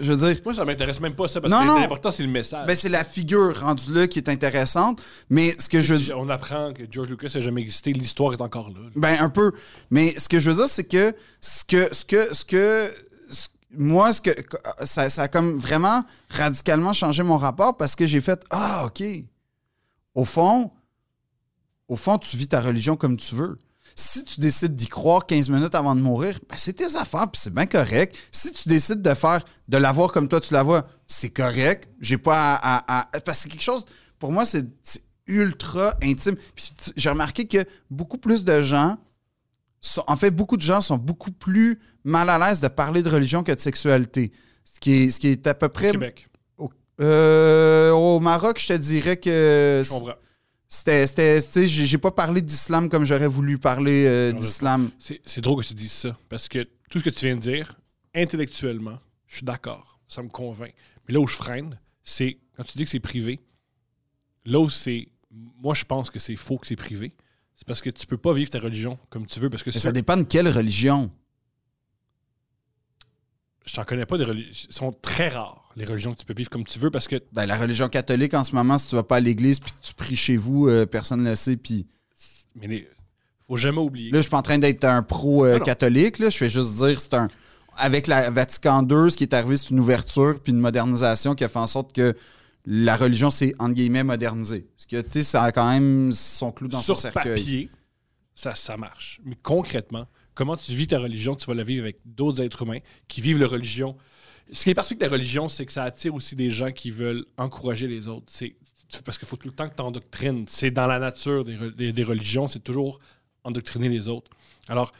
Speaker 1: Je veux dire,
Speaker 2: Moi, ça m'intéresse même pas ça parce
Speaker 1: Non,
Speaker 2: que
Speaker 1: non.
Speaker 2: l'important, c'est le message.
Speaker 1: ben, c'est la figure rendue là qui est intéressante. Mais ce que je veux dire.
Speaker 2: On apprend que George Lucas n'a jamais existé, l'histoire est encore là. là.
Speaker 1: Ben, un peu. Mais ce que je veux dire, c'est que ce que, ce que, ce que, ce- moi, ce que, ça, ça a comme vraiment radicalement changé mon rapport parce que j'ai fait, ah, OK. Au fond, au fond, tu vis ta religion comme tu veux. Si tu décides d'y croire 15 minutes avant de mourir, ben, c'est tes affaires, puis c'est bien correct. Si tu décides de faire, de la voir comme toi tu la vois, c'est correct. J'ai pas à, à- à- Parce que c'est quelque chose, pour moi, c'est c'est ultra intime. Puis tu- j'ai remarqué que beaucoup plus de gens sont- en fait, beaucoup de gens sont beaucoup plus mal à l'aise de parler de religion que de sexualité. Ce qui est, ce qui est à peu près.
Speaker 2: Québec,
Speaker 1: Euh, au Maroc, je te dirais que.
Speaker 2: je comprends.
Speaker 1: C'était. c'était- tu sais, J'ai j'ai pas parlé d'islam comme j'aurais voulu parler euh,
Speaker 2: Non,
Speaker 1: d'islam.
Speaker 2: C'est c'est drôle que tu dises ça parce que tout ce que tu viens de dire, intellectuellement, je suis d'accord, ça me convainc. Mais là où je freine, c'est quand tu dis que c'est privé, là où c'est. Moi, je pense que c'est faux que c'est privé. C'est parce que tu peux pas vivre ta religion comme tu veux parce que
Speaker 1: Mais
Speaker 2: ceux-
Speaker 1: ça dépend de quelle religion.
Speaker 2: je t'en connais pas des religions. sont très rares, les religions que tu peux vivre comme tu veux parce que
Speaker 1: Ben, la religion catholique, en ce moment, si tu vas pas à l'église puis que tu pries chez vous, euh, personne ne le sait. Puis
Speaker 2: mais les- faut jamais oublier.
Speaker 1: là, je suis pas en train d'être un
Speaker 2: Non, non.
Speaker 1: pro-catholique. je fais juste dire, c'est un. Avec la Vatican II, ce qui est arrivé, c'est une ouverture puis une modernisation qui a fait en sorte que la religion s'est, entre guillemets, modernisée. Parce que, tu sais, ça a quand même son clou dans
Speaker 2: sur
Speaker 1: son cercueil.
Speaker 2: papier, ça, ça marche. Mais concrètement, comment tu vis ta religion, tu vas la vivre avec d'autres êtres humains qui vivent leur religion. Ce qui est particulier de la religion, c'est que ça attire aussi des gens qui veulent encourager les autres. C'est tu- parce qu'il faut tout le temps que tu endoctrines. C'est dans la nature des, re- des- des religions, c'est toujours endoctriner les autres. Alors,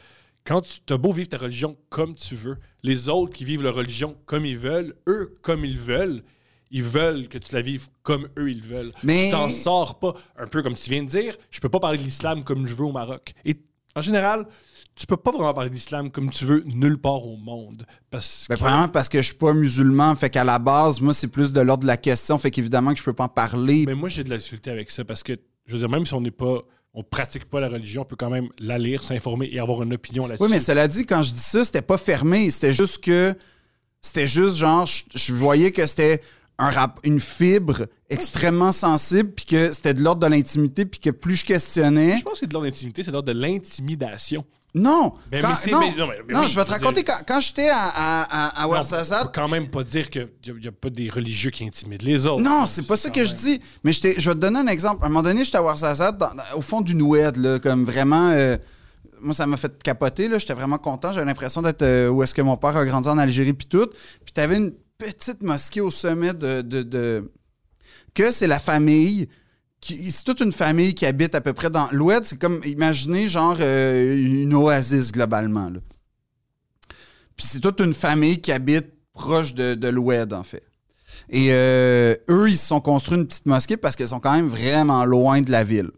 Speaker 2: quand tu as beau vivre ta religion comme tu veux, les autres qui vivent leur religion comme ils veulent, eux comme ils veulent, ils veulent que tu la vives comme eux ils veulent.
Speaker 1: Mais-
Speaker 2: Tu t'en sors pas. Un peu comme tu viens de dire, je peux pas parler de l'islam comme je veux au Maroc. Et En général, tu peux pas vraiment parler d'islam comme tu veux nulle part au monde. Parce
Speaker 1: Ben,
Speaker 2: que-
Speaker 1: premièrement, parce que je suis pas musulman, fait qu'à la base, moi, c'est plus de l'ordre de la question, fait qu'évidemment que je peux pas en parler.
Speaker 2: Mais moi, j'ai de la difficulté avec ça parce que, je veux dire, même si on n'est pas. On pratique pas la religion, on peut quand même la lire, s'informer et avoir une opinion là-dessus.
Speaker 1: oui, mais cela dit, quand je dis ça, c'était pas fermé, c'était juste que. C'était juste genre, je, je voyais que c'était un rap, une fibre extrêmement sensible, puis que c'était de l'ordre de l'intimité, puis que plus je questionnais.
Speaker 2: Je pense que c'est de l'ordre d'intimité, c'est de l'ordre de l'intimidation.
Speaker 1: Non!
Speaker 2: Ben,
Speaker 1: quand-
Speaker 2: mais c'est-
Speaker 1: non,
Speaker 2: mais- non, mais- mais
Speaker 1: non,
Speaker 2: oui,
Speaker 1: je vais te
Speaker 2: je veux
Speaker 1: raconter, quand, quand j'étais à, à, à, à
Speaker 2: On
Speaker 1: Ouarzazate,
Speaker 2: peut quand même pas dire qu'il n'y a, pas des religieux qui intimident les autres.
Speaker 1: Non, c'est pas ça que je dis. Mais je t'ai- je vais te donner un exemple. À un moment donné, j'étais à Ouarzazate, dans- dans- au fond d'une oued, là, comme vraiment. euh, moi, ça m'a fait capoter. là. J'étais vraiment content. J'avais l'impression d'être euh, où est-ce que mon père a grandi en Algérie, puis tout. Puis t'avais une petite mosquée au sommet de. de- de- Que c'est la famille. qui- C'est toute une famille qui habite à peu près dans. L'oued, c'est comme. Imaginez, genre, euh, une oasis globalement. là. Puis c'est toute une famille qui habite proche de, de l'oued, en fait. Et euh, eux, ils se sont construits une petite mosquée parce qu'ils sont quand même vraiment loin de la ville.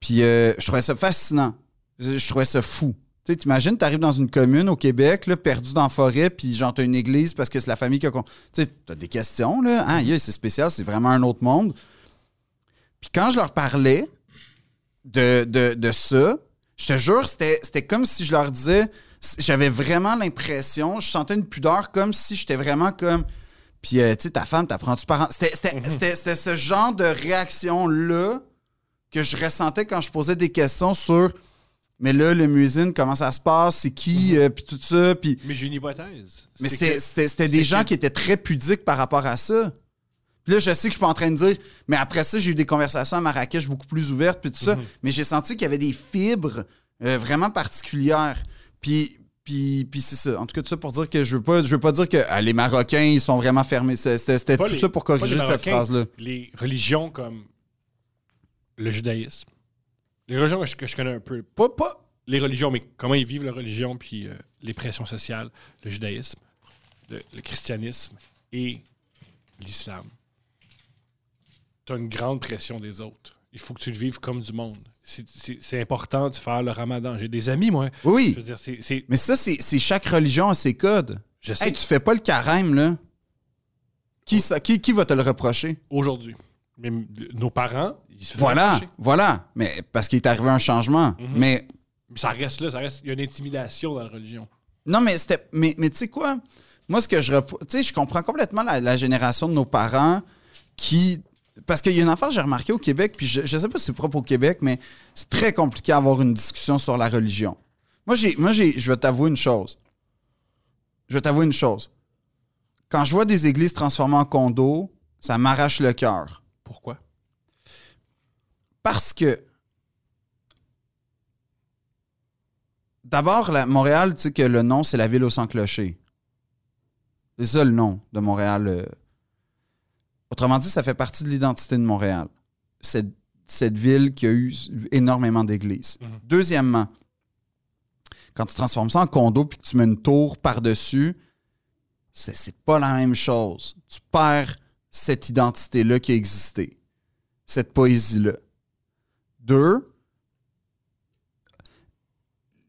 Speaker 1: Puis euh, je trouvais ça fascinant. Je, je trouvais ça fou. Tu sais, t'imagines, t'arrives dans une commune au Québec, là, perdu dans la forêt, puis genre t'as une église parce que c'est la famille qui a... con- Tu sais, t'as des questions, là. Ah, yeah, c'est spécial, c'est vraiment un autre monde. Puis quand je leur parlais de, de, de ça, je te jure, c'était c'était comme si je leur disais... J'avais vraiment l'impression, je sentais une pudeur comme si j'étais vraiment comme... Puis, euh, tu sais, ta femme, t'apprends-tu parent. C'était c'était- c'était- c'était ce genre de réaction-là que je ressentais quand je posais des questions sur. Mais là, le muisine, comment ça se passe, c'est qui, euh, puis tout ça. Puis,
Speaker 2: Mais j'ai une hypothèse.
Speaker 1: mais
Speaker 2: C'est
Speaker 1: c'était
Speaker 2: que-
Speaker 1: c'était- c'était des
Speaker 2: c'est
Speaker 1: gens
Speaker 2: que-
Speaker 1: qui étaient très pudiques par rapport à ça. Puis là, je sais que je suis pas en train de dire, mais après ça, j'ai eu des conversations à Marrakech beaucoup plus ouvertes, puis tout ça.
Speaker 2: Mhm.
Speaker 1: Mais j'ai senti qu'il y avait des fibres euh, vraiment particulières. Puis, puis, puis c'est ça. En tout cas, tout ça pour dire que je veux pas, je veux pas dire que ah, les Marocains, ils sont vraiment fermés. C'est- C'était c'était tout
Speaker 2: pas les-
Speaker 1: ça pour
Speaker 2: pas les
Speaker 1: corriger cette
Speaker 2: Marocains,
Speaker 1: phrase-là.
Speaker 2: Les religions comme le judaïsme, les religions que je, que je connais un peu, pas, pas les religions, mais comment ils vivent la religion, puis euh, les pressions sociales, le judaïsme, le, le christianisme et l'islam. Tu as une grande pression des autres. Il faut que tu le vives comme du monde. C'est- C'est c'est important de faire le ramadan. J'ai des amis, moi. Je
Speaker 1: Oui,
Speaker 2: veux dire, c'est- c'est.
Speaker 1: mais ça, c'est c'est chaque religion a ses codes.
Speaker 2: Je sais.
Speaker 1: Hey, tu fais pas le carême, là. Qui, ça, qui, qui va te le reprocher?
Speaker 2: aujourd'hui. Mais m- nos parents, ils se faisaient
Speaker 1: Voilà,
Speaker 2: approcher.
Speaker 1: voilà. Mais parce qu'il est arrivé un changement. Mais
Speaker 2: Mais Ça reste là, ça reste. Il y a une intimidation dans la religion.
Speaker 1: non, mais c'était. Mais, mais tu sais quoi? Moi, ce que je repro- Tu sais, je comprends complètement la, la génération de nos parents qui. Parce qu'il y a une affaire que j'ai remarqué au Québec, puis je, je sais pas si c'est propre au Québec, mais c'est très compliqué d'avoir une discussion sur la religion. Moi, j'ai, moi j'ai, je vais t'avouer une chose. Je vais t'avouer une chose. Quand je vois des églises transformées en condos, ça m'arrache le cœur.
Speaker 2: Pourquoi?
Speaker 1: Parce que. D'abord, la- Montréal, tu sais que le nom, c'est la ville aux 100 clochers. C'est ça le nom de Montréal. euh. Autrement dit, ça fait partie de l'identité de Montréal. Cette, cette ville qui a eu s- énormément d'églises.
Speaker 2: Mhm.
Speaker 1: Deuxièmement, quand tu transformes ça en condo puis que tu mets une tour par-dessus, c'est c'est pas la même chose. Tu perds cette identité-là qui existait, cette poésie-là. Deux,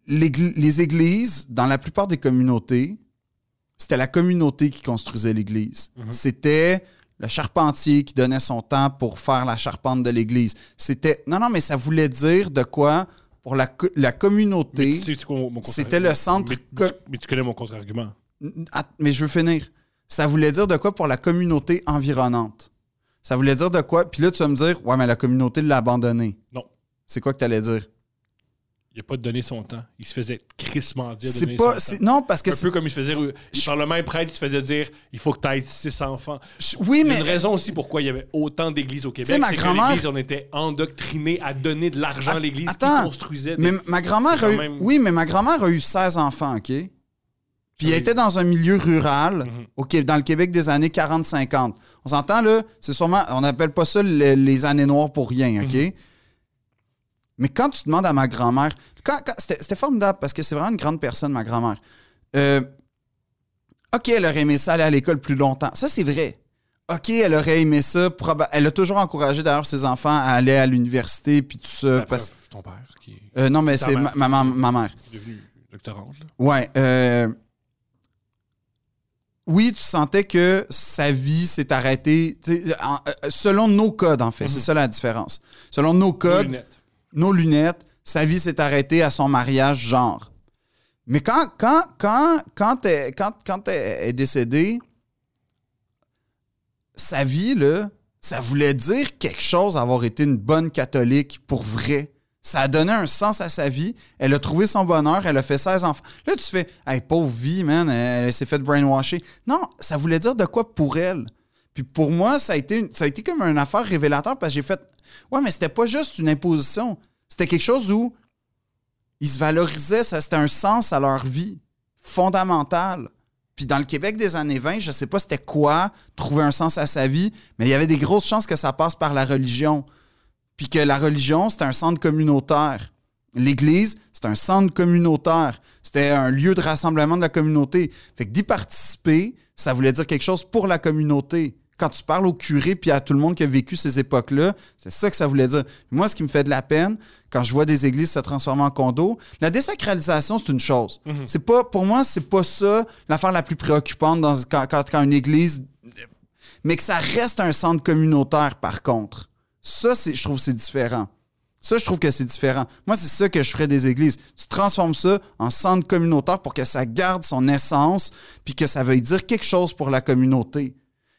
Speaker 1: l'égl- les églises, dans la plupart des communautés, c'était la communauté qui construisait l'église.
Speaker 2: Mhm.
Speaker 1: C'était le charpentier qui donnait son temps pour faire la charpente de l'église. C'était. Non, non, mais ça voulait dire de quoi pour la, co- la
Speaker 2: Mais
Speaker 1: communauté.
Speaker 2: tu sais, tu connais mon- mon contre-
Speaker 1: C'était le centre
Speaker 2: Mais,
Speaker 1: que-
Speaker 2: mais tu, mais tu connais mon contre-argument.
Speaker 1: Att- mais je veux finir. Ça voulait dire de quoi pour la communauté environnante? Ça voulait dire de quoi? Puis là, tu vas me dire, ouais, mais la communauté l'a abandonné.
Speaker 2: Non.
Speaker 1: C'est quoi que tu allais dire?
Speaker 2: Il n'a pas donné son temps. Il se faisait crissement dire. de
Speaker 1: C'est
Speaker 2: donner
Speaker 1: pas.
Speaker 2: son
Speaker 1: c'est-
Speaker 2: temps.
Speaker 1: Non, parce que
Speaker 2: Un
Speaker 1: c'est.
Speaker 2: peu comme il se faisait.
Speaker 1: Je-
Speaker 2: Par le même prêtre, il se faisait dire il faut que tu aies six enfants.
Speaker 1: Oui,
Speaker 2: Il y a
Speaker 1: mais.
Speaker 2: une raison aussi pourquoi il y avait autant d'églises au Québec.
Speaker 1: sais, ma
Speaker 2: c'est que
Speaker 1: grand-mère-
Speaker 2: l'église, on était endoctrinés à donner de l'argent
Speaker 1: Att-
Speaker 2: à l'église qui
Speaker 1: attends.
Speaker 2: construisait. des-
Speaker 1: Mais ma grand-mère
Speaker 2: c'est
Speaker 1: a
Speaker 2: quand
Speaker 1: eu.
Speaker 2: même-
Speaker 1: Oui, mais ma grand-mère a eu 16 enfants, OK? Puis
Speaker 2: Oui.
Speaker 1: elle était dans un milieu rural,
Speaker 2: Mhm.
Speaker 1: au Qué- dans le Québec des années 40-50. On s'entend, là, c'est sûrement. On n'appelle pas ça le- les années noires pour rien, OK?
Speaker 2: Mm-hmm.
Speaker 1: Mais quand tu demandes à ma grand-mère. Quand, quand- c'était, c'était formidable parce que c'est vraiment une grande personne, ma grand-mère. Euh, OK, elle aurait aimé ça aller à l'école plus longtemps. Ça, c'est vrai. OK, elle aurait aimé ça. proba- Elle a toujours encouragé d'ailleurs ses enfants à aller à l'université puis tout ça.
Speaker 2: La
Speaker 1: parce-
Speaker 2: preuve, ton père qui est
Speaker 1: Euh, non, mais
Speaker 2: Ta
Speaker 1: c'est ma,
Speaker 2: mère.
Speaker 1: ma- ma- ma mère.
Speaker 2: devenu doctorante. là.
Speaker 1: Ouais. euh, Oui, tu sentais que sa vie s'est arrêtée. tu sais, en- euh, selon nos codes, en fait. C'est
Speaker 2: Mhm.
Speaker 1: ça la différence. Selon nos codes,
Speaker 2: Lunettes.
Speaker 1: nos lunettes, sa vie s'est arrêtée à son mariage, genre. Mais quand, quand, quand, quand, elle, quand, quand elle est décédée, sa vie, là, ça voulait dire quelque chose, avoir été une bonne catholique pour vrai. Ça a donné un sens à sa vie. Elle a trouvé son bonheur. Elle a fait 16 enfants. Là, tu fais, hey, pauvre vie, man, elle, elle s'est fait brainwasher. Non, ça voulait dire de quoi pour elle. Puis pour moi, ça a été, une- ça a été comme une affaire révélateur parce que j'ai fait, ouais, mais c'était pas juste une imposition. C'était quelque chose où ils se valorisaient. Ça, c'était un sens à leur vie fondamental. Puis dans le Québec des années 20, je sais pas c'était quoi trouver un sens à sa vie, mais il y avait des grosses chances que ça passe par la religion. Puis que la religion, c'était un centre communautaire. L'Église, c'est un centre communautaire. C'était un lieu de rassemblement de la communauté. Fait que d'y participer, ça voulait dire quelque chose pour la communauté. Quand tu parles au curé puis à tout le monde qui a vécu ces époques-là, c'est ça que ça voulait dire. Moi, ce qui me fait de la peine, quand je vois des églises se transformer en condos, la désacralisation, c'est une chose. C'est pas, pour moi, c'est pas ça l'affaire la plus préoccupante dans, quand, quand- quand une église. Mais que ça reste un centre communautaire, par contre. Ça, c'est- je trouve que c'est différent. Ça, je trouve que c'est différent. Moi, c'est ça que je ferais des églises. Tu transformes ça en centre communautaire pour que ça garde son essence, puis que ça veuille dire quelque chose pour la communauté.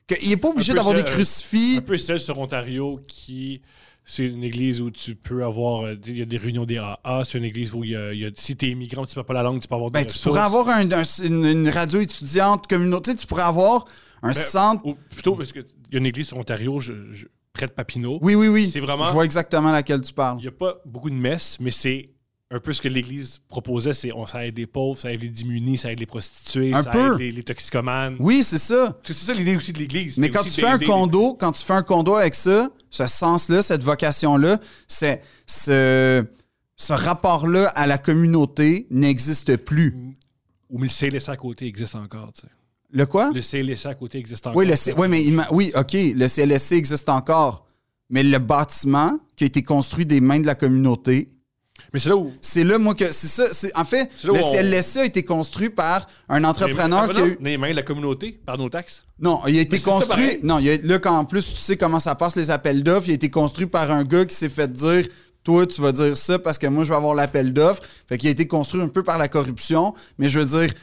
Speaker 1: Que, il n'est pas obligé
Speaker 2: peu
Speaker 1: d'avoir
Speaker 2: ça,
Speaker 1: des
Speaker 2: euh,
Speaker 1: crucifix.
Speaker 2: Un peu celle sur Ontario qui. C'est une église où tu peux avoir. euh, Il y a des réunions des AA. C'est une église où il y a. il y a- si t'es immigrant, tu parles pas la langue, tu peux avoir des.
Speaker 1: Ben, tu pourrais avoir un- un- une, une radio étudiante communautaire. Tu pourrais avoir un
Speaker 2: Ben,
Speaker 1: centre.
Speaker 2: Ou plutôt, parce qu'il y a une église sur Ontario, je, je- près de Papineau.
Speaker 1: Oui, oui, oui.
Speaker 2: c'est vraiment-
Speaker 1: Je vois exactement laquelle tu parles.
Speaker 2: Il n'y a pas beaucoup de messes, mais c'est un peu ce que l'Église proposait, c'est on ça aide les pauvres, ça aide les démunis, ça aide les prostituées,
Speaker 1: Un
Speaker 2: ça
Speaker 1: peu.
Speaker 2: aide les, les toxicomanes.
Speaker 1: Oui, c'est ça.
Speaker 2: C'est ça l'idée aussi de l'Église.
Speaker 1: Mais
Speaker 2: c'est
Speaker 1: quand tu
Speaker 2: aussi
Speaker 1: fais un
Speaker 2: d'aider-
Speaker 1: condo, quand tu fais un condo avec ça, ce sens-là, cette vocation-là, c'est ce, ce rapport-là à la communauté n'existe plus.
Speaker 2: Ou mais le CLSA à côté existe encore. tu sais.
Speaker 1: Le quoi?
Speaker 2: Le CLSA à côté existe encore.
Speaker 1: Oui, le C- oui, mais il m'a- oui, OK, le CLSC existe encore. Mais le bâtiment qui a été construit des mains de la communauté,
Speaker 2: Mais c'est là où.
Speaker 1: C'est là, moi, que. C'est ça. c'est- En fait,
Speaker 2: C'est là
Speaker 1: le
Speaker 2: où on-
Speaker 1: CLSC a été construit par un entrepreneur
Speaker 2: Mais-
Speaker 1: qui a
Speaker 2: non,
Speaker 1: eu.
Speaker 2: Les mains de la communauté, par nos taxes.
Speaker 1: Non, il a été
Speaker 2: c'est ça,
Speaker 1: construit.
Speaker 2: pareil.
Speaker 1: Non, il a- là, quand en plus, tu sais comment ça passe les appels d'offres, il a été construit par un gars qui s'est fait dire. Toi, tu vas dire ça parce que moi, je vais avoir l'appel d'offres. Fait qu'il a été construit un peu par la corruption. Mais je veux dire,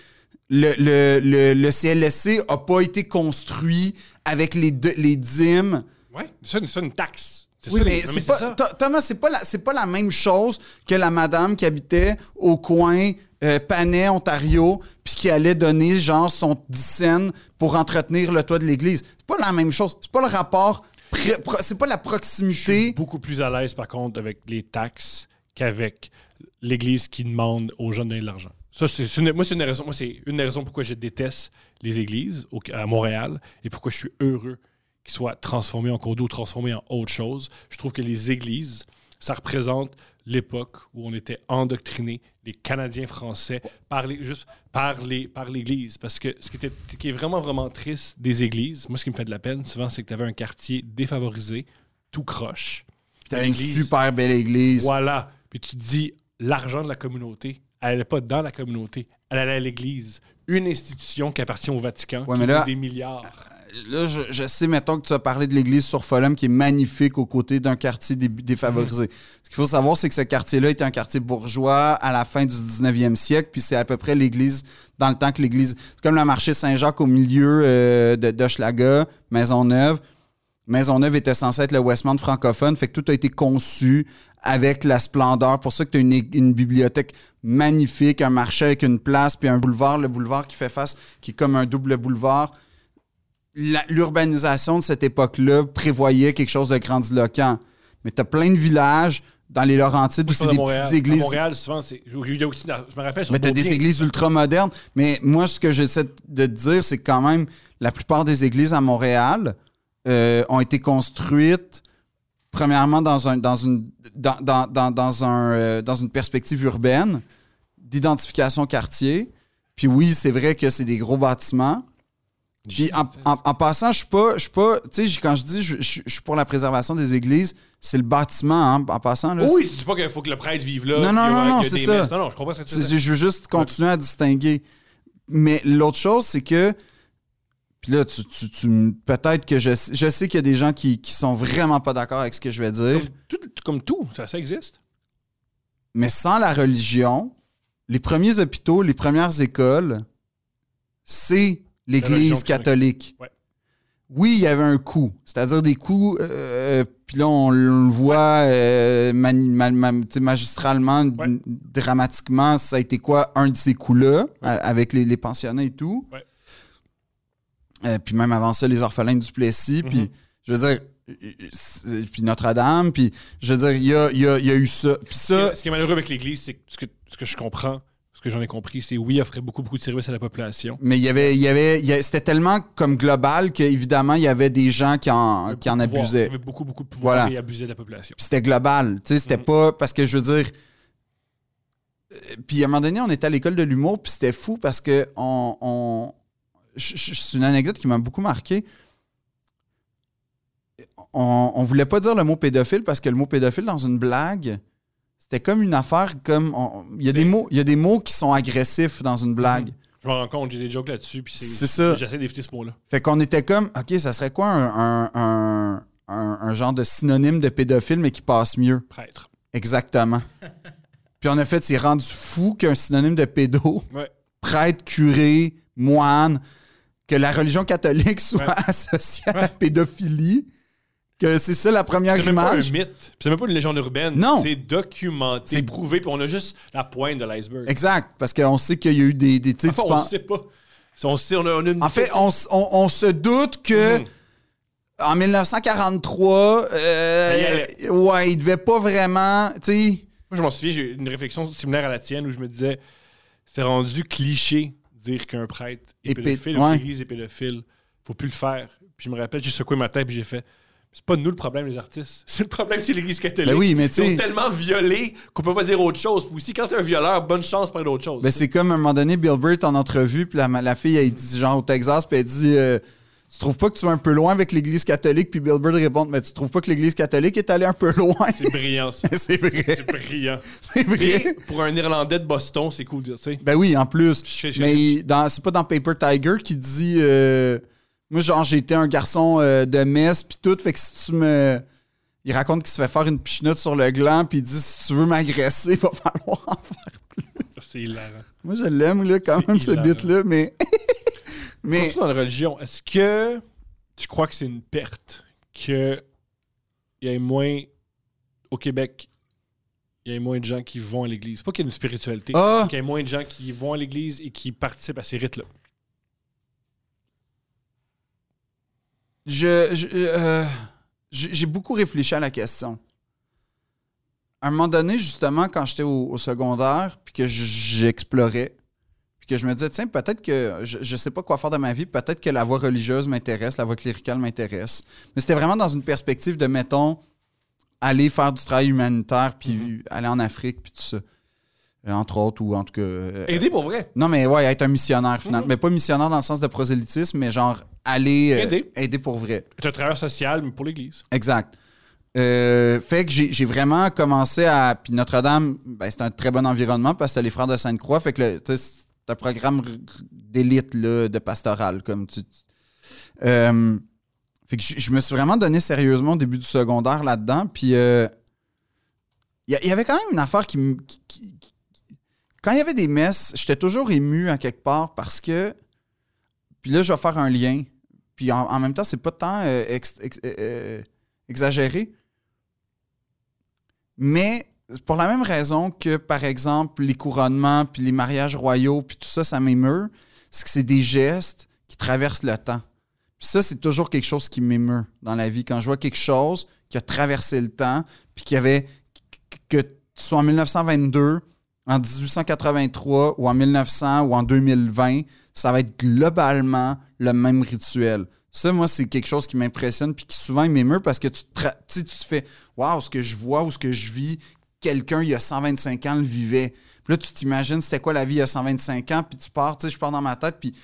Speaker 1: le, le, le, le CLSC a pas été construit avec les, d- les dîmes
Speaker 2: Oui, ça, c'est une taxe. C'est
Speaker 1: Oui,
Speaker 2: ça,
Speaker 1: mais
Speaker 2: les- non,
Speaker 1: c'est pas,
Speaker 2: ça.
Speaker 1: Tho- Thomas, c'est pas, la, c'est pas la même chose que la madame qui habitait au coin euh, Panay, Ontario, puis qui allait donner genre son 10 cents pour entretenir le toit de l'église. C'est pas la même chose. C'est pas le rapport, pré- pro- c'est pas la
Speaker 2: Je suis
Speaker 1: proximité.
Speaker 2: beaucoup plus à l'aise, par contre, avec les taxes qu'avec l'Église qui demande aux gens de donner de l'argent. Ça, c'est c'est une, moi, c'est une, raison- moi, c'est une des raisons pourquoi je déteste les églises au- à Montréal et pourquoi je suis heureux qu'ils soient transformés en cours d'eau, transformés en autre chose. Je trouve que les églises, ça représente l'époque où on était endoctrinés, les Canadiens français, par les, juste par les- par l'Église. Parce que ce qui, était, ce qui est vraiment, vraiment triste des églises, moi, ce qui me fait de la peine souvent, c'est que tu avais un quartier défavorisé, tout croche.
Speaker 1: T'as une
Speaker 2: L'église.
Speaker 1: super belle église.
Speaker 2: Voilà. Puis tu te dis, l'argent de la communauté, elle n'allait pas dans la communauté, elle allait à l'Église. Une institution qui appartient au Vatican,
Speaker 1: Ouais,
Speaker 2: qui
Speaker 1: mais là- Ah,
Speaker 2: vaut des milliards.
Speaker 1: Là, je, je sais, mettons, que tu as parlé de l'église sur Folum qui est magnifique aux côtés d'un quartier dé- défavorisé. Ce qu'il faut savoir, c'est que ce quartier-là était un quartier bourgeois à la fin du 19e siècle, puis c'est à peu près l'église, dans le temps que l'église. C'est comme le marché Saint-Jacques au milieu euh, de d'Hochelaga, Maisonneuve. Maisonneuve était censée être le Westmount francophone, fait que tout a été conçu avec la splendeur. Pour ça que tu as une, é- une bibliothèque magnifique, un marché avec une place, puis un boulevard, le boulevard qui fait face, qui est comme un double boulevard la- l'urbanisation de cette époque-là prévoyait quelque chose de grandiloquent. Mais t'as plein de villages dans les Laurentides où
Speaker 2: Pas
Speaker 1: c'est
Speaker 2: de
Speaker 1: des
Speaker 2: Montréal.
Speaker 1: petites
Speaker 2: À
Speaker 1: églises.
Speaker 2: Montréal, souvent, c'est. Je, je- je- je me rappelle. sur
Speaker 1: Mais t'as
Speaker 2: Beaubien,
Speaker 1: des églises ultra modernes. Mais moi, ce que j'essaie de te dire, c'est que quand même la plupart des églises à Montréal euh, ont été construites premièrement dans un dans une dans, dans- dans- dans un euh, dans une perspective urbaine d'identification quartier. Puis oui, c'est vrai que c'est des gros bâtiments, Puis en, en- en passant, je suis pas, je suis pas, tu sais, j- quand je dis je, je- je suis pour la préservation des églises, c'est le bâtiment, hein, en passant. Là,
Speaker 2: Oui, tu dis pas qu'il faut que le prêtre vive là.
Speaker 1: Non,
Speaker 2: puis
Speaker 1: non,
Speaker 2: il y aura-
Speaker 1: non, non,
Speaker 2: qu'il y a
Speaker 1: c'est
Speaker 2: des
Speaker 1: ça.
Speaker 2: messes. Non, non, je comprends ce que tu
Speaker 1: C'est-
Speaker 2: dis.
Speaker 1: Je veux juste continuer à distinguer. Mais l'autre chose, c'est que. Puis là, tu, tu, tu m- peut-être que je, je sais qu'il y a des gens qui, qui sont vraiment pas d'accord avec ce que je vais dire,
Speaker 2: Comme tout, comme tout, ça, ça existe.
Speaker 1: mais sans la religion, les premiers hôpitaux, les premières écoles, c'est
Speaker 2: religion
Speaker 1: l'Église
Speaker 2: qui sont-
Speaker 1: catholique.
Speaker 2: Ouais.
Speaker 1: Oui, il y avait un coup, c'est-à-dire des coups, euh, puis là, on le voit euh, mani- ma- ma- tu sais, magistralement,
Speaker 2: Ouais.
Speaker 1: n- dramatiquement, ça a été quoi un de ces coups-là, a- avec les, les pensionnats et tout.
Speaker 2: Ouais.
Speaker 1: Euh, puis même avant ça, les orphelins du Plessis,
Speaker 2: Mhm.
Speaker 1: puis je veux dire, euh, c'est- puis Notre-Dame, puis je veux dire, il y a, il y a- il y a eu ça. Puis ça,
Speaker 2: Ce qui est malheureux avec l'Église, c'est que ce, que ce que je comprends, ce que j'en ai compris, c'est oui, offrait beaucoup, beaucoup de services à la population.
Speaker 1: Mais il y avait, il y avait, il y a- c'était tellement comme global qu'évidemment, il y avait des gens qui en, qui en
Speaker 2: Pouvoir.
Speaker 1: abusaient.
Speaker 2: Il y avait beaucoup, beaucoup de pouvoir
Speaker 1: Voilà.
Speaker 2: et abuser de la population.
Speaker 1: Puis c'était global. Tu sais, c'était
Speaker 2: Mhm.
Speaker 1: pas. Parce que je veux dire. euh, Puis à un moment donné, on était à l'école de l'humour, puis c'était fou parce que on. on- je- je- C'est une anecdote qui m'a beaucoup marqué. On, on voulait pas dire le mot pédophile parce que le mot pédophile dans une blague, c'était comme une affaire comme. on- Il y, a des
Speaker 2: C'est-
Speaker 1: mots- il y a des mots qui sont agressifs dans une blague.
Speaker 2: Je me rends compte, j'ai des jokes là-dessus, puis c'est-
Speaker 1: C'est ça.
Speaker 2: J'essaie d'éviter ce mot-là.
Speaker 1: Fait qu'on était comme, OK, ça serait quoi un, un- un- un- un genre de synonyme de pédophile, mais qui passe mieux?
Speaker 2: Prêtre.
Speaker 1: Exactement. Puis on a fait, c'est rendu fou qu'un synonyme de pédo,
Speaker 2: Ouais.
Speaker 1: prêtre, curé, moine, que la religion catholique soit
Speaker 2: Ouais.
Speaker 1: associée à la
Speaker 2: Ouais.
Speaker 1: pédophilie, que c'est ça la première
Speaker 2: C'est même pas un
Speaker 1: image.
Speaker 2: mythe, puis c'est même pas une légende urbaine.
Speaker 1: Non.
Speaker 2: C'est documenté,
Speaker 1: C'est-
Speaker 2: prouvé, puis on a juste la pointe de l'iceberg.
Speaker 1: Exact, parce qu'on sait qu'il y a eu des... des tu sais, tu
Speaker 2: Enfin, on
Speaker 1: penses-
Speaker 2: sait pas. Si on sait, on a, on a une.
Speaker 1: En fait, on, s- on- on se doute que
Speaker 2: Mhm.
Speaker 1: en 1943, euh,
Speaker 2: Il y allait.
Speaker 1: ouais, il devait pas vraiment, tu sais,
Speaker 2: Moi, je m'en souviens, j'ai eu une réflexion similaire à la tienne où je me disais, c'est rendu cliché de dire qu'un prêtre est
Speaker 1: Et pé-
Speaker 2: pédophile,
Speaker 1: ouais.
Speaker 2: ou que l'église est pédophile. Faut plus le faire. Puis je me rappelle, j'ai secoué ma tête, puis j'ai fait. C'est pas nous le problème, les artistes. C'est le problème, c'est l'Église catholique.
Speaker 1: Ben oui, mais
Speaker 2: Ils
Speaker 1: tu sais-
Speaker 2: sont tellement violés qu'on peut pas dire autre chose. Puis aussi, quand t'es un violeur, bonne chance pour autre chose.
Speaker 1: Ben, c'est comme à un moment donné, Bill Burr est en entrevue, puis la, la fille, elle dit genre au Texas, puis elle dit euh, Tu trouves pas que tu vas un peu loin avec l'Église catholique Puis Bill Burr répond Mais tu trouves pas que l'Église catholique est allée un peu loin
Speaker 2: C'est brillant, ça.
Speaker 1: C'est vrai,
Speaker 2: C'est brillant.
Speaker 1: c'est
Speaker 2: Et
Speaker 1: vrai.
Speaker 2: pour un Irlandais de Boston, c'est cool de dire, tu sais.
Speaker 1: Ben oui, en plus.
Speaker 2: Je- je-
Speaker 1: Mais dans- c'est pas dans Paper Tiger qui dit euh, Moi, genre, j'étais un garçon euh, de messe, puis tout, fait que si tu me. Il raconte qu'il se fait faire une pichenote sur le gland, puis il dit Si tu veux m'agresser, va falloir en faire.
Speaker 2: C'est hilarant.
Speaker 1: Moi, je l'aime, là, quand
Speaker 2: C'est
Speaker 1: même, ce
Speaker 2: hilarant.
Speaker 1: bit-là, mais. mais.
Speaker 2: Surtout dans la religion, est-ce que tu crois que c'est une perte que il y ait moins au Québec, il y ait moins de gens qui vont à l'église? Pas qu'il y ait une spiritualité,
Speaker 1: Ah!
Speaker 2: qu'il y ait moins de gens qui vont à l'église et qui participent à ces rites-là.
Speaker 1: Je, je- euh, j'ai j'ai beaucoup réfléchi à la question. À un moment donné, justement, quand j'étais au, au secondaire, puis que j- j'explorais, puis que je me disais, tiens, peut-être que je, je sais pas quoi faire de ma vie, peut-être que la voie religieuse m'intéresse, la voie cléricale m'intéresse. Mais c'était vraiment dans une perspective de, mettons, aller faire du travail humanitaire, puis aller en Afrique, puis tout ça. Euh, Entre autres, ou en tout cas. euh,
Speaker 2: Aider pour vrai.
Speaker 1: non, mais ouais, être un missionnaire, finalement.
Speaker 2: Mhm.
Speaker 1: Mais pas missionnaire dans le sens de prosélytisme, mais genre aller euh,
Speaker 2: Aider.
Speaker 1: aider pour vrai.
Speaker 2: C'est un travail social, mais pour l'église.
Speaker 1: Exact. Euh, fait que j'ai j'ai vraiment commencé à. Puis Notre-Dame, ben, c'est un très bon environnement parce que t'as les frères de Sainte-Croix. Fait que le- tu sais, c'est un programme r- r- d'élite, là, de pastoral, comme tu. tu- Euh, fait que je je me suis vraiment donné sérieusement au début du secondaire là-dedans. Puis euh, il y, a- il y avait quand même une affaire qui. me- qui- qui- qui- quand il y avait des messes, j'étais toujours ému à quelque part parce que. Puis là, je vais faire un lien. Puis en, en même temps, c'est pas tant euh, ex- ex- euh, euh, exagéré. Mais pour la même raison que, par exemple, les couronnements, puis les mariages royaux, puis tout ça, ça m'émeut, c'est que c'est des gestes qui traversent le temps. Puis ça, c'est toujours quelque chose qui m'émeut dans la vie. Quand je vois quelque chose qui a traversé le temps, puis qui avait. que que tu sois en 1922, en 1883, ou en 1900, ou en 2020, ça va être globalement le même rituel. Ça, moi, c'est quelque chose qui m'impressionne puis qui souvent il m'émeut parce que tu, te tra- tu sais, tu te fais Waouh, ce que je vois ou ce que je vis, quelqu'un il y a 125 ans le vivait. Puis là, tu t'imagines c'était quoi la vie il y a 125 ans, puis tu pars, tu sais, je pars dans ma tête, puis.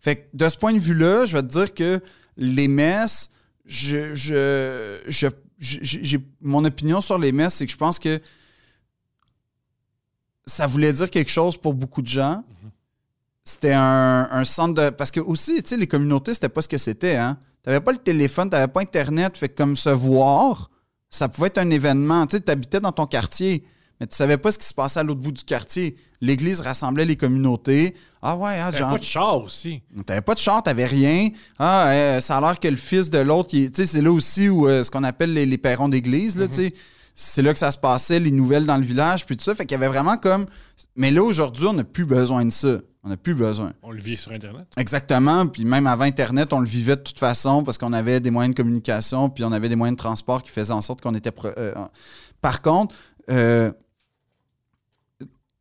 Speaker 1: Fait que de ce point de vue-là, je vais te dire que les messes, je, je, je- je- j'ai- j'ai- mon opinion sur les messes, c'est que je pense que ça voulait dire quelque chose pour beaucoup de gens.
Speaker 2: Mm-hmm.
Speaker 1: C'était un, un centre de. Parce que aussi, tu sais, les communautés, c'était pas ce que c'était, hein. T'avais pas le téléphone, t'avais pas Internet, fait que comme se voir, ça pouvait être un événement. Tu sais, t'habitais dans ton quartier, mais tu savais pas ce qui se passait à l'autre bout du quartier. L'église rassemblait les communautés. Ah ouais, ah,
Speaker 2: T'avais
Speaker 1: genre.
Speaker 2: pas de char aussi.
Speaker 1: T'avais pas de char, t'avais rien. Ah, euh, ça a l'air que le fils de l'autre, il- tu sais, c'est là aussi où euh, ce qu'on appelle les, les perrons d'église, là, tu sais. C'est là que ça se passait, les nouvelles dans le village, puis tout ça. Fait qu'il y avait vraiment comme. Mais là, aujourd'hui, on n'a plus besoin de ça. On n'a plus besoin.
Speaker 2: On le vit sur Internet.
Speaker 1: Exactement. Puis même avant Internet, on le vivait de toute façon parce qu'on avait des moyens de communication, puis on avait des moyens de transport qui faisaient en sorte qu'on était. pro- euh, Par contre, euh,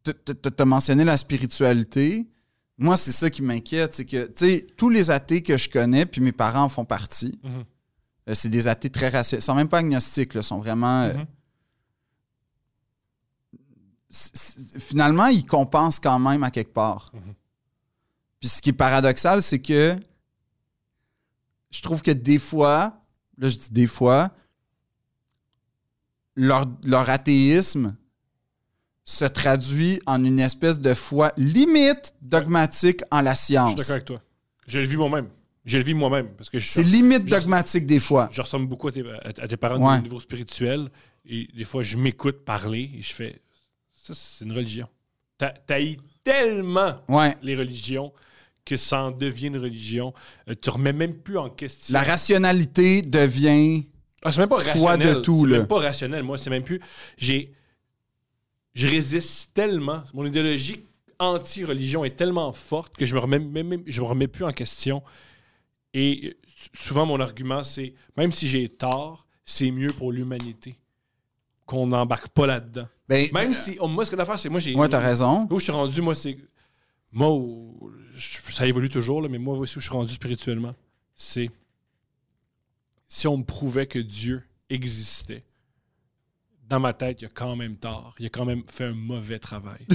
Speaker 1: tu as mentionné la spiritualité. Moi, c'est ça qui m'inquiète, c'est que, tu sais, tous les athées que je connais, puis mes parents en font partie,
Speaker 2: Mhm.
Speaker 1: euh, c'est des athées très rationnels. Ils sont même pas agnostiques, là, ils sont vraiment... euh,
Speaker 2: Mhm.
Speaker 1: c- c- Finalement, ils compensent quand même à quelque part.
Speaker 2: Mhm.
Speaker 1: Puis ce qui est paradoxal, c'est que je trouve que des fois, là, je dis des fois, leur, leur athéisme se traduit en une espèce de foi limite dogmatique en la
Speaker 2: Je suis d'accord
Speaker 1: science.
Speaker 2: avec toi. Je le vis moi-même. Je le vis moi-même. Parce que je,
Speaker 1: C'est limite
Speaker 2: Je-
Speaker 1: dogmatique des fois.
Speaker 2: je ressemble beaucoup à tes, à- à tes parents
Speaker 1: Ouais.
Speaker 2: au niveau spirituel. Et des fois, je m'écoute parler et je fais ça, c'est une religion. T'a- T'haïs tellement
Speaker 1: Ouais.
Speaker 2: les religions que ça en devient une religion. Euh, tu remets même plus en question.
Speaker 1: La rationalité devient.
Speaker 2: Ah, c'est même pas
Speaker 1: foi
Speaker 2: rationnel.
Speaker 1: de tout,
Speaker 2: C'est
Speaker 1: là.
Speaker 2: même pas rationnel. Moi, c'est même plus. J'ai. Je résiste tellement. Mon idéologie anti-religion est tellement forte que je me remets, même- même- je me remets plus en question. Et euh, sou- souvent, mon argument, c'est même si j'ai tort, c'est mieux pour l'humanité qu'on n'embarque pas là-dedans.
Speaker 1: Ben,
Speaker 2: Même si. oh, moi, ce que l'affaire, c'est moi, j'ai.
Speaker 1: ouais, t'as raison.
Speaker 2: Là où je suis rendu, moi, c'est. Moi, où- je- ça évolue toujours, là, mais moi, voici où je suis rendu spirituellement. C'est. Si on me prouvait que Dieu existait, dans ma tête, il a quand même tort. Il a quand même fait un mauvais travail.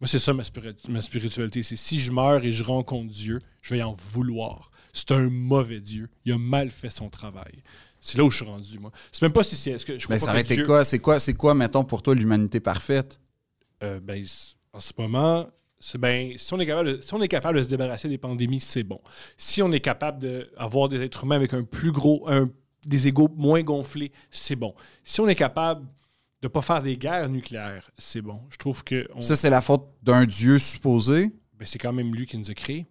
Speaker 2: moi, c'est ça ma, spiri- ma spiritualité. C'est si je meurs et je rencontre Dieu, je vais en vouloir. C'est un mauvais Dieu. Il a mal fait son travail. C'est là où je suis rendu, moi. C'est même pas si c'est. Est-ce que je crois
Speaker 1: Ben,
Speaker 2: pas
Speaker 1: ça
Speaker 2: que
Speaker 1: aurait été
Speaker 2: Dieu-
Speaker 1: quoi? C'est quoi, c'est quoi, mettons, pour toi, l'humanité parfaite?
Speaker 2: euh, ben, c- en ce moment, c'est ben, si on est capable, de, si on est capable de se débarrasser des pandémies, c'est bon. Si on est capable d'avoir des êtres humains avec un plus gros, un- des égaux moins gonflés, c'est bon. Si on est capable de ne pas faire des guerres nucléaires, c'est bon. Je trouve que on-
Speaker 1: Ça, c'est la faute d'un dieu supposé.
Speaker 2: ben, c'est quand même lui qui nous a créés.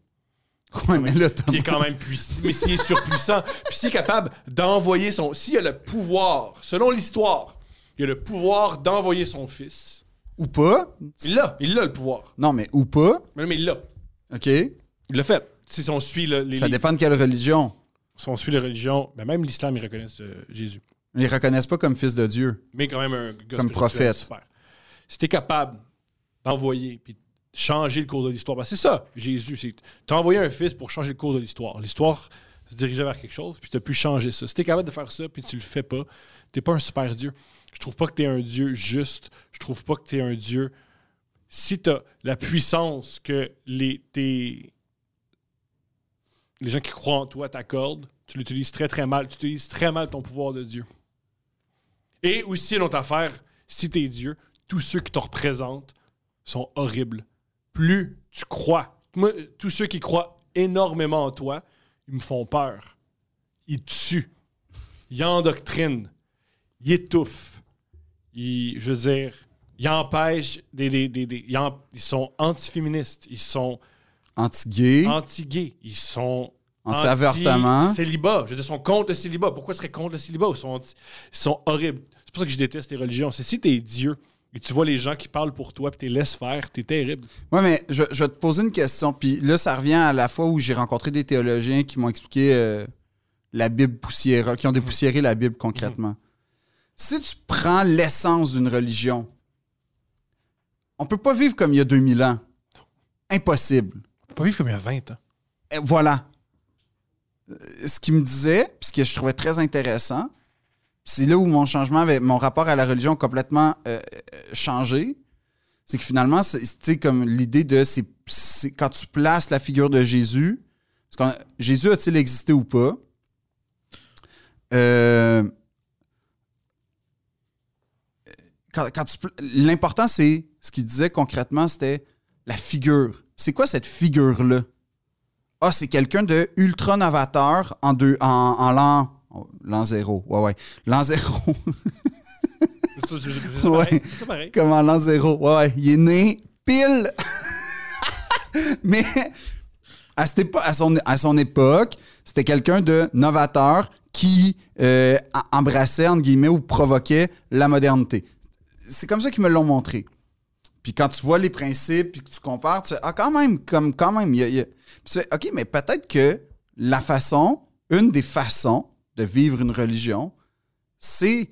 Speaker 1: Ouais, mais là, t'as-
Speaker 2: Puis il est quand même puissant. Mais s'il est surpuissant, puis s'il est capable d'envoyer son. S'il a le pouvoir, selon l'histoire, il a le pouvoir d'envoyer son fils.
Speaker 1: Ou pas?
Speaker 2: Il l'a, il l'a le pouvoir.
Speaker 1: Non, mais ou pas?
Speaker 2: Mais mais il l'a.
Speaker 1: OK?
Speaker 2: Il l'a fait. Si on suit le- les,
Speaker 1: Ça
Speaker 2: les-
Speaker 1: dépend de quelle religion.
Speaker 2: si on suit les religions, ben même l'islam, ils reconnaissent euh, Jésus.
Speaker 1: Ils les reconnaissent pas comme fils de Dieu.
Speaker 2: Mais quand même un gars
Speaker 1: Comme
Speaker 2: spirituel,
Speaker 1: prophète.
Speaker 2: Super. Si t'es capable d'envoyer puis de changer le cours de l'histoire, ben c'est ça, Jésus. c'est- T'as envoyé un fils pour changer le cours de l'histoire. L'histoire se dirigeait vers quelque chose, puis t'as pu changer ça. Si t'es capable de faire ça, puis tu le fais pas, t'es pas un super Dieu. Je trouve pas que t'es un Dieu juste. Je trouve pas que t'es un Dieu... Si t'as la puissance que les, tes, les gens qui croient en toi t'accordent, tu l'utilises très très mal. Tu utilises très mal ton pouvoir de Dieu. Et aussi, une autre affaire, si t'es Dieu, tous ceux qui te représentent sont horribles. Plus tu crois, moi, tous ceux qui croient énormément en toi, ils me font peur. Ils tuent. Ils endoctrinent. Ils étouffent. Ils, je veux dire, ils empêchent des. des- des- des- ils, en- ils sont antiféministes. Ils sont
Speaker 1: Anti-gay.
Speaker 2: anti-gays. Ils sont
Speaker 1: Anti-avortement.
Speaker 2: Célibat. Je veux dire, sont contre le célibat. Pourquoi ils seraient contre le célibat? Ils sont, anti- ils sont horribles. C'est pour ça que je déteste les religions. C'est si t'es Dieu et tu vois les gens qui parlent pour toi puis t'es laisses faire, t'es terrible.
Speaker 1: Ouais, mais je, je vais te poser une question. Puis là, ça revient à la fois où j'ai rencontré des théologiens qui m'ont expliqué euh, la Bible poussière, qui ont dépoussiéré la Bible concrètement. Si tu prends l'essence d'une religion, on peut pas vivre comme il y a 2000 ans. Impossible.
Speaker 2: On peut pas vivre comme il y a 20 ans.
Speaker 1: Et voilà. Euh, Ce qu'il me disait, puis ce que je trouvais très intéressant, c'est là où mon changement, avec mon rapport à la religion a complètement euh, euh, changé. C'est que finalement, c'est tu sais, comme l'idée de c'est c'est- quand tu places la figure de Jésus, parce que Jésus a-t-il existé ou pas? Euh, quand- quand tu pl- l'important, c'est ce qu'il disait concrètement, c'était la figure. C'est quoi cette figure-là? Ah, c'est quelqu'un de ultra novateur en, deux, en, en l'an, oh, l'an zéro. Ouais, ouais. L'an zéro.
Speaker 2: C'est ça, c'est ça, c'est ça,
Speaker 1: Ouais.
Speaker 2: pareil, c'est ça, pareil.
Speaker 1: Comme en l'an zéro. Ouais, ouais. Il est né pile. Mais à, cette épo- à son, à son époque, c'était quelqu'un de novateur qui euh, a- embrassait, entre guillemets, ou provoquait la modernité. C'est comme ça qu'ils me l'ont montré. Puis quand tu vois les principes, puis que tu compares, tu fais, ah, quand même, comme, quand même. il y a- il y a- Puis tu fais, OK, mais peut-être que la façon, une des façons de vivre une religion, c'est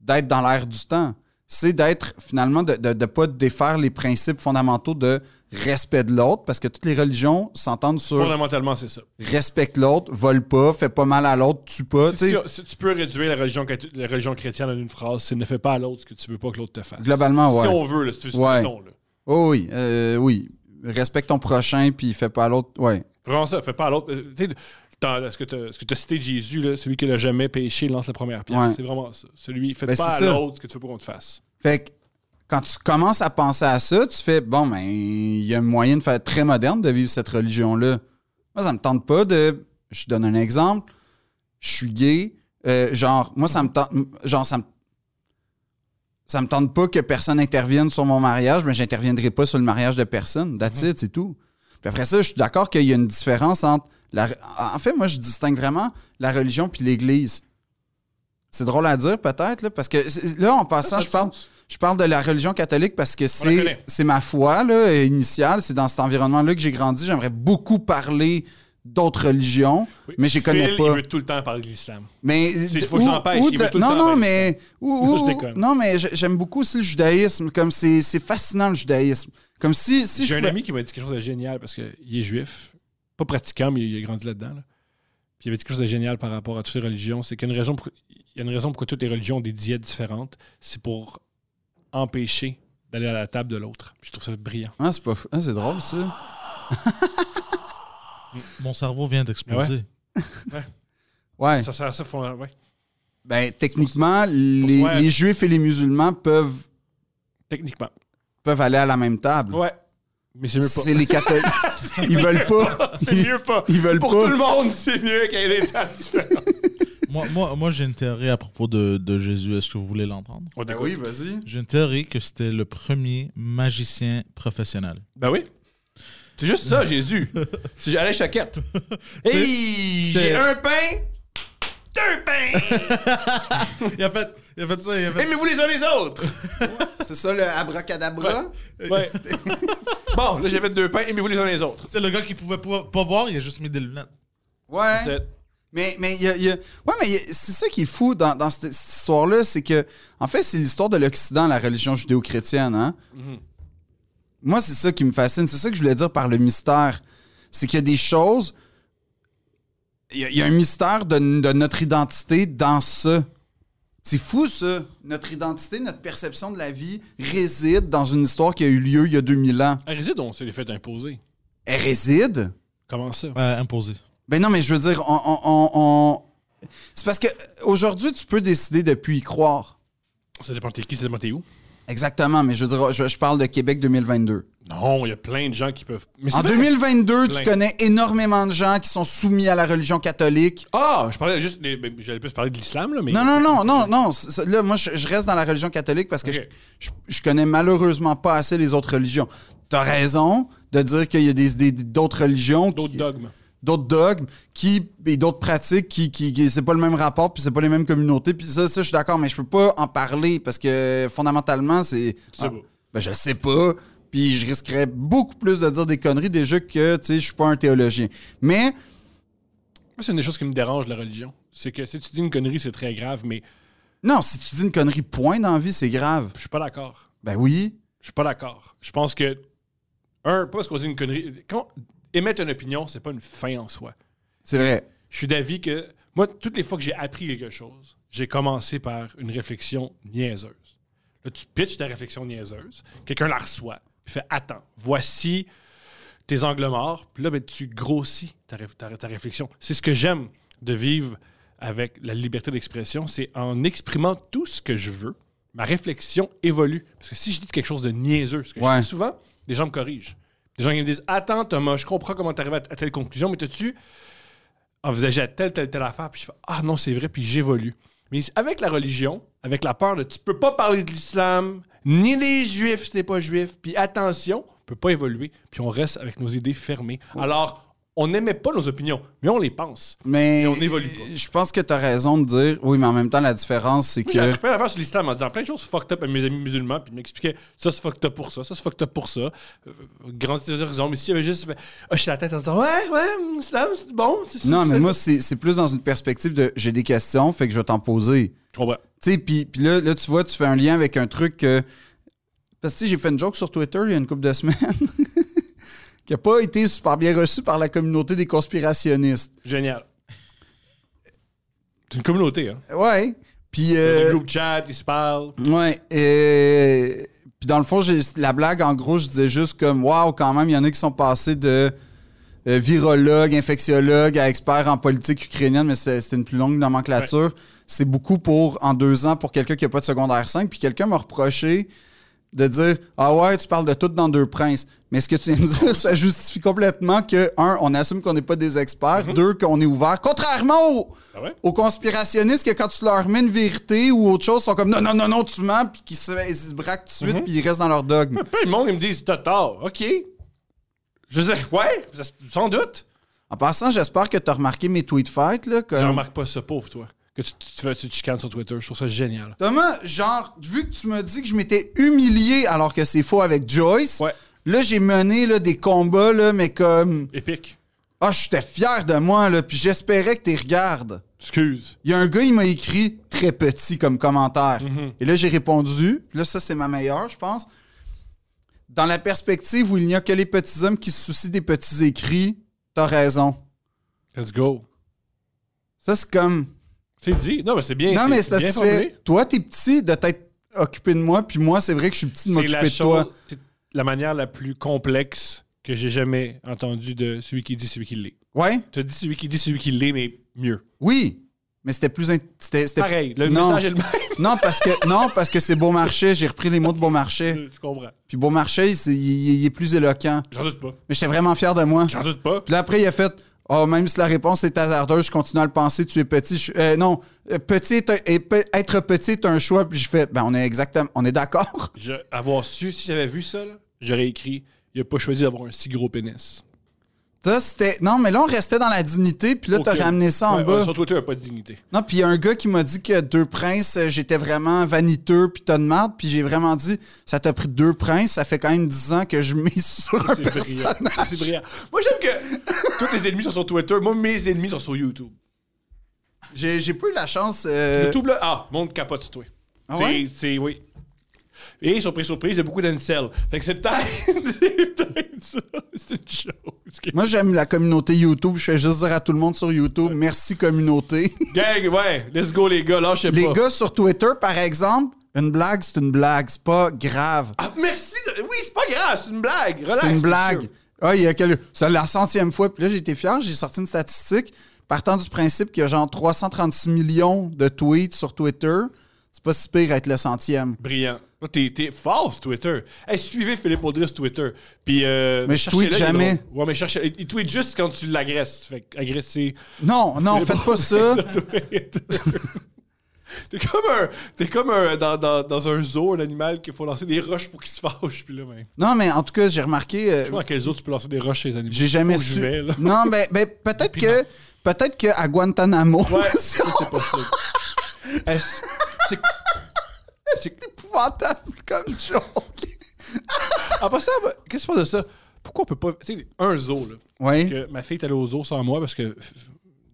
Speaker 1: d'être dans l'air du temps. C'est d'être, finalement, de ne pas défaire les principes fondamentaux de respect de l'autre, parce que toutes les religions s'entendent sur
Speaker 2: Fondamentalement, c'est ça.
Speaker 1: respecte l'autre, vole pas, fais pas mal à l'autre, tue pas. tu
Speaker 2: Si,
Speaker 1: sais.
Speaker 2: si tu peux réduire la religion, catho- la religion chrétienne en une phrase, c'est ne fais pas à l'autre ce que tu veux pas que l'autre te fasse.
Speaker 1: Globalement, ouais.
Speaker 2: Si on veut, là, si tu veux, c'est
Speaker 1: Ouais.
Speaker 2: le ton, là.
Speaker 1: Oh oui, euh, oui. Respecte ton prochain, puis fais pas à l'autre. Ouais.
Speaker 2: Vraiment ça, fais pas à l'autre. Euh, tu sais, t'as- Ce que tu as cité Jésus, là, celui qui n'a jamais péché lance la première pierre.
Speaker 1: Ouais.
Speaker 2: C'est vraiment ça. Celui, fais
Speaker 1: Ben,
Speaker 2: pas à
Speaker 1: c'est ça.
Speaker 2: l'autre ce que tu veux pas qu'on te fasse.
Speaker 1: Fait que quand tu commences à penser à ça, tu fais bon, ben, il y a un moyen de faire très moderne de vivre cette religion-là. Moi, ça me tente pas de. Je te donne un exemple. Je suis gay. Euh, genre, moi, ça me tente. Genre, ça me. Ça me tente pas que personne intervienne sur mon mariage, mais j'interviendrai pas sur le mariage de personne. That's it, c'est tout. Puis après ça, je suis d'accord qu'il y a une différence entre. La... En fait, moi, je distingue vraiment la religion puis l'Église. C'est drôle à dire, peut-être, là, parce que c'est- là, en passant,
Speaker 2: a
Speaker 1: Ah, je
Speaker 2: du
Speaker 1: parle,
Speaker 2: sens.
Speaker 1: je parle de la religion catholique parce que c'est
Speaker 2: connaît.
Speaker 1: c'est ma foi là, initiale. C'est dans cet environnement-là que j'ai grandi. J'aimerais beaucoup parler d'autres religions,
Speaker 2: Oui.
Speaker 1: mais je les connais
Speaker 2: Phil,
Speaker 1: pas.
Speaker 2: Il veut tout le temps parler de l'islam.
Speaker 1: Mais
Speaker 2: C'est- faut que je l'empêche, il veut tout le
Speaker 1: non,
Speaker 2: temps
Speaker 1: non,
Speaker 2: parler
Speaker 1: mais ou-
Speaker 2: Moi, je
Speaker 1: ou-
Speaker 2: déconne.
Speaker 1: non, mais j'ai- j'aime beaucoup aussi le judaïsme. Comme c'est c'est fascinant le judaïsme. Comme si si je
Speaker 2: J'ai un
Speaker 1: pouvais-
Speaker 2: ami qui m'a dit quelque chose de génial parce qu'il est juif, pas pratiquant, mais il a grandi là-dedans. là. Puis il avait dit quelque chose de génial par rapport à toutes les religions. C'est qu'il y a une raison pour, il y a une raison pourquoi toutes les religions ont des diètes différentes. C'est pour empêcher d'aller à la table de l'autre. Puis Je trouve ça brillant.
Speaker 1: Ah, c'est pas fou. Ah, c'est drôle ça.
Speaker 3: Mon cerveau vient d'exploser.
Speaker 1: Ouais.
Speaker 2: Ça sert à ça, faut- ouais.
Speaker 1: Ben techniquement, les,
Speaker 2: ouais.
Speaker 1: les juifs et les musulmans peuvent
Speaker 2: Techniquement.
Speaker 1: peuvent aller à la même table.
Speaker 2: Ouais. Mais c'est mieux
Speaker 1: C'est
Speaker 2: pas.
Speaker 1: les catholiques. Ils veulent pas.
Speaker 2: C'est
Speaker 1: Ils-
Speaker 2: mieux pas.
Speaker 1: Ils veulent
Speaker 2: Pour
Speaker 1: pas.
Speaker 2: tout le monde, c'est mieux qu'il y ait des tables différentes.
Speaker 3: Moi, moi, moi j'ai une théorie à propos de, de Jésus. Est-ce que vous voulez l'entendre?
Speaker 2: On
Speaker 1: Ben
Speaker 2: t'écoute.
Speaker 1: oui, vas-y.
Speaker 3: J'ai une théorie que c'était le premier magicien professionnel.
Speaker 2: Ben oui. C'est juste ça, Jésus. C'est Alain Chaquette. Hey,
Speaker 3: c'est-
Speaker 2: j'ai un pain, deux pains.
Speaker 3: Il a fait, il a fait ça, il a fait...
Speaker 2: Aimez-vous les uns les autres.
Speaker 1: C'est ça le abracadabra.
Speaker 2: Ouais. bon, là, j'ai fait deux pains, aimez-vous les uns les autres.
Speaker 3: C'est le gars qui pouvait pas, pas voir, il a juste mis des lunettes.
Speaker 1: Ouais.
Speaker 2: C'est-
Speaker 1: Mais, mais, il y a- il y a- ouais, mais il y a- c'est ça qui est fou dans, dans cette, cette histoire-là, c'est que, en fait, c'est l'histoire de l'Occident, la religion judéo-chrétienne. Hein? Moi, c'est ça qui me fascine. C'est ça que je voulais dire par le mystère. C'est qu'il y a des choses. Il y a, il y a un mystère de, de notre identité dans ça. C'est fou, ça. Notre identité, notre perception de la vie réside dans une histoire qui a eu lieu il y a 2000 ans.
Speaker 2: Ah, réside, on s'est les fait imposer.
Speaker 1: Elle réside?
Speaker 2: Comment ça?
Speaker 3: Euh, imposé.
Speaker 1: Ben non, mais je veux dire, on. on- on- on- C'est parce que euh, aujourd'hui, tu peux décider de plus y croire.
Speaker 2: Ça dépend t'es qui, ça dépend t'es où.
Speaker 1: Exactement, mais je veux dire, je, je parle de Québec 2022.
Speaker 2: Non, il y a plein de gens qui peuvent. Mais
Speaker 1: En
Speaker 2: vrai.
Speaker 1: 2022,
Speaker 2: Plein.
Speaker 1: tu connais énormément de gens qui sont soumis à la religion catholique.
Speaker 2: Ah, je parlais juste. des- ben, J'allais plus parler de l'islam, là, mais.
Speaker 1: Non, non, non, non, non. c'est- c'est- Là, moi, je, je reste dans la religion catholique parce que
Speaker 2: Ok.
Speaker 1: je, je- je connais malheureusement pas assez les autres religions. T'as raison de dire qu'il y a des- des- d'autres religions. qui-
Speaker 2: D'autres dogmes.
Speaker 1: d'autres dogmes qui et d'autres pratiques qui, qui, qui- c'est pas le même rapport puis c'est pas les mêmes communautés puis ça ça je suis d'accord mais je peux pas en parler parce que fondamentalement c'est
Speaker 2: sais
Speaker 1: Ah,
Speaker 2: pas.
Speaker 1: ben je sais pas puis je risquerais beaucoup plus de dire des conneries déjà que tu sais je suis pas un théologien mais
Speaker 2: Moi, c'est une des choses qui me dérange de la religion. C'est que si tu dis une connerie, c'est très grave, mais
Speaker 1: non si tu dis une connerie point dans la vie c'est grave
Speaker 2: je suis pas d'accord.
Speaker 1: ben oui
Speaker 2: Je suis pas d'accord. Je pense que, un, pas parce qu'on dit une connerie. Quand émettre une opinion, c'est pas une fin en soi.
Speaker 1: c'est vrai
Speaker 2: Je suis d'avis que, moi, toutes les fois que j'ai appris quelque chose, j'ai commencé par une réflexion niaiseuse. Là, tu pitches ta réflexion niaiseuse, quelqu'un la reçoit, puis fait Attends, voici tes angles morts, puis là, ben, tu grossis ta, ré- ta- ta réflexion. C'est ce que j'aime de vivre avec la liberté d'expression, c'est en exprimant tout ce que je veux, ma réflexion évolue. Parce que si je dis quelque chose de niaiseux, ce que
Speaker 1: Ouais.
Speaker 2: je dis souvent, des gens me corrigent. Des gens qui me disent Attends, Thomas, je comprends comment tu arrives à, à telle conclusion, mais t'as-tu envisagé à telle, telle, telle affaire Puis je fais Ah non, c'est vrai, puis j'évolue. Mais avec la religion, avec la peur de tu peux pas parler de l'islam, ni des juifs si t'es pas juif, puis attention, on peut pas évoluer, puis on reste avec nos idées fermées. Alors, on n'aimait pas nos opinions, mais on les pense.
Speaker 1: Mais
Speaker 2: Et on n'évolue pas.
Speaker 1: Je pense que tu as raison de dire oui, mais en même temps, la différence, c'est
Speaker 2: Moi, J'ai
Speaker 1: que.
Speaker 2: appris plein d'affaires sur l'islam en disant plein de choses fucked up à mes amis musulmans, puis ils m'expliquaient ça c'est fucked up pour ça, ça c'est fucked up pour ça. Euh, grand horizon, mais si j'avais juste fait ah, je suis la tête en disant ouais, ouais, l'islam c'est bon, c'est
Speaker 1: Non,
Speaker 2: c'est-
Speaker 1: mais
Speaker 2: c'est-
Speaker 1: moi, c'est c'est plus dans une perspective de j'ai des questions, fait que je vais t'en poser.
Speaker 2: Je comprends.
Speaker 1: Tu sais, puis puis là, là, tu vois, tu fais un lien avec un truc que. Parce que tu sais, j'ai fait une joke sur Twitter il y a une couple de semaines qui n'a pas été super bien reçue par la communauté des conspirationnistes.
Speaker 2: Génial. C'est une communauté, hein.
Speaker 1: Ouais. Puis.
Speaker 2: Il y a
Speaker 1: euh,
Speaker 2: des groupes chat, ils se parlent.
Speaker 1: Ouais. euh, Puis dans le fond, j'ai la blague, en gros, je disais juste comme Waouh, quand même, il y en a qui sont passés de euh, virologue, infectiologue à expert en politique ukrainienne, mais c'est c'est une plus longue nomenclature. C'est beaucoup pour en deux ans pour quelqu'un qui n'a pas de secondaire 5. Puis quelqu'un m'a reproché de dire Ah ouais, tu parles de tout dans deux princes. Mais ce que tu viens de dire, ça justifie complètement que, un, on assume qu'on n'est pas des experts, deux, qu'on est ouvert, contrairement aux,
Speaker 2: Ah ouais?
Speaker 1: aux conspirationnistes que quand tu leur mets une vérité ou autre chose, ils sont comme non, non, non, non, tu mens, puis qu'ils se, ils se braquent tout de suite, puis ils restent dans leur dogme.
Speaker 2: Plein de monde, ils me disent t'as tort, ok. Je veux dire, ouais, ça- sans doute.
Speaker 1: En passant, j'espère que tu as remarqué mes tweets fight, là.
Speaker 2: Je
Speaker 1: Comme...
Speaker 2: remarque pas ça, pauvre toi. Que tu, tu, te fais- tu te chicanes sur Twitter, je trouve ça génial.
Speaker 1: Thomas, genre, vu que tu me dis que je m'étais humilié alors que c'est faux avec Joyce,
Speaker 2: Ouais.
Speaker 1: là, j'ai mené là, des combats, là, mais comme.
Speaker 2: Épique.
Speaker 1: Ah, j'étais fier de moi, là, puis j'espérais que tu regardes.
Speaker 2: Excuse.
Speaker 1: Il y a un gars, il m'a écrit très petit comme commentaire.
Speaker 2: Mhm.
Speaker 1: Et là, j'ai répondu. Là, ça, c'est ma meilleure, je pense. Dans la perspective où il n'y a que les petits hommes qui se soucient des petits écrits, t'as raison.
Speaker 2: Let's go.
Speaker 1: Ça, c'est comme.
Speaker 2: C'est dit. Non, mais c'est bien.
Speaker 1: Non, mais c'est parce
Speaker 2: bien
Speaker 1: que tu
Speaker 2: formulé.
Speaker 1: fais. Toi, t'es petit de t'être occupé de moi, puis moi, c'est vrai que je suis petit de
Speaker 2: C'est la
Speaker 1: m'occuper de toi.
Speaker 2: chose- c'est la manière la plus complexe que j'ai jamais entendue de celui qui dit celui qui l'est.
Speaker 1: Ouais?
Speaker 2: Tu as dit celui qui dit celui qui l'est, mais mieux.
Speaker 1: Oui. Mais c'était plus. int- c'était- c'était-
Speaker 2: Pareil, le
Speaker 1: non.
Speaker 2: message est le même.
Speaker 1: Non, parce que, non, parce que c'est Beaumarchais. J'ai repris les mots de Beaumarchais.
Speaker 2: Je comprends.
Speaker 1: Puis Beaumarchais, il, c'est- il- il est plus éloquent.
Speaker 2: J'en doute pas.
Speaker 1: Mais j'étais vraiment fier de moi.
Speaker 2: J'en doute pas.
Speaker 1: Puis là, après, il a fait Oh, même si la réponse est hasardeuse, je continue à le penser, tu es petit. Je- euh, non, euh, petit est un- et pe- être petit est un choix. Puis je fais Ben, on est exactement, on est d'accord.
Speaker 2: Je, avoir su, si j'avais vu ça, là, j'aurais écrit il a pas choisi d'avoir un si gros pénis.
Speaker 1: Ça, c'était. Non, mais là, on restait dans la dignité, puis là,
Speaker 2: Aucune.
Speaker 1: t'as ramené ça en
Speaker 2: Ouais,
Speaker 1: bas.
Speaker 2: ouais, Sur Twitter, il n'y a pas de dignité.
Speaker 1: Non, puis il y a un gars qui m'a dit que deux princes, euh, j'étais vraiment vaniteux, puis t'as de merde. Puis j'ai vraiment dit Ça t'a pris deux princes, ça fait quand même dix ans que je mise sur un
Speaker 2: C'est brillant.
Speaker 1: personnage.
Speaker 2: C'est brillant. Moi, j'aime que tous tes ennemis sont sur Twitter. Moi, mes ennemis sont sur YouTube.
Speaker 1: J'ai j'ai pas eu la chance. euh,
Speaker 2: YouTube, là, ah, monde capote sur toi.
Speaker 1: Ah
Speaker 2: C'est-
Speaker 1: ouais?
Speaker 2: C'est, oui. Et surprise, surprise, il y a beaucoup d'ancel. Fait que c'est peut-être c'est peut-être ça. C'est une chose. que-
Speaker 1: Moi, j'aime la communauté YouTube. Je fais juste dire à tout le monde sur YouTube Merci, communauté.
Speaker 2: Gang, ouais, let's go, les gars, lâchez
Speaker 1: Les
Speaker 2: pas.
Speaker 1: gars sur Twitter, par exemple, une blague, c'est une blague. C'est pas grave.
Speaker 2: Ah, merci. de- Oui, c'est pas grave, c'est une blague. Relax,
Speaker 1: c'est une
Speaker 2: monsieur.
Speaker 1: blague. Ah, il y a quel- C'est la centième fois. Puis là, j'ai été fier. J'ai sorti une statistique partant du principe qu'il y a genre 336 millions de tweets sur Twitter. C'est pas si pire être le centième.
Speaker 2: Brillant. Toi, T'es, t'es fort sur Twitter. Hey, suivez Philippe Audry sur Twitter. Puis, euh,
Speaker 1: Mais je
Speaker 2: cherchez-le,
Speaker 1: tweete
Speaker 2: il est
Speaker 1: jamais.
Speaker 2: drôle. Ouais, mais cherchez. Il, il tweet juste quand tu l'agresses. Fait que agresser.
Speaker 1: Non, non, faites pas ça.
Speaker 2: Twitter. T'es comme un. T'es comme un. Dans, dans, dans un zoo, un animal qu'il faut lancer des roches pour qu'il se fâche. Puis là, ben.
Speaker 1: Non, mais en tout cas, j'ai remarqué. euh,
Speaker 2: Je sais pas dans quel zoo tu peux lancer des roches chez les animaux.
Speaker 1: j'ai jamais
Speaker 2: Au
Speaker 1: su.
Speaker 2: juvet, là.
Speaker 1: Non, mais mais peut-être que. Peut-être qu'à Guantanamo,
Speaker 2: Ouais,
Speaker 1: c'est
Speaker 2: ça, c'est possible. Est-ce- c'est- c'est-
Speaker 1: épouvantable comme joke.
Speaker 2: En passant, ben, qu'est-ce que tu penses de ça? Pourquoi on peut pas. Tu sais, un zoo, là.
Speaker 1: Oui.
Speaker 2: que ma fille est allée aux zoo sans moi parce que f- f-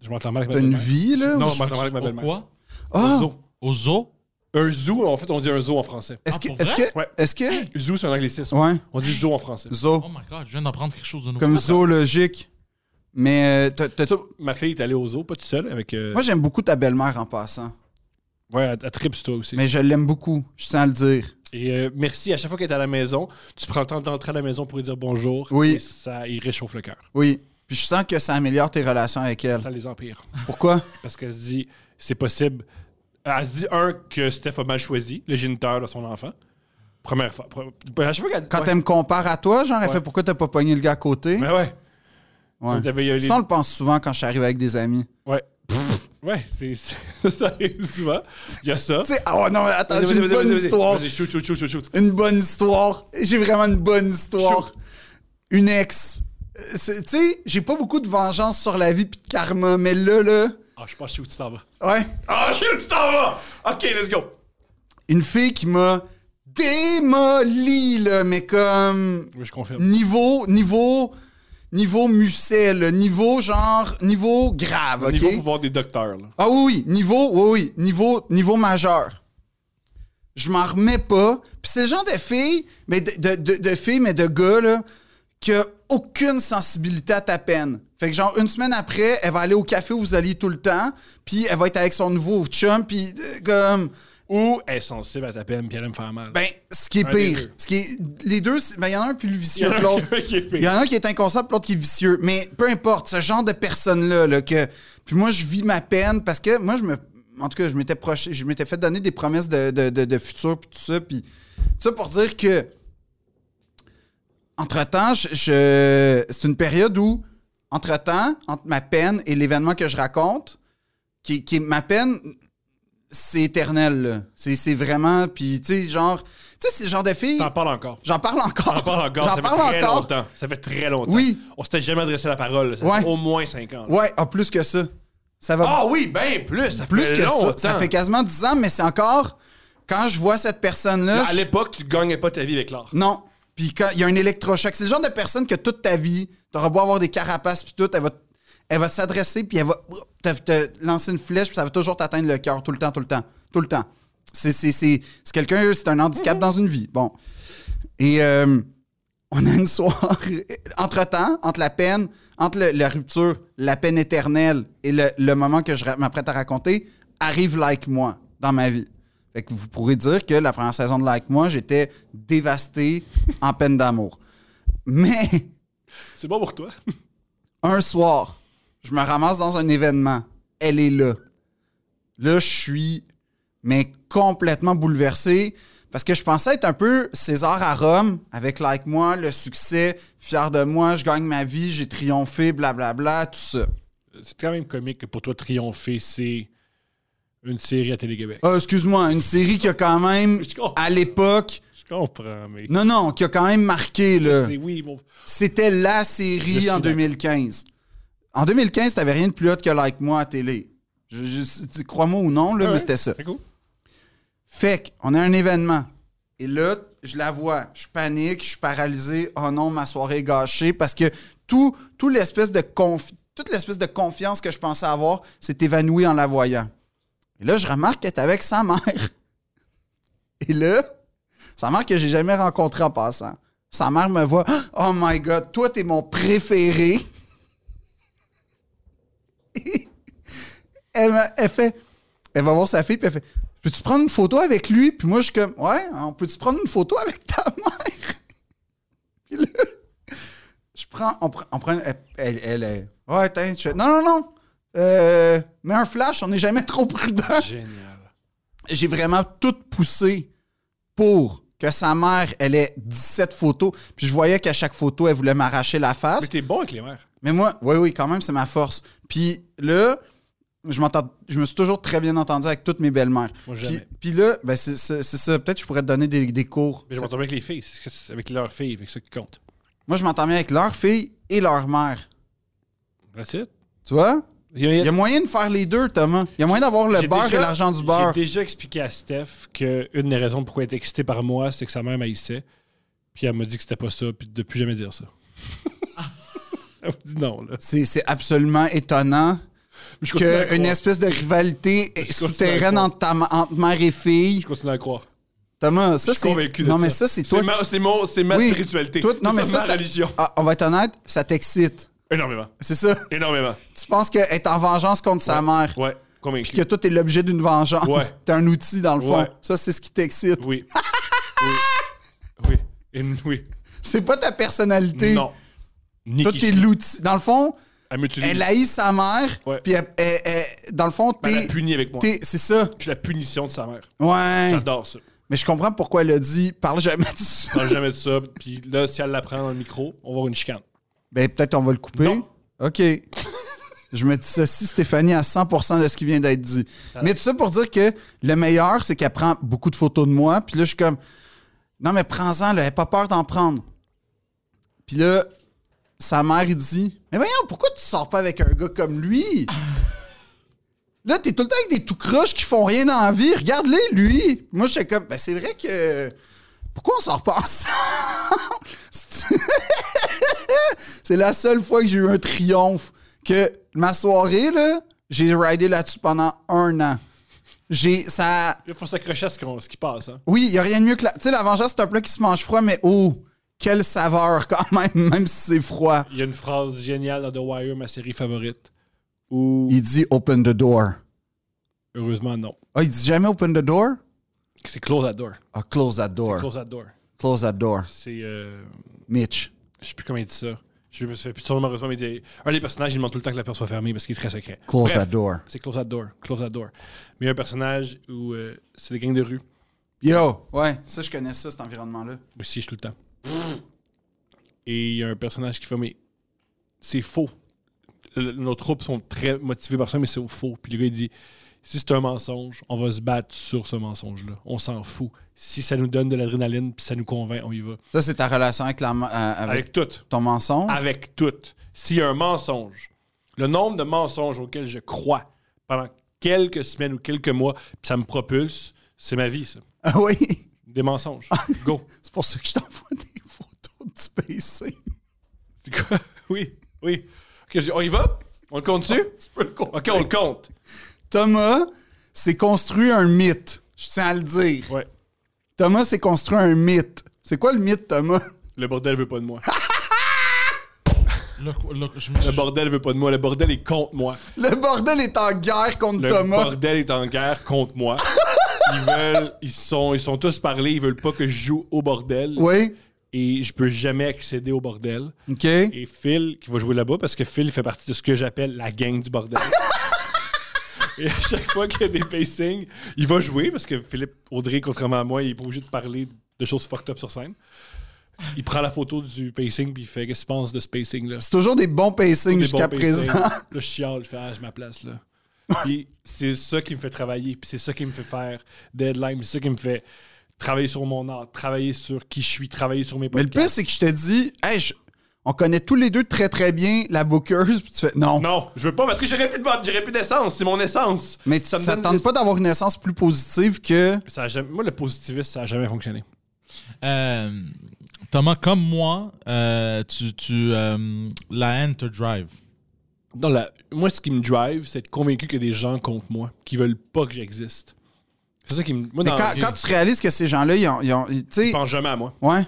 Speaker 2: je m'entends mal avec ma
Speaker 1: T'as une
Speaker 2: belle-mère.
Speaker 1: vie, là?
Speaker 2: Non,
Speaker 1: ou-
Speaker 2: je m'entends mal avec ma
Speaker 3: Au
Speaker 2: belle-mère.
Speaker 3: quoi?
Speaker 1: Ah!
Speaker 2: Au zoo.
Speaker 3: Au zoo?
Speaker 2: Un zoo, en fait, on dit un zoo en français.
Speaker 1: Est-ce
Speaker 3: Ah,
Speaker 1: que,
Speaker 3: pour
Speaker 1: est-ce
Speaker 3: vrai?
Speaker 1: que,
Speaker 2: Ouais.
Speaker 1: est-ce que,
Speaker 2: Zoo, c'est un anglicisme.
Speaker 1: ouais,
Speaker 2: On dit zoo en français.
Speaker 1: zoo,
Speaker 3: Oh my god, je viens d'apprendre quelque chose de nouveau.
Speaker 1: comme zoologique, mais euh, t'as- t'as-
Speaker 2: Ça, ma fille est allée au zoo, pas toute seule, avec. euh,
Speaker 1: moi j'aime beaucoup ta belle-mère en passant,
Speaker 2: ouais, elle, elle tripe sur toi aussi.
Speaker 1: mais je l'aime beaucoup, je tiens à le dire.
Speaker 2: Et euh, merci, à chaque fois que tu à la maison, tu prends le temps d'entrer à la maison pour lui dire bonjour.
Speaker 1: Oui.
Speaker 2: Et ça, il réchauffe le cœur.
Speaker 1: Oui. Puis je sens que ça améliore tes relations avec elle.
Speaker 2: Ça les empire.
Speaker 1: Pourquoi?
Speaker 2: Parce qu'elle se dit, c'est possible. Elle se dit, un, que Steph a mal choisi le géniteur de son enfant. Première fois. pre- ben, à chaque fois qu'elle-
Speaker 1: Quand
Speaker 2: ouais.
Speaker 1: elle me compare à toi, genre, elle
Speaker 2: Ouais.
Speaker 1: fait pourquoi t'as pas pogné le gars à côté?
Speaker 2: Mais ouais.
Speaker 1: Ouais.
Speaker 2: T'avais- il y a les-
Speaker 1: Ça, on le pense souvent quand je suis arrivé avec des amis.
Speaker 2: Ouais. Pfff. ouais, c'est, c'est- ça arrive souvent. Il y a ça.
Speaker 1: Tu sais, ah ouais, non, mais attends,
Speaker 2: Vas-y,
Speaker 1: j'ai une
Speaker 2: vas-y, vas-y,
Speaker 1: bonne
Speaker 2: vas-y.
Speaker 1: histoire.
Speaker 2: Vas-y, shoot, shoot, shoot, shoot, shoot.
Speaker 1: Une bonne histoire. J'ai vraiment une bonne histoire.
Speaker 2: Shoot.
Speaker 1: Une ex. Euh, c'est- Tu sais, j'ai pas beaucoup de vengeance sur la vie puis de karma, mais là, là,
Speaker 2: Ah, je pense que je sais où tu t'en vas.
Speaker 1: ouais.
Speaker 2: Ah, je sais où tu t'en vas! Ok, let's go!
Speaker 1: Une fille qui m'a démoli, là, mais comme
Speaker 2: Oui, je confirme.
Speaker 1: niveau, niveau, niveau musset, là, niveau genre, niveau grave, ok?
Speaker 2: Niveau pour voir des docteurs, là.
Speaker 1: Ah oui, oui, niveau, oui, oui, niveau, niveau majeur. Je m'en remets pas. Puis c'est le genre de filles, mais de, de, de- de filles, mais de gars, là, qui a aucune sensibilité à ta peine. Fait que genre, une semaine après, elle va aller au café où vous alliez tout le temps, puis elle va être avec son nouveau chum, puis euh, comme...
Speaker 2: Ou elle est sensible à ta peine puis elle aime faire mal.
Speaker 1: Ben, ce qui est
Speaker 2: Un des
Speaker 1: pire.
Speaker 2: deux.
Speaker 1: Ce qui est- les deux, c'est- ben, il y en a un plus vicieux que
Speaker 2: Il y en a un
Speaker 1: l'autre.
Speaker 2: qui est pire.
Speaker 1: Il y en a un qui est inconscient, l'autre qui est vicieux. Mais peu importe, ce genre de personne-là, là, que. Puis moi, je vis ma peine parce que moi, je me. En tout cas, je m'étais proche, je m'étais fait donner des promesses de, de, de- de futur, puis tout ça. Puis tout ça pour dire que. Entre-temps, je, je- c'est une période où, entre-temps, entre ma peine et l'événement que je raconte, qui, qui est ma peine, c'est éternel. là. C'est c'est vraiment. Puis, tu sais, genre. Tu sais, c'est le genre de fille.
Speaker 2: T'en parles encore.
Speaker 1: J'en parle encore.
Speaker 2: J'en parle encore.
Speaker 1: J'en
Speaker 2: Oh, ça
Speaker 1: parle
Speaker 2: fait très
Speaker 1: encore.
Speaker 2: longtemps. Ça fait très longtemps.
Speaker 1: Oui.
Speaker 2: On s'était jamais adressé la parole. là. Ça
Speaker 1: Ouais.
Speaker 2: fait au moins 5 ans. là.
Speaker 1: Ouais, en plus que ça. Ça va
Speaker 2: Ah oui, ben plus. Ça
Speaker 1: plus
Speaker 2: fait
Speaker 1: que ça.
Speaker 2: longtemps.
Speaker 1: Ça fait quasiment 10 ans, mais c'est encore. Quand je vois cette personne-là.
Speaker 2: À
Speaker 1: je-
Speaker 2: l'époque, tu gagnais pas ta vie avec l'art.
Speaker 1: Non. Puis quand il y a un électrochoc, c'est le genre de personne que toute ta vie, t'auras beau avoir des carapaces puis tout, elle va, elle va s'adresser puis elle va te, te lancer une flèche puis ça va toujours t'atteindre le cœur tout le temps, tout le temps, tout le temps. C'est c'est- c'est- c'est quelqu'un, c'est un handicap dans une vie. Bon. Et euh, on a une soirée. Entre-temps, entre la peine, entre le- la rupture, la peine éternelle et le, le moment que je ra- m'apprête à raconter, arrive Like Moi dans ma vie. Fait que vous pourrez dire que la première saison de Like Moi, j'étais dévasté, en peine d'amour. Mais
Speaker 2: C'est bon pour toi.
Speaker 1: un soir, je me ramasse dans un événement. Elle est là. Là, je suis mais complètement bouleversé parce que je pensais être un peu César à Rome avec Like Moi, le succès, fier de moi, je gagne ma vie, j'ai triomphé, blablabla, tout ça.
Speaker 2: C'est quand même comique que pour toi, triompher, c'est une série à Télé-Québec.
Speaker 1: Ah, excuse-moi, une série qui a quand même,
Speaker 2: Je comprends.
Speaker 1: à l'époque,
Speaker 2: Je comprends, mais.
Speaker 1: non, non, qui a quand même marqué, là.
Speaker 2: C'est oui, bon.
Speaker 1: C'était la
Speaker 2: Je suis
Speaker 1: série en
Speaker 2: d'accord.
Speaker 1: 2015. En 2015, t'avais rien de plus hot que Like Moi à télé. Je, je- tu- Crois-moi ou non, là,
Speaker 2: Ah ouais?
Speaker 1: mais c'était ça.
Speaker 2: C'est cool.
Speaker 1: Fait qu'on a un événement. Et là, je la vois. Je panique, je suis paralysé. Oh non, ma soirée est gâchée. Parce que tout, tout l'espèce de confi- toute l'espèce de confiance que je pensais avoir s'est évanouie en la voyant. Et là, je remarque qu'elle est avec sa mère. Et là, sa mère que j'ai jamais rencontrée en passant. Sa mère me voit. Oh my God, toi, t'es mon préféré. elle, m'a- elle fait. Elle va voir sa fille, puis elle fait Peux-tu prendre une photo avec lui Puis moi, je suis comme Ouais, on peut-tu prendre une photo avec ta mère Puis là, je prends. On, prend- on prend. Elle, elle, elle est, Ouais, tiens, je fais, Non, non, non. Euh, mets un flash, on n'est jamais trop prudent.
Speaker 2: Génial.
Speaker 1: J'ai vraiment tout poussé pour que sa mère, elle ait 17 photos. Puis je voyais qu'à chaque photo, elle voulait m'arracher la face.
Speaker 2: Mais t'es bon avec les mères.
Speaker 1: Mais moi, oui, oui, quand même, c'est ma force. Puis là, je, m'entends- je me suis toujours très bien entendu avec toutes mes belles-mères.
Speaker 2: Moi, jamais.
Speaker 1: Puis, puis là, ben c'est c'est- c'est ça. Peut-être que je pourrais te donner des, des cours.
Speaker 2: Mais je m'entends bien avec les filles. C'est ce que c'est avec leurs filles, avec ça qui compte.
Speaker 1: Moi, je m'entends bien avec leur fille et leur mère.
Speaker 2: That's it.
Speaker 1: Tu vois?
Speaker 2: Il y a-
Speaker 1: Il y a moyen de faire les deux, Thomas. Il y a moyen d'avoir le
Speaker 2: J'ai
Speaker 1: beurre
Speaker 2: déjà-
Speaker 1: et l'argent du beurre.
Speaker 2: J'ai déjà expliqué à Steph qu'une des raisons pourquoi elle était excitée par moi, c'est que sa mère m'haïssait. Puis elle m'a dit que c'était pas ça, puis de plus jamais dire ça. elle m'a dit non, là.
Speaker 1: C'est c'est absolument étonnant
Speaker 2: Mais je continue à
Speaker 1: qu'une
Speaker 2: croire.
Speaker 1: espèce de rivalité est
Speaker 2: continue à
Speaker 1: souterraine
Speaker 2: croire.
Speaker 1: entre, ta- entre mère et fille.
Speaker 2: Je continue à croire.
Speaker 1: Thomas,
Speaker 2: Je
Speaker 1: ça,
Speaker 2: suis
Speaker 1: c'est.
Speaker 2: convaincu de
Speaker 1: Non, mais ça, c'est toi.
Speaker 2: C'est ma, c'est mon- c'est ma
Speaker 1: Oui.
Speaker 2: spiritualité.
Speaker 1: Toi- non, mais
Speaker 2: c'est
Speaker 1: ça,
Speaker 2: ma
Speaker 1: ça-
Speaker 2: religion.
Speaker 1: Ah, on va être honnête, ça t'excite.
Speaker 2: Énormément.
Speaker 1: C'est ça.
Speaker 2: Énormément.
Speaker 1: Tu penses qu'elle est en vengeance contre sa mère.
Speaker 2: Ouais, convaincu.
Speaker 1: Puis que toi, t'es l'objet d'une vengeance.
Speaker 2: Ouais.
Speaker 1: T'es un outil, dans le fond.
Speaker 2: Ouais.
Speaker 1: Ça, c'est ce qui t'excite.
Speaker 2: Oui. Oui. Une- oui.
Speaker 1: C'est pas ta personnalité.
Speaker 2: Non.
Speaker 1: Toi,
Speaker 2: Nikki
Speaker 1: t'es
Speaker 2: Schmidt.
Speaker 1: l'outil. Dans le fond,
Speaker 2: Elle m'utilise.
Speaker 1: elle haït sa mère,
Speaker 2: Ouais.
Speaker 1: puis elle- elle- elle- dans le fond,
Speaker 2: Ben, Elle
Speaker 1: t'es...
Speaker 2: a puni avec moi.
Speaker 1: t'es- C'est ça.
Speaker 2: Je suis la punition de sa mère.
Speaker 1: Ouais.
Speaker 2: J'adore ça.
Speaker 1: Mais je comprends pourquoi elle a dit « parle jamais de ça
Speaker 2: Parle jamais de ça. Puis là, si elle la prend dans le micro, on va avoir une chicane. ».
Speaker 1: Ben, peut-être on va le couper.
Speaker 2: Non.
Speaker 1: OK. Je me dis ceci, Stéphanie, à 100% de ce qui vient d'être dit. Mais tout ça pour dire que le meilleur, c'est qu'elle prend beaucoup de photos de moi. Puis là, je suis comme, non, mais prends-en, là, elle n'a pas peur d'en prendre. Puis là, sa mère, il dit, mais voyons, pourquoi tu sors pas avec un gars comme lui? là, t'es tout le temps avec des tout croches qui font rien dans la vie. Regarde-les, lui. Moi, j'étais comme, ben, c'est vrai que. Pourquoi on sort pas ensemble? C'est- c'est la seule fois que j'ai eu un triomphe. Que ma soirée, là, j'ai ridé là-dessus pendant un an. J'ai. Ça.
Speaker 2: Il faut s'accrocher à ce, qu'on- ce qui passe. Hein.
Speaker 1: Oui, il n'y a rien de mieux que la. Tu sais, la vengeance, c'est un plat qui se mange froid, mais oh, quelle saveur quand même, même si c'est froid.
Speaker 2: Il y a une phrase géniale dans The Wire, ma série favorite, où.
Speaker 1: Il dit open the door.
Speaker 2: Heureusement, non.
Speaker 1: Ah, il dit jamais open the door?
Speaker 2: C'est Close at Door.
Speaker 1: Ah, close that door. Close.
Speaker 2: Close at Door.
Speaker 1: that door.
Speaker 2: C'est. euh,
Speaker 1: Mitch.
Speaker 2: Je sais plus comment il dit ça. Je me suis plus tourner malheureusement, mais il dit- un des personnages, il demande tout le temps que la porte soit fermée parce qu'il est très secret.
Speaker 1: Close
Speaker 2: Bref,
Speaker 1: that door.
Speaker 2: C'est Close at Door. Close at Door. Mais il y a un personnage où euh, c'est des gangs de rue.
Speaker 1: Yo! Ouais, ça, je connais ça, cet environnement-là.
Speaker 2: Aussi, je suis tout le temps. Et il y a un personnage qui fait Mais c'est faux. Le- nos troupes sont très motivées par ça, mais c'est faux. Puis le gars, il dit Si c'est un mensonge, on va se battre sur ce mensonge-là. On s'en fout. Si ça nous donne de l'adrénaline, puis ça nous convainc, on y va.
Speaker 1: Ça, c'est ta relation avec, la, ma- euh, avec,
Speaker 2: Avec tout.
Speaker 1: ton mensonge?
Speaker 2: avec tout. S'il y a un mensonge, le nombre de mensonges auxquels je crois pendant quelques semaines ou quelques mois, puis ça me propulse, c'est ma vie, ça.
Speaker 1: Ah oui!
Speaker 2: Des mensonges. Go.
Speaker 1: C'est pour ça que je t'envoie des photos du PC.
Speaker 2: C'est quoi? Oui, oui. Ok, je dis, on y va? On le compte dessus?
Speaker 1: Tu peux le comprendre.
Speaker 2: OK, on le compte.
Speaker 1: Thomas s'est construit un mythe. Je tiens à le dire.
Speaker 2: Ouais.
Speaker 1: Thomas s'est construit un mythe. C'est quoi le mythe, Thomas?
Speaker 2: Le bordel veut pas de moi.
Speaker 3: Le, le- je,
Speaker 1: Ah!
Speaker 2: Le bordel veut pas de moi. Le bordel est contre moi.
Speaker 1: Le bordel est en guerre contre
Speaker 2: Le
Speaker 1: Thomas.
Speaker 2: bordel est en guerre contre moi. Ils veulent, ils sont, ils sont tous parlés. Ils veulent pas que je joue au bordel.
Speaker 1: Oui.
Speaker 2: Et je peux jamais accéder au bordel.
Speaker 1: OK.
Speaker 2: et Phil qui va jouer là-bas parce que Phil fait partie de ce que j'appelle la gang du bordel. et à chaque fois qu'il y a des pacings, il va jouer parce que Philippe Audrey, contrairement à moi, il est pas obligé de parler de choses fucked up sur scène. Il prend la photo du pacing puis il fait Qu'est-ce que tu penses de ce pacing-là
Speaker 1: C'est toujours des bons pacings
Speaker 2: Des
Speaker 1: jusqu'à
Speaker 2: bons pacings.
Speaker 1: présent.
Speaker 2: Là, je chiale, je fais Ah, je ma place là. Puis c'est ça qui me fait travailler, puis c'est ça qui me fait faire deadline, c'est ça qui me fait travailler sur mon art, travailler sur qui je suis, travailler sur mes
Speaker 1: Mais le
Speaker 2: podcasts.
Speaker 1: pire, c'est que je te dis, hey, je- on connaît tous les deux très très bien la bookeuse, puis tu fais non.
Speaker 2: Non, je veux pas parce que j'aurais plus de bande, j'aurais plus d'essence, c'est mon essence.
Speaker 1: Mais tu
Speaker 2: Ça me donne
Speaker 1: t'attends
Speaker 2: des-
Speaker 1: pas d'avoir une essence plus positive que.
Speaker 2: Ça a jamais- Moi, le positivisme, ça a jamais fonctionné.
Speaker 3: Euh, Thomas, comme moi, euh, tu, tu, euh, la haine te drive.
Speaker 2: Non, la- moi, ce qui me drive, c'est être convaincu qu'il y a des gens contre moi qui veulent pas que j'existe. C'est ça qui me. Moi,
Speaker 1: Mais
Speaker 2: dans
Speaker 1: quand,
Speaker 2: la vie,
Speaker 1: quand tu réalises que ces gens-là, ils ont. ils ont- ils- tu sais,
Speaker 2: je pense jamais à moi.
Speaker 1: ouais.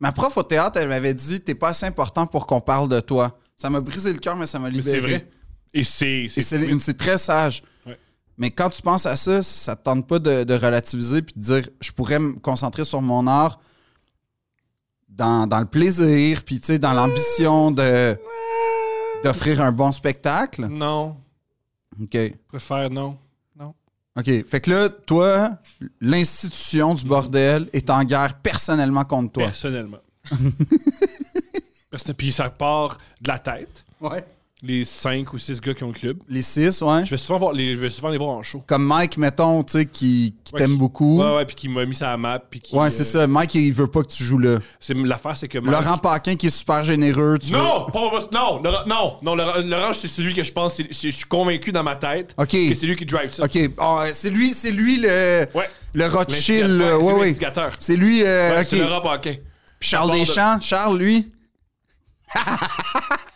Speaker 1: Ma prof au théâtre, elle m'avait dit, t'es pas assez important pour qu'on parle de toi. Ça m'a brisé le cœur, mais ça m'a
Speaker 2: Mais
Speaker 1: libéré.
Speaker 2: c'est vrai. Et c'est.
Speaker 1: Et c'est une- c'est très sage.
Speaker 2: Ouais.
Speaker 1: Mais quand tu penses à ça, ça te tente pas de, de relativiser puis de dire je pourrais me concentrer sur mon art dans, dans le plaisir, puis tu sais, dans l'ambition de d'offrir un bon spectacle.
Speaker 2: Non,
Speaker 1: OK.
Speaker 2: je préfère non.
Speaker 1: OK. Fait que là, toi, l'institution du bordel est en guerre personnellement contre toi.
Speaker 2: Personnellement. Parce que- Puis ça part de la tête,
Speaker 1: Ouais.
Speaker 2: les 5 ou 6 gars qui ont le club.
Speaker 1: Les six, ouais.
Speaker 2: Je vais souvent, voir les... Je vais souvent les voir en show.
Speaker 1: Comme Mike, mettons, tu sais, qui, qui
Speaker 2: Ouais,
Speaker 1: t'aime
Speaker 2: qui-
Speaker 1: beaucoup.
Speaker 2: Ouais,
Speaker 1: Ouais,
Speaker 2: ouais, puis qui m'a mis ça à la map. Puis qui, euh,
Speaker 1: Mmh. c'est ça. Mike, il veut pas que tu joues là.
Speaker 2: c'est- L'affaire, c'est que. moi-
Speaker 1: Laurent Paquin, qui est super généreux. Tu veux-
Speaker 2: Non, pas- pas- non, Laurent- non, non, Laurent, Laurent, c'est celui que je pense, c'est- c'est- je suis convaincu dans ma tête
Speaker 1: OK.
Speaker 2: que c'est lui qui drive ça.
Speaker 1: OK. Ah, c'est lui, c'est lui le,
Speaker 2: Ouais.
Speaker 1: le Rothschild. là.
Speaker 2: c'est
Speaker 1: euh, Ouais,
Speaker 2: lui
Speaker 1: ouais.
Speaker 2: l'instigateur.
Speaker 1: C'est lui, euh,
Speaker 2: Ouais,
Speaker 1: OK.
Speaker 2: C'est Laurent Paquin.
Speaker 1: Charles
Speaker 2: Bord de-
Speaker 1: Deschamps. Charles, lui.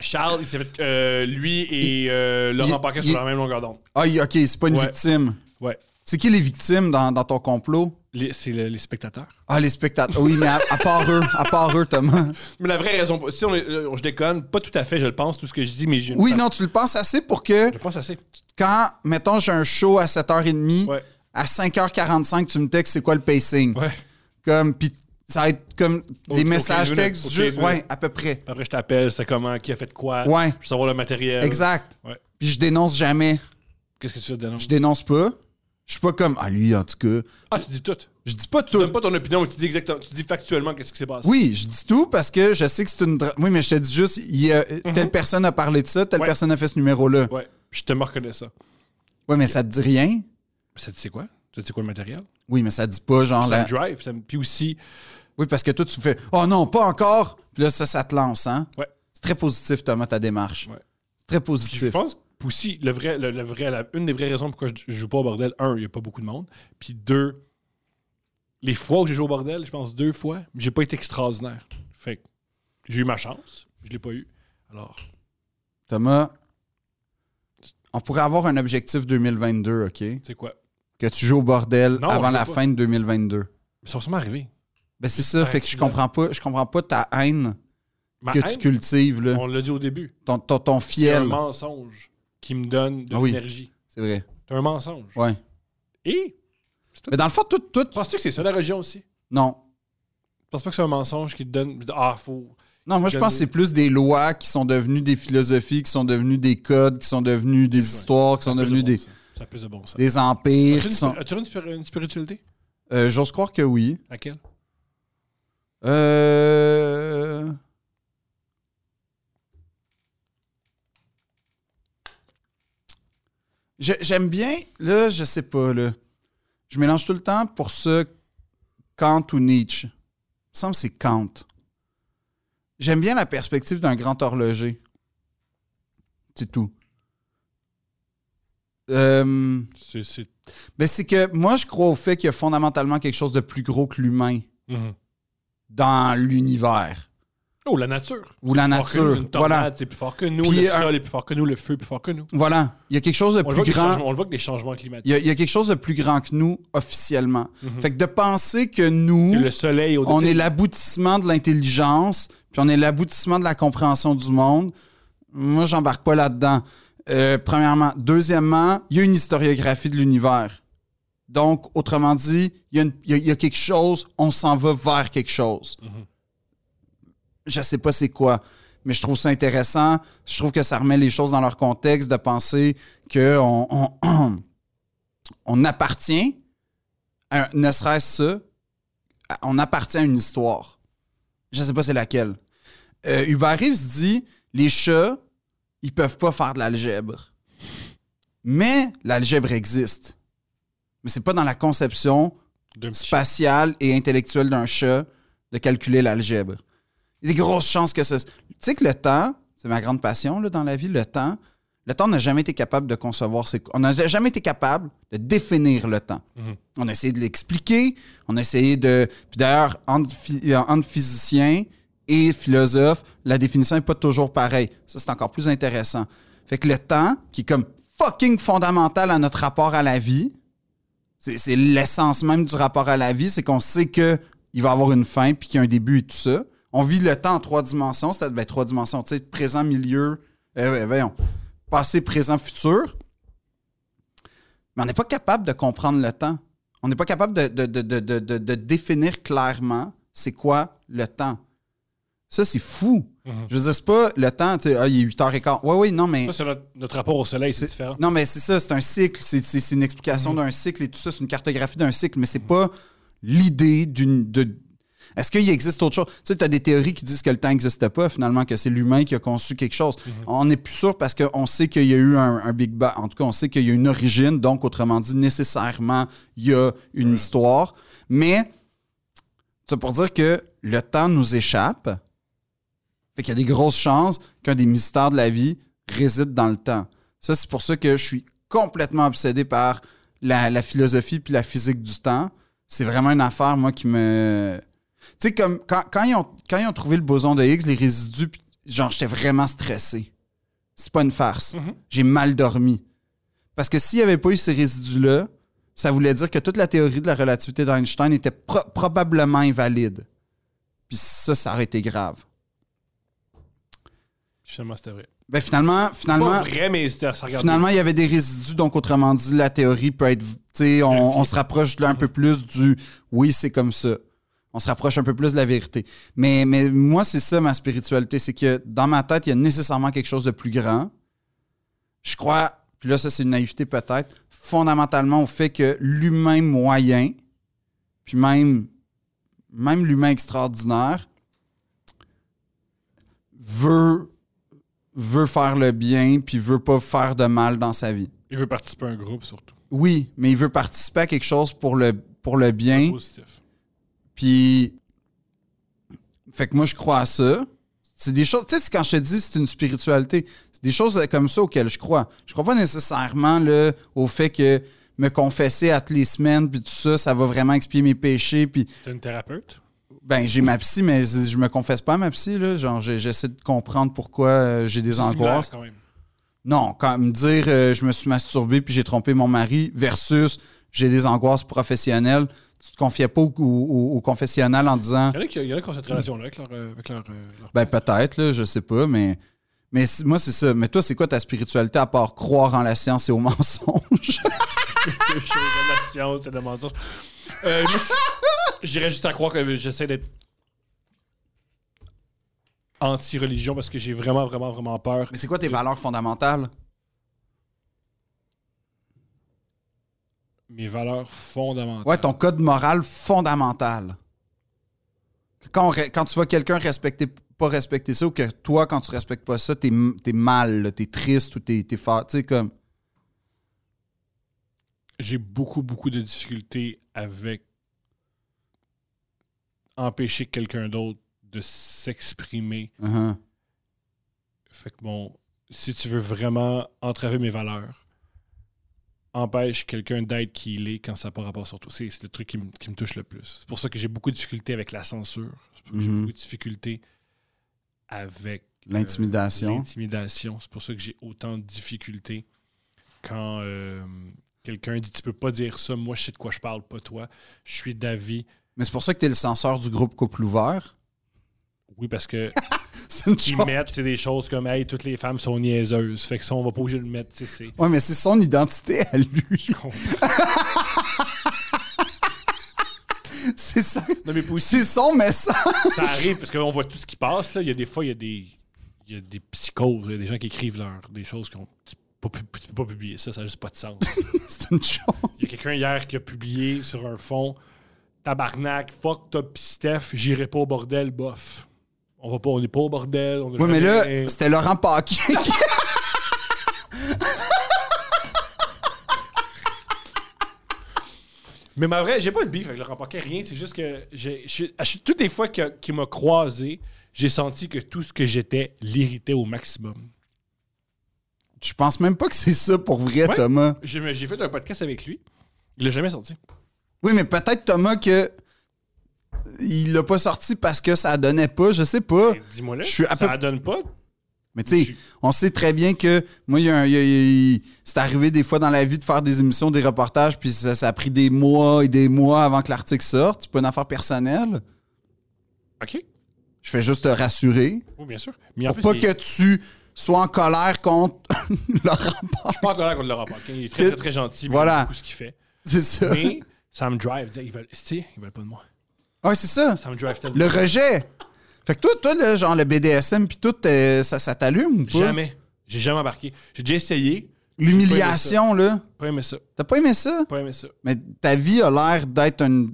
Speaker 2: Charles, il s'est fait, euh, lui et euh, Laurent
Speaker 1: il-
Speaker 2: Paquin
Speaker 1: il-
Speaker 2: sont dans la même longueur d'onde.
Speaker 1: Ah, il- OK, c'est pas une
Speaker 2: Ouais.
Speaker 1: victime.
Speaker 2: Ouais.
Speaker 1: C'est qui les victimes dans, dans ton complot?
Speaker 2: Les- C'est le- les spectateurs.
Speaker 1: Ah, les spectateurs. Oui, mais à, à part eux, à part eux, Thomas.
Speaker 2: Mais la vraie raison, si on, est- euh, je déconne, pas tout à fait, je le pense, tout ce que je dis, mais j'ai une
Speaker 1: Oui,
Speaker 2: femme-
Speaker 1: non, tu le penses assez pour que
Speaker 2: Je pense assez.
Speaker 1: quand, mettons, j'ai un show à 7h30,
Speaker 2: Ouais.
Speaker 1: à 5h45, tu me textes c'est quoi le pacing.
Speaker 2: Ouais.
Speaker 1: Comme, puis ça va être comme
Speaker 2: Au-
Speaker 1: des
Speaker 2: au
Speaker 1: messages
Speaker 2: 15
Speaker 1: textes,
Speaker 2: minutes, au
Speaker 1: juste,
Speaker 2: 15 minutes.
Speaker 1: ouais, à peu près.
Speaker 2: Après, je t'appelle, c'est comment, qui a fait quoi.
Speaker 1: Ouais.
Speaker 2: Je veux savoir le matériel.
Speaker 1: Exact.
Speaker 2: Ouais.
Speaker 1: Puis je dénonce jamais.
Speaker 2: Qu'est-ce que tu veux
Speaker 1: Je
Speaker 2: dénoncer?
Speaker 1: dénonce pas. Je suis pas comme, ah lui, en tout cas.
Speaker 2: Ah, tu dis tout. Tu
Speaker 1: Je dis pas tout.
Speaker 2: donnes pas ton opinion, mais tu dis exactement, tu dis factuellement qu'est-ce qui s'est passé.
Speaker 1: Oui, je dis tout parce que je sais que c'est une. dra- Oui, mais je te dis juste, il y a- euh, telle personne a parlé de ça, telle
Speaker 2: Mhm. Ouais.
Speaker 1: personne a fait ce numéro-là. Ouais,
Speaker 2: Ouais, puis je te reconnais ça.
Speaker 1: mais ça te dit rien.
Speaker 2: Ça te dit quoi? Ça te dit quoi le matériel?
Speaker 1: Oui, mais ça te dit pas, genre.
Speaker 2: Ça
Speaker 1: la-
Speaker 2: me drive. ça me- Puis aussi,
Speaker 1: Oui, parce que toi, tu fais, oh non, pas encore. Puis là, ça, ça te lance, hein.
Speaker 2: Ouais.
Speaker 1: C'est très positif, Thomas, ta démarche.
Speaker 2: Ouais.
Speaker 1: C'est Très
Speaker 2: Puis je
Speaker 1: positif.
Speaker 2: pense puis aussi, le vrai, le, le vrai, la- une des vraies raisons pourquoi je, je joue pas au bordel, un, il n'y a pas beaucoup de monde. Puis deux, les fois où j'ai joué au bordel, je pense deux fois, j'ai pas été extraordinaire. Fait que j'ai eu ma chance, je l'ai pas eu. Alors,
Speaker 1: Thomas, on pourrait avoir un objectif 2022, OK?
Speaker 2: c'est quoi?
Speaker 1: Que tu joues au bordel
Speaker 2: Non,
Speaker 1: avant
Speaker 2: je veux
Speaker 1: la
Speaker 2: pas.
Speaker 1: fin de 2022.
Speaker 2: Ça va sûrement arriver.
Speaker 1: Ben, c'est ça, fait que je
Speaker 2: accident.
Speaker 1: comprends pas, je comprends pas ta haine
Speaker 2: Ma
Speaker 1: que
Speaker 2: haine,
Speaker 1: tu cultives, là.
Speaker 2: on l'a dit au début,
Speaker 1: Ton, ton, ton
Speaker 2: c'est un
Speaker 1: fiel.
Speaker 2: mensonge qui me donne de
Speaker 1: Ah oui.
Speaker 2: l'énergie.
Speaker 1: C'est vrai.
Speaker 2: C'est un mensonge.
Speaker 1: Ouais.
Speaker 2: Et,
Speaker 1: Mais dans le fond, tout, tout.
Speaker 2: penses-tu que c'est ça la religion aussi?
Speaker 1: Non.
Speaker 2: Penses pas que c'est un mensonge qui te donne. Ah, faut.
Speaker 1: Non, moi, je pense que c'est plus des lois qui sont devenues des philosophies, qui sont devenues des codes, qui sont devenues des histoires, qui sont
Speaker 2: plus de
Speaker 1: devenues
Speaker 2: bon
Speaker 1: des,
Speaker 2: sens. Ça a plus de bon sens.
Speaker 1: des empires.
Speaker 2: As-tu
Speaker 1: Qui
Speaker 2: une,
Speaker 1: sont...
Speaker 2: as-tu une spiri- une spiritualité?
Speaker 1: Euh, J'ose croire que oui.
Speaker 2: Laquelle?
Speaker 1: Euh... Je- J'aime bien, là, je sais pas, là. Je mélange tout le temps pour ça Kant ou Nietzsche. Il me semble que c'est Kant. J'aime bien la perspective d'un grand horloger. C'est tout. Euh,
Speaker 2: C'est. c'est-
Speaker 1: ben c'est que moi, je crois au fait qu'il y a fondamentalement quelque chose de plus gros que l'humain
Speaker 2: Mhm.
Speaker 1: dans l'univers
Speaker 2: Oh, la nature.
Speaker 1: ou la
Speaker 2: Plus fort que nous,
Speaker 1: nature.
Speaker 2: une tornade,
Speaker 1: Voilà.
Speaker 2: C'est plus fort que nous.
Speaker 1: Puis
Speaker 2: le
Speaker 1: un-
Speaker 2: sol est plus fort que nous. Le feu est plus fort que nous.
Speaker 1: Voilà. Il y a quelque chose de
Speaker 2: On le, voit
Speaker 1: plus
Speaker 2: avec les
Speaker 1: grand.
Speaker 2: changements- on le voit avec les changements
Speaker 1: Il
Speaker 2: climatiques.
Speaker 1: y, a, il y a quelque chose de plus grand que nous officiellement. Fait que de penser que nous,
Speaker 2: Mhm. Le soleil au
Speaker 1: on est l'aboutissement de l'intelligence, puis on est l'aboutissement de la compréhension du monde, moi, j'embarque pas là-dedans. Euh, premièrement. Deuxièmement, il y a une historiographie de l'univers. Donc, autrement dit, il y, a une- il y a- il y a quelque chose, on s'en va vers quelque chose. Je sais pas c'est quoi, mais je trouve ça intéressant. Je trouve que ça remet les choses dans leur contexte de penser qu'on on, on appartient, à, un- ne serait-ce ça, à- on appartient à une histoire. Je sais pas c'est laquelle. Euh, Hubert Reeves dit les chats, ils peuvent pas faire de l'algèbre. Mais l'algèbre existe. Mais c'est pas dans la conception
Speaker 2: d'un petit
Speaker 1: spatiale et intellectuelle d'un chat de calculer l'algèbre. Il y a des grosses chances que ce. Tu sais que le temps, c'est ma grande passion là, dans la vie, le temps. Le temps n'a jamais été capable de concevoir ses. On n'a jamais été capable de définir le temps.
Speaker 2: Mhm.
Speaker 1: On a essayé de l'expliquer, on a essayé de. Puis d'ailleurs, entre, phy- euh, entre physiciens et philosophes, la définition n'est pas toujours pareille. Ça, c'est encore plus intéressant. Fait que le temps, qui est comme fucking fondamental à notre rapport à la vie, c'est c'est l'essence même du rapport à la vie, c'est qu'on sait que il va avoir une fin puis qu'il y a un début et tout ça. On vit le temps en trois dimensions, c'est ben, trois dimensions, tu sais, présent, milieu, euh, ouais, voyons, passé, présent, futur. Mais on n'est pas capable de comprendre le temps. On n'est pas capable de, de- de- de- de- de- de définir clairement c'est quoi le temps. Ça, c'est fou.
Speaker 2: Mhm.
Speaker 1: Je veux dire, c'est pas le temps, tu sais, ah, il est 8h15. Oui, oui, non, mais.
Speaker 2: Ça, c'est notre, notre rapport au soleil, c'est
Speaker 1: C'est-
Speaker 2: différent.
Speaker 1: Non, mais c'est ça, c'est un cycle. C'est, c'est- c'est une explication d'un cycle et tout ça, c'est une cartographie d'un cycle, mais c'est pas l'idée d'une. de- Est-ce qu'il existe autre chose? Tu sais, tu as des théories qui disent que le temps n'existe pas, finalement, que c'est l'humain qui a conçu quelque chose. On n'est plus sûr parce qu'on sait qu'il y a eu un, un Big Bang. En tout cas, on sait qu'il y a une origine, donc, autrement dit, nécessairement, il y a une histoire. Mais, c'est pour dire que le temps nous échappe. Fait qu'il y a des grosses chances qu'un des mystères de la vie réside dans le temps. Ça, c'est pour ça que je suis complètement obsédé par la, la philosophie puis la physique du temps. C'est vraiment une affaire, moi, qui me. Tu sais, comme quand, quand ils ont, quand ils ont trouvé le boson de Higgs, les résidus, puis genre, j'étais vraiment stressé. C'est pas une farce.
Speaker 2: Mhm.
Speaker 1: J'ai mal dormi. Parce que s'il n'y avait pas eu ces résidus-là, ça voulait dire que toute la théorie de la relativité d'Einstein était pro- probablement invalide. Puis ça, ça aurait été grave.
Speaker 2: Finalement, c'était vrai.
Speaker 1: Ben finalement,
Speaker 2: Pas
Speaker 1: finalement,
Speaker 2: vrai, mais c'était- ça regarde.
Speaker 1: finalement, il y avait des résidus, donc autrement dit, la théorie peut être. Tu sais, on, on se rapproche là un peu plus du oui, c'est comme ça. on se rapproche un peu plus de la vérité. Mais, mais moi, c'est ça ma spiritualité, c'est que dans ma tête, il y a nécessairement quelque chose de plus grand. Je crois, puis là, ça c'est une naïveté peut-être, fondamentalement au fait que l'humain moyen, puis même, même l'humain extraordinaire, veut, veut faire le bien, puis veut pas faire de mal dans sa vie.
Speaker 2: Il veut participer à un groupe surtout.
Speaker 1: Oui, mais il veut participer à quelque chose pour le, pour le bien.
Speaker 2: Positif.
Speaker 1: Puis, fait que moi, je crois à ça. C'est des choses, tu sais, c'est quand je te dis c'est une spiritualité, c'est des choses comme ça auxquelles je crois. Je crois pas nécessairement là, au fait que me confesser à toutes les semaines, puis tout ça, ça va vraiment expier mes péchés, puis
Speaker 2: T'es une thérapeute?
Speaker 1: ben, j'ai ma psy, mais je me confesse pas à ma psy, là. Genre, j'ai- j'essaie de comprendre pourquoi euh, j'ai des
Speaker 2: Similaire,
Speaker 1: angoisses.
Speaker 2: quand même.
Speaker 1: Non, quand me dire euh, je me suis masturbé puis j'ai trompé mon mari versus j'ai des angoisses professionnelles, tu te confiais pas au, au- au- au confessionnal en disant
Speaker 2: Il y en a qui, il y en a qui ont cette relation-là avec leur. euh, Avec leur, euh, leur-
Speaker 1: ben peut-être là, je sais pas, mais mais c- moi c'est ça. Mais toi c'est quoi ta spiritualité à part croire en la science et aux mensonges
Speaker 2: Je suis de la science et de la mensonge. Euh, moi, c'est- J'irais juste à croire que j'essaie d'être anti-religion parce que j'ai vraiment, vraiment, vraiment peur.
Speaker 1: Mais c'est quoi tes valeurs fondamentales
Speaker 2: Mes valeurs fondamentales.
Speaker 1: Ouais, ton code moral fondamental. Quand, on re- quand tu vois quelqu'un respecter pas respecter ça ou que toi quand tu respectes pas ça, t'es m- t'es mal, là, t'es triste ou t'es t'es fa- tu sais comme
Speaker 2: J'ai beaucoup, beaucoup de difficultés avec empêcher quelqu'un d'autre de s'exprimer.
Speaker 1: uh-huh.
Speaker 2: Fait que bon, si tu veux vraiment entraver mes valeurs, empêche quelqu'un d'être qui il est quand ça n'a pas rapport sur toi. C'est c'est le truc qui me, qui me touche le plus. C'est pour ça que j'ai beaucoup de difficultés avec la censure. C'est pour ça que j'ai
Speaker 1: Mhm.
Speaker 2: beaucoup de difficultés avec euh,
Speaker 1: L'intimidation.
Speaker 2: l'intimidation. C'est pour ça que j'ai autant de difficultés quand euh, quelqu'un dit Tu peux pas dire ça, moi je sais de quoi je parle, pas toi. Je suis d'avis.
Speaker 1: Mais c'est pour ça que t'es le censeur du groupe couple ouvert.
Speaker 2: Oui, parce que
Speaker 1: C'est une
Speaker 2: qui
Speaker 1: chose.
Speaker 2: mettent c'est des choses comme Hey, toutes les femmes sont niaiseuses. Fait que ça, on va pas obligé de le mettre. tu sais, c'est-
Speaker 1: Ouais, mais c'est son identité à lui.
Speaker 2: Je comprends.
Speaker 1: C'est ça.
Speaker 2: Non, mais aussi,
Speaker 1: C'est son message.
Speaker 2: ça arrive parce qu'on voit tout ce qui passe. Là. Il y a des fois, il y a des, il y a des psychoses, il y a des gens qui écrivent leur, des choses qu'on tu peux pas, pu- tu peux pas publier ça, ça n'a juste pas de sens.
Speaker 1: C'est une chose.
Speaker 2: Il y a quelqu'un hier qui a publié sur un fond Tabarnak, fuck top pis Steph, j'irai pas au bordel, bof. On va pas, on est pas au bordel. On a
Speaker 1: Oui, mais là,
Speaker 2: jamais-
Speaker 1: c'était Laurent Paquet qui.
Speaker 2: Mais ma vraie, j'ai pas de beef avec Laurent Paquet, rien. C'est juste que j'ai- j'ai- à ch- toutes les fois qu'il a- qu'il m'a croisé, j'ai senti que tout ce que j'étais l'irritait au maximum.
Speaker 1: Je pense même pas que c'est ça pour vrai,
Speaker 2: Ouais.
Speaker 1: Thomas.
Speaker 2: J'ai j'ai fait un podcast avec lui. Il l'a jamais sorti.
Speaker 1: Oui, mais peut-être, Thomas, que. Il l'a pas sorti parce que ça donnait pas, je sais pas.
Speaker 2: Ben, Dis-moi-le.
Speaker 1: Je suis à
Speaker 2: Ça
Speaker 1: peu-
Speaker 2: la donne pas.
Speaker 1: Mais tu sais, on sait très bien que moi, il y a un- il y a- il y a- c'est arrivé des fois dans la vie de faire des émissions, des reportages, puis ça, ça a pris des mois et des mois avant que l'article sorte. C'est pas une affaire personnelle.
Speaker 2: OK.
Speaker 1: Je fais juste te rassurer.
Speaker 2: Oui, bien sûr. Mais en
Speaker 1: Pour
Speaker 2: plus,
Speaker 1: pas
Speaker 2: il-
Speaker 1: que tu sois en colère contre Laurent
Speaker 2: je suis pas en colère contre Laurent Paquin. Il est très, très, très gentil. puis
Speaker 1: Voilà.
Speaker 2: j'aime beaucoup ce qu'il fait.
Speaker 1: C'est ça.
Speaker 2: Mais ça me drive. Ils veulent, tu sais, ils veulent pas de moi.
Speaker 1: Ah Ouais, c'est ça.
Speaker 2: Ça me drive tellement.
Speaker 1: Le rejet. Fait que toi, toi le, genre le BDSM puis tout, euh, ça, ça t'allume ou pas?
Speaker 2: Jamais. J'ai jamais embarqué. J'ai déjà essayé.
Speaker 1: L'humiliation, là.
Speaker 2: Pas aimé ça.
Speaker 1: T'as pas aimé ça?
Speaker 2: Pas aimé ça.
Speaker 1: Mais ta vie a l'air d'être un,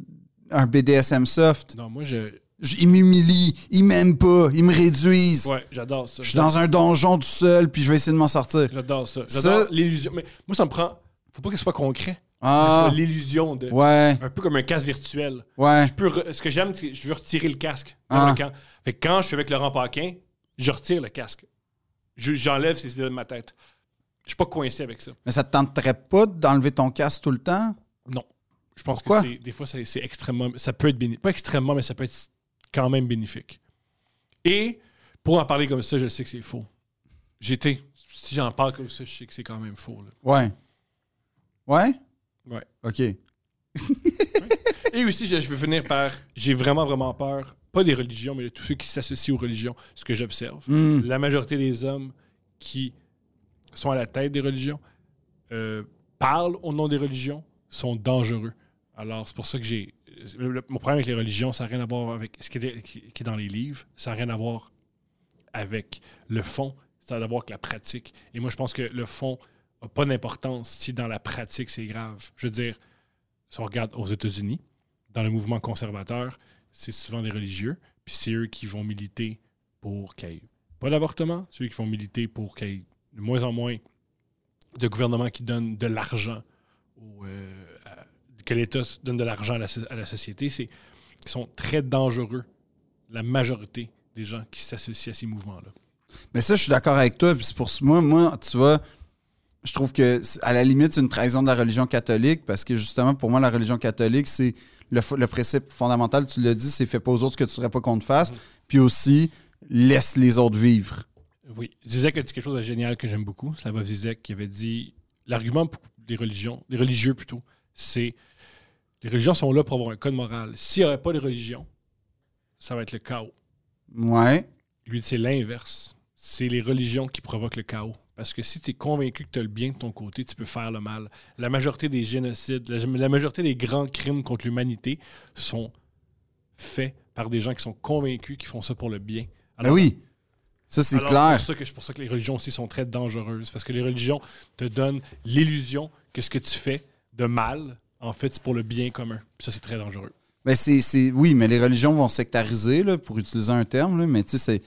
Speaker 1: un BDSM soft.
Speaker 2: Non, moi, je.
Speaker 1: J- Ils m'humilient, ils m'aiment pas, ils me réduisent.
Speaker 2: Ouais, j'adore ça.
Speaker 1: Je suis dans un donjon tout seul, puis je vais essayer de m'en sortir.
Speaker 2: J'adore ça.
Speaker 1: Ça-
Speaker 2: J'adore l'illusion. Mais moi, ça me prend. Faut pas que ce soit concret. Faut que ce
Speaker 1: Ah,
Speaker 2: soit L'illusion de.
Speaker 1: ouais,
Speaker 2: Un peu comme un casque virtuel.
Speaker 1: ouais.
Speaker 2: Je peux re- Ce que j'aime, c'est que je veux retirer le casque.
Speaker 1: Ah.
Speaker 2: Dans le camp. Fait que quand je suis avec Laurent Paquin, je retire le casque. Je- J'enlève ces idées de ma tête. Je suis pas coincé avec ça.
Speaker 1: Mais ça te tenterait pas d'enlever ton casque tout le temps?
Speaker 2: Non. Je pense
Speaker 1: Pourquoi?
Speaker 2: que c'est- des fois, c'est c'est extrêmement. Ça peut être bénéfique. Pas extrêmement, mais ça peut être quand même bénéfique. Et pour en parler comme ça, je sais que c'est faux. J'étais. Si j'en parle comme ça, je sais que c'est quand même faux. là.
Speaker 1: Ouais. Ouais?
Speaker 2: Ouais.
Speaker 1: OK.
Speaker 2: Et aussi, je, je veux finir par. J'ai vraiment, vraiment peur, pas des religions, mais de tous ceux qui s'associent aux religions, ce que j'observe.
Speaker 1: Hmm.
Speaker 2: La majorité des hommes qui sont à la tête des religions euh, parlent au nom des religions, sont dangereux. Alors, c'est pour ça que j'ai. le- le- mon problème avec les religions, ça n'a rien à voir avec ce qui est, qui- qui est dans les livres, ça n'a rien à voir avec le fond, ça n'a à voir avec la pratique. Et moi, je pense que le fond n'a pas d'importance si dans la pratique, c'est grave. Je veux dire, si on regarde aux États-Unis, dans le mouvement conservateur, c'est souvent des religieux, puis c'est eux qui vont militer pour qu'il n'y ait pas d'avortement, c'est eux qui vont militer pour qu'il y ait de moins en moins de gouvernements qui donnent de l'argent au, euh, à- que l'État s- donne de l'argent à, la so- à la société, c'est ils sont très dangereux, la majorité des gens qui s'associent à ces mouvements-là.
Speaker 1: Mais ça, je suis d'accord avec toi. Puis c'est pour ça- moi, moi, tu vois, je trouve que c'est- à la limite, c'est une trahison de la religion catholique parce que justement, pour moi, la religion catholique, c'est le, fo- le principe fondamental. Tu l'as dit, c'est fais pas aux autres ce que tu ne pas qu'on te fasse.
Speaker 2: Mm.
Speaker 1: Puis aussi, laisse les autres vivre.
Speaker 2: Oui. Zizek a dit quelque chose de génial que j'aime beaucoup. Slavov Zizek qui avait dit l'argument pour les religions, les religieux plutôt, c'est les religions sont là pour avoir un code moral. S'il n'y aurait pas de religion, ça va être le chaos.
Speaker 1: Ouais. Ben
Speaker 2: Lui, c'est l'inverse. C'est les religions qui provoquent le chaos. Parce que si tu es convaincu que tu as le bien de ton côté, tu peux faire le mal. La majorité des génocides, la, la majorité des grands crimes contre l'humanité sont faits par des gens qui sont convaincus qu'ils font ça pour le bien.
Speaker 1: Ben oui. Ça, c'est
Speaker 2: alors,
Speaker 1: clair.
Speaker 2: C'est pour, ça que- c'est pour ça que les religions aussi sont très dangereuses. Parce que les religions te donnent l'illusion que ce que tu fais de mal, en fait, c'est pour le bien commun. Puis ça, c'est très dangereux.
Speaker 1: Ben, c'est, c'est- oui, mais les religions vont sectariser, là, pour utiliser un terme, là, mais tu sais, c'est,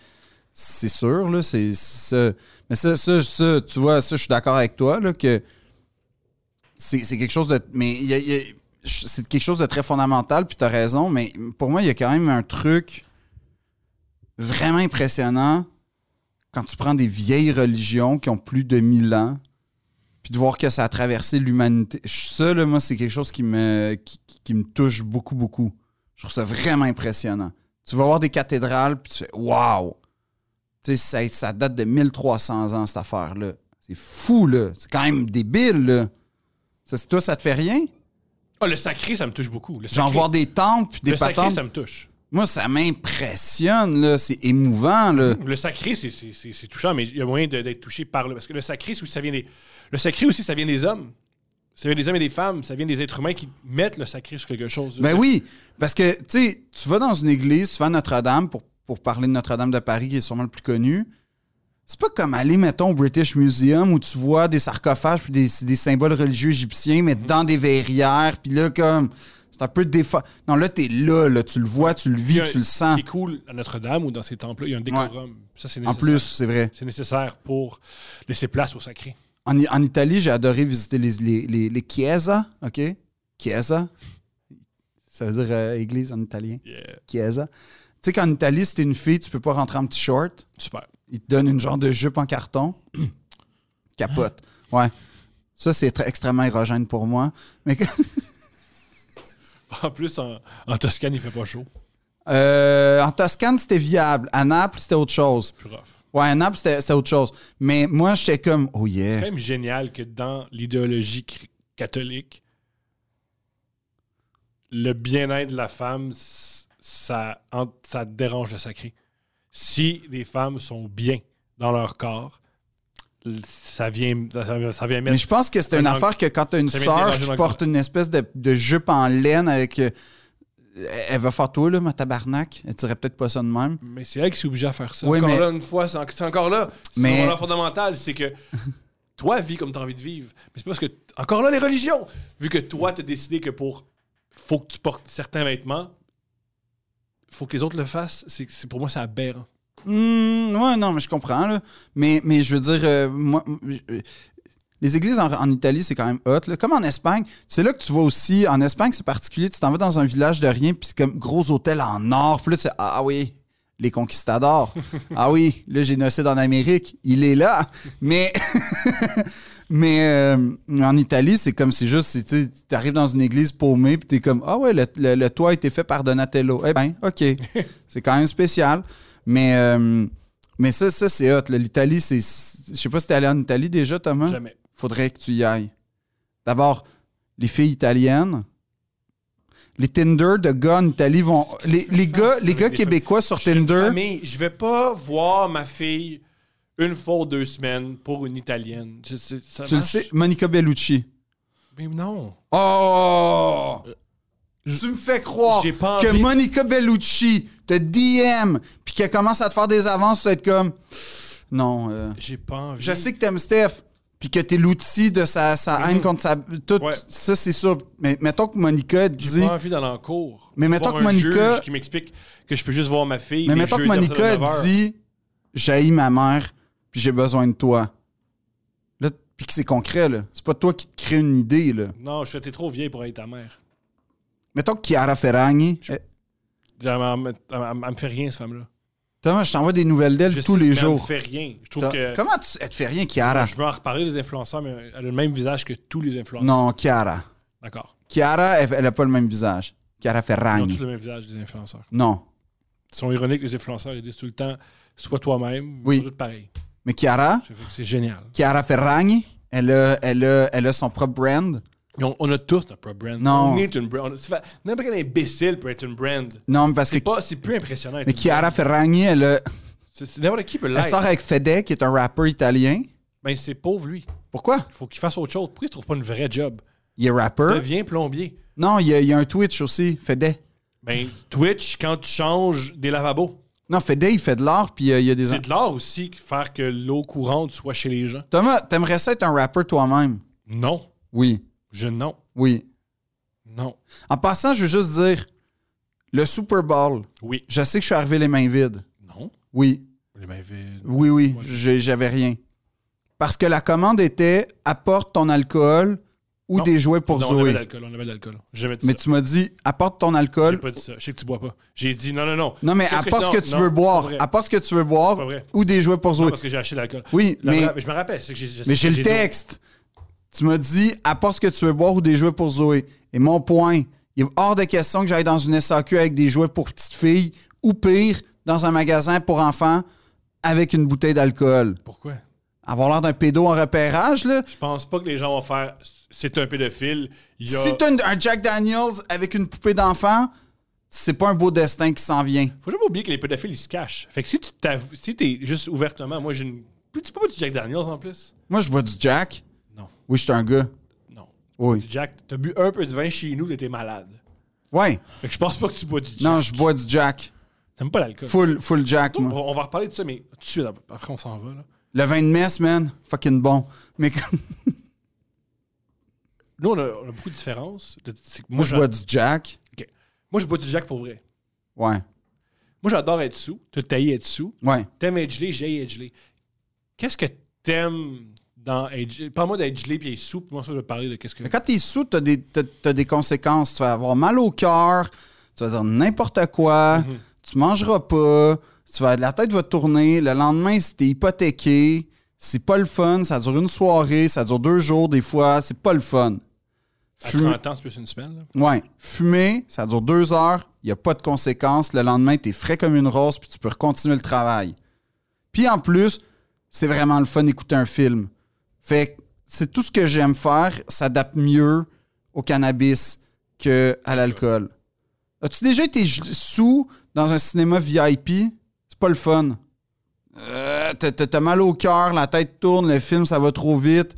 Speaker 1: c'est sûr, là, c'est, c'est ça. Mais ça, ça, ça, tu vois, ça, je suis d'accord avec toi, là, que c'est, c'est quelque chose de... Mais il y a- il y a- c'est quelque chose de très fondamental, puis tu as raison, mais pour moi, il y a quand même un truc vraiment impressionnant quand tu prends des vieilles religions qui ont plus de 1000 ans, puis de voir que ça a traversé l'humanité. Ça, là, moi, c'est quelque chose qui me, qui, qui- qui me touche beaucoup, beaucoup. Je trouve ça vraiment impressionnant. Tu vas voir des cathédrales, puis tu fais « Wow! » Tu sais, ça, ça date de 1300 ans, cette affaire-là. C'est fou, là. C'est quand même débile, là. Ça, c'est- toi, ça te fait rien?
Speaker 2: Ah, le sacré, ça me touche beaucoup. Le
Speaker 1: Genre
Speaker 2: sacré-
Speaker 1: voir des temples, puis des
Speaker 2: le sacré,
Speaker 1: patentes.
Speaker 2: ça me touche.
Speaker 1: Moi, ça m'impressionne, là. C'est émouvant, là.
Speaker 2: Le sacré, c'est- c'est c'est- c'est touchant, mais il y a moyen de- d'être touché par le. Parce que le sacré, c'est aussi- ça vient des. Le sacré aussi, ça vient des hommes. Ça vient des hommes et des femmes. Ça vient des êtres humains qui mettent le sacré sur quelque chose.
Speaker 1: Ben oui, parce que, tu sais, tu vas dans une église, tu vas à Notre-Dame, pour, pour parler de Notre-Dame de Paris, qui est sûrement le plus connu. C'est pas comme aller, mettons, au British Museum, où tu vois des sarcophages puis des, des symboles religieux égyptiens, mais dans des verrières, puis là, comme, c'est un peu défa... Non, là, t'es là, là, tu le vois, tu le
Speaker 2: Il y
Speaker 1: vis,
Speaker 2: a un-
Speaker 1: tu le sens.
Speaker 2: Ce qui est cool à Notre-Dame ou dans ces temples-là, il y a un décorum. Ça, c'est
Speaker 1: En
Speaker 2: nécessaire.
Speaker 1: plus, c'est vrai.
Speaker 2: C'est nécessaire pour laisser place au sacré.
Speaker 1: En, I- en Italie, j'ai adoré visiter les, les, les, les chiesa, OK? Chiesa. Ça veut dire euh, église en italien.
Speaker 2: Yeah.
Speaker 1: Chiesa. Tu sais qu'en Italie, si t'es une fille, tu peux pas rentrer en petit short.
Speaker 2: Super.
Speaker 1: Il te donne une genre de jupe en carton. Capote. Ouais. Ça, c'est très- extrêmement érogène pour moi. Mais que-
Speaker 2: En plus, en, en Toscane, il fait pas chaud.
Speaker 1: Euh, en Toscane, c'était viable. À Naples, c'était autre chose.
Speaker 2: Plus rough.
Speaker 1: Ouais, à Naples, c'était c'était autre chose. Mais moi, j'étais comme, oh
Speaker 2: C'est
Speaker 1: yeah.
Speaker 2: quand même génial que dans l'idéologie cr- catholique, le bien-être de la femme, s- ça, en- ça dérange le sacré. Si les femmes sont bien dans leur corps, l- ça vient, ça, ça- ça vient
Speaker 1: Mais
Speaker 2: mettre.
Speaker 1: je pense que c'est une
Speaker 2: Ça vient-
Speaker 1: affaire que quand t'as une
Speaker 2: ça vient
Speaker 1: sœur
Speaker 2: déranger
Speaker 1: qui
Speaker 2: dans le
Speaker 1: porte une espèce de, de jupe en laine avec. euh, Elle va faire toi, là, ma tabarnak. Elle dirait peut-être pas ça de même.
Speaker 2: Mais c'est elle qui s'est obligée à faire ça.
Speaker 1: Oui,
Speaker 2: encore
Speaker 1: mais-
Speaker 2: là, une fois, c'est en- c'est encore là. C'est
Speaker 1: Mais-
Speaker 2: mon valeur fondamentale, c'est que toi, vis comme tu as envie de vivre. Mais c'est parce que, t- encore là, les religions, vu que toi, tu as décidé que pour. Faut que tu portes certains vêtements, faut que les autres le fassent. C'est c'est- pour moi, c'est aberrant.
Speaker 1: Hmm, ouais, non, mais je comprends. Là. Mais, mais je veux dire, euh, moi, euh, les églises en, en Italie, c'est quand même hot. là. Comme en Espagne, c'est là que tu vois aussi. En Espagne, c'est particulier. Tu t'en vas dans un village de rien, puis c'est comme gros hôtel en or. Puis là, tu sais, ah oui, les conquistadors. ah oui, le génocide en Amérique, il est là. Mais, mais euh, en Italie, c'est comme, c'est juste, c'est, tu sais, t'arrives dans une église paumée, puis t'es comme, ah ouais, le, le- le toit a été fait par Donatello. Eh ben, OK. c'est quand même spécial. Mais, euh, mais ça, ça c'est hot. là. L'Italie, c'est. Je sais pas si t'es allé en Italie déjà, Thomas.
Speaker 2: Jamais.
Speaker 1: Faudrait que tu y ailles. D'abord, les filles italiennes. Les Tinder de gars en Italie vont. Les, les gars, les gars québécois sur
Speaker 2: Je suis une
Speaker 1: Tinder.
Speaker 2: famille, je vais pas voir ma fille une fois ou deux semaines pour une italienne. Je- c'est- ça
Speaker 1: Tu le
Speaker 2: marche.
Speaker 1: sais, Monica Bellucci.
Speaker 2: Mais non.
Speaker 1: Oh! Tu me fais croire
Speaker 2: Euh, J'ai pas
Speaker 1: que
Speaker 2: envie-
Speaker 1: Monica Bellucci te DM puis qu'elle commence à te faire des avances, tu vas être comme non. euh,
Speaker 2: J'ai pas envie.
Speaker 1: je sais que t'aimes Steph puis que t'es l'outil de sa, sa haine
Speaker 2: Mhm.
Speaker 1: contre sa tout
Speaker 2: Ouais.
Speaker 1: ça c'est sûr. Mais mettons que Monica elle
Speaker 2: J'ai
Speaker 1: dit
Speaker 2: pas envie d'aller en cours.
Speaker 1: Mais mettons
Speaker 2: Voir
Speaker 1: que
Speaker 2: un
Speaker 1: Monica-
Speaker 2: juge qui m'explique que je peux juste voir ma fille.
Speaker 1: mais
Speaker 2: les
Speaker 1: mettons que
Speaker 2: jeux d'à partir de
Speaker 1: Monica elle
Speaker 2: 9 heures.
Speaker 1: dit j'haïs ma mère puis j'ai besoin de toi. Là puis que c'est concret là, c'est pas toi qui te crée une idée là.
Speaker 2: Non, je suis t'es trop vieille pour être ta mère.
Speaker 1: Mettons que Chiara Ferragni, eh,
Speaker 2: Elle, elle- elle- elle- elle me fait rien, cette femme-là.
Speaker 1: Thomas, je t'envoie des nouvelles d'elle
Speaker 2: Je
Speaker 1: tous
Speaker 2: sais,
Speaker 1: les
Speaker 2: mais Elle me
Speaker 1: jours.
Speaker 2: fait rien. Je trouve
Speaker 1: T'as-
Speaker 2: que.
Speaker 1: Comment tu, elle te fait rien Chiara
Speaker 2: Je veux en reparler des influenceurs, mais elle a le même visage que tous les influenceurs.
Speaker 1: Non, Chiara.
Speaker 2: D'accord.
Speaker 1: Chiara, elle, elle a pas le même visage. Chiara
Speaker 2: Ils ont
Speaker 1: Ferragni.
Speaker 2: tous le même visage des influenceurs.
Speaker 1: Non.
Speaker 2: Ils sont ironiques, les influenceurs. Ils disent tout le temps sois toi-même,
Speaker 1: Oui.
Speaker 2: oui. tout pareil.
Speaker 1: Mais Chiara,
Speaker 2: Ça fait que C'est génial.
Speaker 1: Chiara Ferragni, elle a, elle a- elle a son propre brand.
Speaker 2: Et On, on a tous notre propre brand.
Speaker 1: Non.
Speaker 2: On est une brand. On a- c'est fait- N'importe quel imbécile peut être une brand.
Speaker 1: Non, mais parce que.
Speaker 2: C'est pas- c'est plus impressionnant. d'être
Speaker 1: Mais
Speaker 2: une
Speaker 1: Chiara
Speaker 2: brand.
Speaker 1: Ferragni, elle, a-
Speaker 2: C'est- c'est N'importe qui peut
Speaker 1: elle
Speaker 2: l'être.
Speaker 1: sort avec Fede, qui est un rappeur italien.
Speaker 2: Ben, c'est pauvre, lui.
Speaker 1: Pourquoi?
Speaker 2: Il faut qu'il fasse autre chose. Pourquoi il trouve pas une vraie job?
Speaker 1: Il est rappeur.
Speaker 2: Deviens plombier.
Speaker 1: Non, il y, a, il y a un Twitch aussi, Fede.
Speaker 2: Ben, Twitch, quand tu changes des lavabos,
Speaker 1: Non, Fede, il fait de l'art, puis euh, il y a des.
Speaker 2: c'est de l'art aussi, faire que l'eau courante soit chez les gens.
Speaker 1: Thomas, t'aimerais ça être un rappeur toi-même?
Speaker 2: Non.
Speaker 1: Oui.
Speaker 2: Je non.
Speaker 1: Oui.
Speaker 2: Non.
Speaker 1: En passant, je veux juste dire le Super Bowl,
Speaker 2: Oui.
Speaker 1: je sais que je suis arrivé les mains vides.
Speaker 2: Non.
Speaker 1: Oui.
Speaker 2: Les mains vides.
Speaker 1: Oui, oui,
Speaker 2: Ouais.
Speaker 1: j'ai- j'avais rien. Parce que la commande était apporte ton alcool ou
Speaker 2: Non.
Speaker 1: des jouets pour
Speaker 2: non, on avait de
Speaker 1: Zoé.
Speaker 2: l'alcool, on avait de l'alcool. J'ai Jamais dit
Speaker 1: Mais
Speaker 2: ça.
Speaker 1: tu m'as dit apporte ton
Speaker 2: J'ai
Speaker 1: alcool.
Speaker 2: pas dit ça. Je sais que tu bois pas. J'ai dit non, non, non.
Speaker 1: Non, mais
Speaker 2: Qu'est-ce que-
Speaker 1: apporte ce que
Speaker 2: non,
Speaker 1: tu
Speaker 2: non,
Speaker 1: veux boire.
Speaker 2: pas vrai.
Speaker 1: Apporte ce que tu veux boire
Speaker 2: Pas vrai.
Speaker 1: ou des jouets pour
Speaker 2: Non,
Speaker 1: Zoé.
Speaker 2: parce que j'ai acheté de l'alcool.
Speaker 1: Oui,
Speaker 2: La
Speaker 1: mais,
Speaker 2: vraie- je me rappelle. c'est que j'ai- je sais
Speaker 1: mais j'ai
Speaker 2: que
Speaker 1: le
Speaker 2: dit-
Speaker 1: texte. Tu m'as dit apporte ce que tu veux boire ou des jouets pour Zoé. Et mon point, il est hors de question que j'aille dans une SAQ avec des jouets pour petites filles ou pire, dans un magasin pour enfants avec une bouteille d'alcool.
Speaker 2: Pourquoi?
Speaker 1: Avoir l'air d'un pédo en repérage, là,
Speaker 2: Je pense pas que les gens vont faire. C'est un pédophile. Il y a...
Speaker 1: Si t'as une- un Jack Daniels avec une poupée d'enfant, c'est pas un beau destin qui s'en vient.
Speaker 2: Faut jamais oublier que les pédophiles, ils se cachent. Fait que si tu t'avoues- si t'es juste ouvertement, moi j'ai une. Tu peux pas du Jack Daniels en plus?
Speaker 1: Moi, je bois du Jack.
Speaker 2: Non.
Speaker 1: Oui, je suis un gars.
Speaker 2: Non.
Speaker 1: Oui.
Speaker 2: Jack, t'as bu un peu de vin chez nous, t'étais malade.
Speaker 1: Ouais.
Speaker 2: Fait que je pense pas que tu bois du Jack.
Speaker 1: Non, je bois du Jack.
Speaker 2: T'aimes pas l'alcool.
Speaker 1: Full, full Jack,
Speaker 2: On va,
Speaker 1: moi.
Speaker 2: on va reparler de ça, mais tout de suite, après on s'en va. Là.
Speaker 1: Le vin de messe, man, fucking bon. Mais comme
Speaker 2: Nous, on a, on a beaucoup de différences. De- c'est que
Speaker 1: moi, je
Speaker 2: j'a-
Speaker 1: bois du Jack.
Speaker 2: Ok. Moi, je bois du Jack pour vrai.
Speaker 1: Ouais.
Speaker 2: Moi, j'adore être sous. T'as taillé être sous.
Speaker 1: Ouais.
Speaker 2: T'aimes être gelé, j'ai être gelé. Qu'est-ce que t'aimes dans être gelé? Parle-moi d'être gelé puis être sous, puis moi, ça, je vais parler de qu'est-ce que.
Speaker 1: Mais quand t'es sous, t'as des, t'as- t'as des conséquences. Tu vas avoir mal au cœur. Tu vas dire n'importe quoi. Tu mangeras pas. Tu vas, la tête va tourner. Le lendemain, si t'es hypothéqué, c'est pas le fun. Ça dure une soirée. Ça dure deux jours, des fois. C'est pas le fun.
Speaker 2: À
Speaker 1: Fumer-
Speaker 2: 30 ans, c'est plus une semaine. là.
Speaker 1: ouais. Fumer, ça dure deux heures. Il n'y a pas de conséquences. Le lendemain, t'es frais comme une rose, puis tu peux continuer le travail. Puis en plus, c'est vraiment le fun d'écouter un film. Fait que c'est tout ce que j'aime faire s'adapte mieux au cannabis que à l'alcool. As-tu déjà été gel- sous dans un cinéma VIP? C'est pas le fun. Euh, t'as- T'as t'as mal au cœur, la tête tourne, le film, ça va trop vite.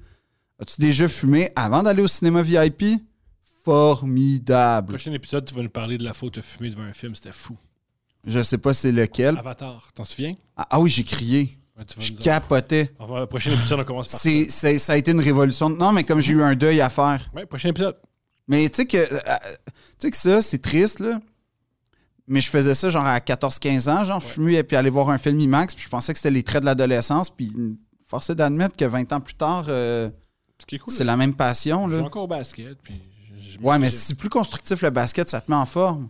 Speaker 1: As-tu déjà fumé avant d'aller au cinéma VIP?
Speaker 2: Le
Speaker 1: Formidable.
Speaker 2: prochain épisode, tu vas nous parler de la faute de fumer devant un film. C'était fou.
Speaker 1: Je sais pas c'est lequel.
Speaker 2: Avatar, t'en souviens?
Speaker 1: Ah, ah oui, j'ai crié.
Speaker 2: Ouais, tu vas
Speaker 1: Je
Speaker 2: nous en-
Speaker 1: capotais.
Speaker 2: On va- le prochain épisode, on commence par.
Speaker 1: C'est, c'est- ça a été une révolution. Non, mais comme j'ai eu un deuil à faire.
Speaker 2: Ouais, prochain épisode.
Speaker 1: Mais tu sais que, euh, euh, tu sais que ça, c'est triste, là. Mais je faisais ça genre à 14-15 ans, genre fumer et puis aller voir un film IMAX, puis je pensais que c'était les traits de l'adolescence, puis forcé d'admettre que 20 ans plus tard, euh,
Speaker 2: Ce qui est cool.
Speaker 1: c'est la même passion,
Speaker 2: Je
Speaker 1: là.
Speaker 2: suis encore au basket. Puis je- je-
Speaker 1: Ouais, mais
Speaker 2: je-
Speaker 1: si c'est plus constructif le basket, ça te met en forme.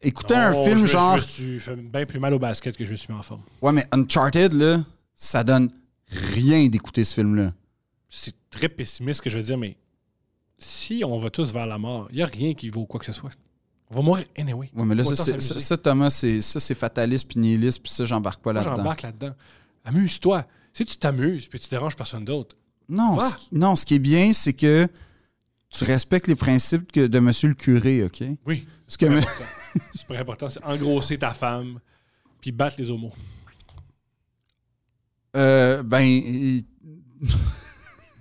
Speaker 1: Écouter un
Speaker 2: Non,
Speaker 1: film
Speaker 2: Oh, je me-
Speaker 1: genre,
Speaker 2: Je me suis fait bien plus mal au basket que je me suis mis en forme.
Speaker 1: ouais, mais Uncharted, là, ça donne rien d'écouter ce film-là.
Speaker 2: C'est très pessimiste ce que je veux dire, mais si on va tous vers la mort, il n'y a rien qui vaut quoi que ce soit. On va mourir anyway.
Speaker 1: Ouais, mais là,
Speaker 2: Autant
Speaker 1: ça, c'est,
Speaker 2: s'amuser.
Speaker 1: ça, ça, Thomas, c'est, ça, c'est fataliste puis nihiliste, puis ça, j'embarque pas
Speaker 2: Moi,
Speaker 1: là-dedans.
Speaker 2: j'embarque là-dedans. Amuse-toi. Si tu t'amuses puis tu déranges personne d'autre,
Speaker 1: Non,
Speaker 2: Va.
Speaker 1: ce, qui- non, ce qui est bien, c'est que tu respectes les principes que, de monsieur le curé, OK?
Speaker 2: oui,
Speaker 1: Parce que,
Speaker 2: c'est important. C'est super important. C'est engrosser ta femme puis battre les homos.
Speaker 1: euh, ben, il-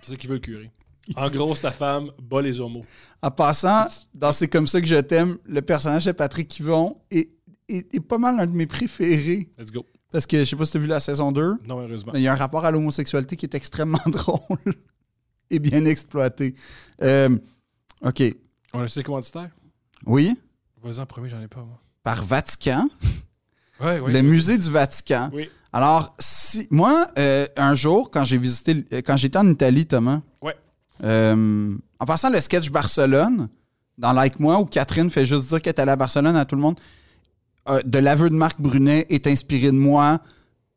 Speaker 2: C'est ça qu'il veut le curé. En gros, ta femme bat les homos.
Speaker 1: En passant, dans C'est comme ça que je t'aime, le personnage de Patrick Yvon est, est- est pas mal un de mes préférés.
Speaker 2: Let's go.
Speaker 1: Parce que je sais pas si tu as vu la saison 2,
Speaker 2: Non, malheureusement.
Speaker 1: mais il y a un rapport à l'homosexualité qui est extrêmement drôle et bien exploité. Euh, OK.
Speaker 2: On a su les commanditaires?
Speaker 1: Oui,
Speaker 2: Vas-y en premier, j'en ai pas, moi.
Speaker 1: par Vatican,
Speaker 2: Ouais, ouais.
Speaker 1: le musée du Vatican.
Speaker 2: Oui.
Speaker 1: Alors, si moi, euh, un jour, quand j'ai visité, euh, quand j'étais en Italie, Thomas,
Speaker 2: Ouais.
Speaker 1: euh, en passant le sketch Barcelone, dans Like Moi, où Catherine fait juste dire qu'elle est allée à Barcelone à tout le monde, euh, de l'aveu de Marc Brunet est inspiré de moi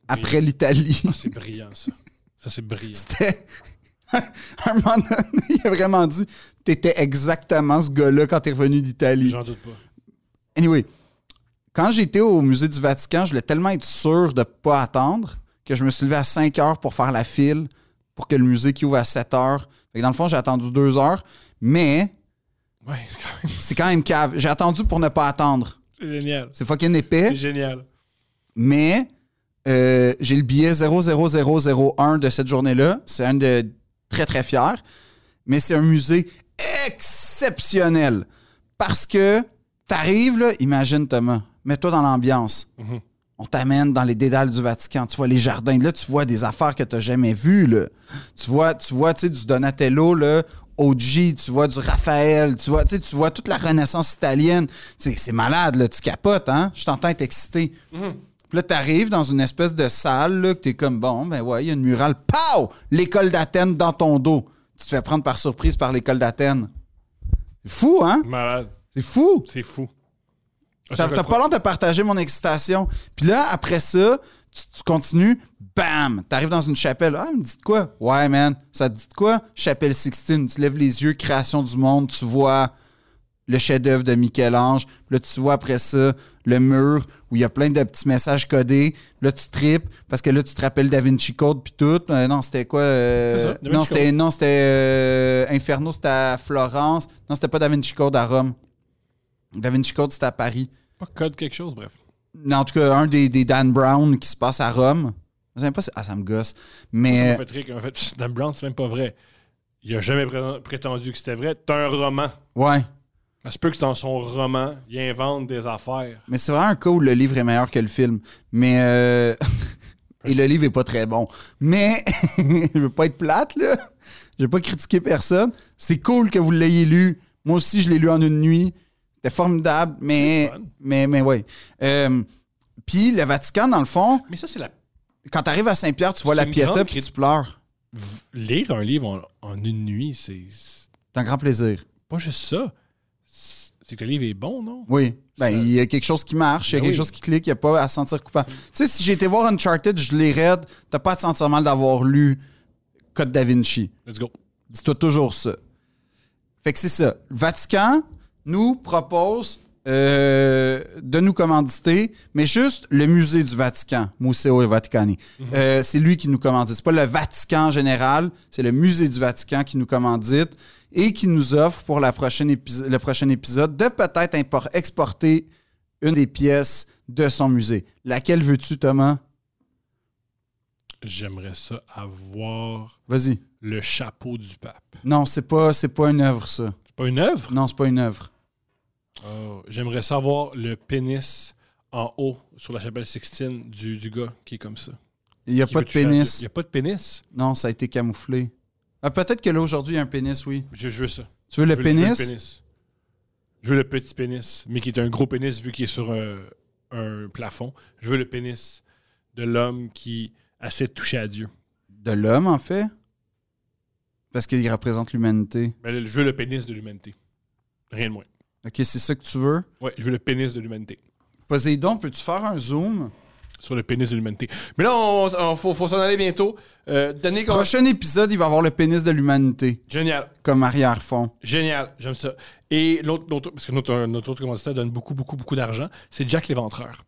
Speaker 1: après l'Italie.
Speaker 2: C'est brillant, ça. Ça, c'est brillant.
Speaker 1: C'était. un moment donné, il a vraiment dit T'étais exactement ce gars-là quand t'es revenu d'Italie.
Speaker 2: J'en doute pas.
Speaker 1: Anyway, quand j'étais au musée du Vatican, je voulais tellement être sûr de ne pas attendre que je me suis levé à 5 heures pour faire la file pour que le musée qui ouvre à 7 heures. Fait que dans le fond, j'ai attendu 2 heures, mais
Speaker 2: Ouais, c'est quand même
Speaker 1: c'est quand même cave. J'ai attendu pour ne pas attendre.
Speaker 2: génial.
Speaker 1: C'est fucking épais,
Speaker 2: C'est génial.
Speaker 1: mais euh, j'ai le billet 00001 de cette journée-là. C'est un de très très fier, mais c'est un musée exceptionnel parce que t'arrives là, imagine Thomas, mets-toi dans l'ambiance.
Speaker 2: Mhm.
Speaker 1: On t'amène dans les dédales du Vatican. Tu vois les jardins. Là, tu vois des affaires que tu n'as jamais vues. Là. Tu vois, tu vois tu sais, du Donatello, là, OG. Tu vois du Raphaël. Tu vois, tu sais, tu vois toute la Renaissance italienne. Tu sais, c'est malade. Là. Tu capotes. Hein? Je t'entends être excité. Puis là, tu arrives dans une espèce de salle là, que tu es comme bon, ben ouais, il y a une murale. Pow! L'école d'Athènes dans ton dos. Tu te fais prendre par surprise par l'école d'Athènes. C'est fou, hein?
Speaker 2: Malade.
Speaker 1: C'est fou!
Speaker 2: C'est fou. Ah, ça,
Speaker 1: T'as
Speaker 2: je
Speaker 1: t'as
Speaker 2: le
Speaker 1: pas l'air de partager mon excitation. Puis là, après ça, tu, tu continues, bam, t'arrives dans une chapelle. Ah, me dit de quoi? Ouais, man, ça te dit de quoi? Chapelle Sixtine, tu lèves les yeux, création du monde, tu vois le chef-d'œuvre de Michel-Ange. Puis Là, tu vois après ça le mur où il y a plein de petits messages codés. Là, tu tripes parce que là, tu te rappelles Da Vinci Code puis tout. Euh, non, c'était quoi? euh,
Speaker 2: C'est ça, Da Vinci
Speaker 1: non, c'était, non, c'était euh, Inferno, c'était à Florence. Non, c'était pas Da Vinci Code à Rome. Da Vinci Code, c'était à Paris.
Speaker 2: Pas code quelque chose, bref.
Speaker 1: En tout cas, un des, des Dan Brown qui se passe à Rome. Je sais pas si- Ah, ça me gosse. Mais
Speaker 2: En fait, Rick, en fait, pff, Dan Brown, c'est même pas vrai. Il a jamais pré- prétendu que c'était vrai. T'as un roman.
Speaker 1: ouais.
Speaker 2: Ça se peut que dans son roman, il invente des affaires.
Speaker 1: Mais c'est vraiment un cas où le livre est meilleur que le film. Mais euh, et le livre est pas très bon. Mais je veux pas être plate là. Je vais pas critiquer personne. C'est cool que vous l'ayez lu. Moi aussi, je l'ai lu en une nuit. C'était formidable, mais
Speaker 2: C'est fun.
Speaker 1: mais mais ouais. Euh, Puis le Vatican, dans le fond,
Speaker 2: Mais ça, c'est la.
Speaker 1: quand t'arrives à Saint-Pierre, tu vois
Speaker 2: C'est
Speaker 1: la
Speaker 2: une
Speaker 1: Pietà
Speaker 2: grande
Speaker 1: puis tu
Speaker 2: critique.
Speaker 1: pleures.
Speaker 2: v- Lire un livre en, en une nuit, c'est. c'est
Speaker 1: C'est un grand plaisir.
Speaker 2: Pas juste ça. C'est c'est que le livre est bon, non?
Speaker 1: Oui. Ben,
Speaker 2: Ça-
Speaker 1: il y a quelque chose qui marche, il y a
Speaker 2: Ben
Speaker 1: quelque
Speaker 2: oui.
Speaker 1: chose qui clique, il n'y a pas à se sentir coupable. Tu sais, si j'ai été voir Uncharted, je l'ai raide, t'as pas à te sentir mal d'avoir lu Code Da Vinci.
Speaker 2: Let's go.
Speaker 1: Dis-toi toujours ça. Fait que c'est ça. Le Vatican nous propose euh, de nous commanditer, mais juste le musée du Vatican, Museo Vaticani.
Speaker 2: Mhm.
Speaker 1: Euh, c'est lui qui nous commandite. C'est pas le Vatican en général, c'est le musée du Vatican qui nous commandite et qui nous offre pour la prochaine épis- le prochain épisode de peut-être impor- exporter une des pièces de son musée. Laquelle veux-tu, Thomas?
Speaker 2: J'aimerais ça avoir
Speaker 1: Vas-y.
Speaker 2: le chapeau du pape.
Speaker 1: Non, c'est pas, c'est pas une œuvre, ça.
Speaker 2: C'est pas une œuvre?
Speaker 1: Non, c'est pas une œuvre.
Speaker 2: Oh, J'aimerais savoir le pénis en haut sur la chapelle Sixtine du, du gars qui est comme ça.
Speaker 1: Il n'y a
Speaker 2: Qui
Speaker 1: pas
Speaker 2: veut
Speaker 1: de
Speaker 2: te faire-
Speaker 1: pénis.
Speaker 2: Il n'y a pas de pénis.
Speaker 1: Non, ça a été camouflé. Ah, peut-être que là, aujourd'hui, il y a un pénis, oui.
Speaker 2: Je, je veux ça.
Speaker 1: Tu veux le
Speaker 2: Je veux je veux
Speaker 1: pénis?
Speaker 2: Je veux le petit pénis, mais qui est un gros pénis vu qu'il est sur un, un plafond. Je veux le pénis de l'homme qui essaie de toucher à Dieu.
Speaker 1: De l'homme, en fait. Parce qu'il représente l'humanité.
Speaker 2: Ben, le- je veux le pénis de l'humanité. Rien de moins.
Speaker 1: OK, c'est ça que tu veux?
Speaker 2: Ouais, je veux le pénis de l'humanité.
Speaker 1: Poséidon, peux-tu faire un zoom?
Speaker 2: Sur le pénis de l'humanité. Mais là, on, on- faut, faut s'en aller bientôt. Euh, Denis Gaucher-
Speaker 1: Prochain épisode, il va avoir le pénis de l'humanité
Speaker 2: Génial.
Speaker 1: comme arrière-fond.
Speaker 2: Génial. J'aime ça. Et l'autre, l'autre- parce que notre, notre autre commanditaire donne beaucoup, beaucoup, beaucoup d'argent, c'est Jack Léventreur.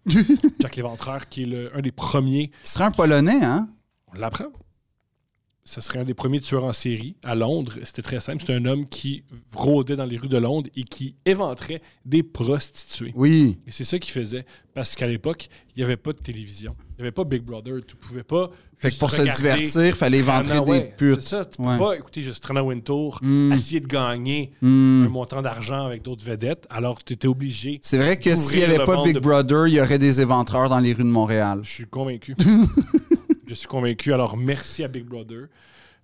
Speaker 2: Jack Léventreur, qui est le- un des premiers.
Speaker 1: Ce serait un Polonais, hein?
Speaker 2: On l'apprend. ce serait un des premiers tueurs en série à Londres. C'était très simple. C'est un homme qui rôdait dans les rues de Londres et qui éventrait des prostituées.
Speaker 1: Oui.
Speaker 2: Et c'est ça qu'il faisait. Parce qu'à l'époque, il n'y avait pas de télévision. Il n'y avait pas Big Brother. Tu pouvais pas.
Speaker 1: Fait que
Speaker 2: juste
Speaker 1: pour se
Speaker 2: regarder
Speaker 1: divertir, fallait éventrer
Speaker 2: Trana-
Speaker 1: des
Speaker 2: ouais,
Speaker 1: putes.
Speaker 2: C'est ça. Tu peux
Speaker 1: Ouais.
Speaker 2: pas écouter juste Trana Wintour,
Speaker 1: Mm.
Speaker 2: essayer de gagner
Speaker 1: Hmm.
Speaker 2: un montant d'argent avec d'autres vedettes. Alors, tu étais obligé.
Speaker 1: C'est vrai que
Speaker 2: Ouvrir
Speaker 1: s'il n'y avait
Speaker 2: le
Speaker 1: pas
Speaker 2: monde
Speaker 1: Big
Speaker 2: de-
Speaker 1: Brother, il y aurait des éventreurs dans les rues de Montréal.
Speaker 2: Je suis convaincu. Je suis convaincu. Alors, merci à Big Brother.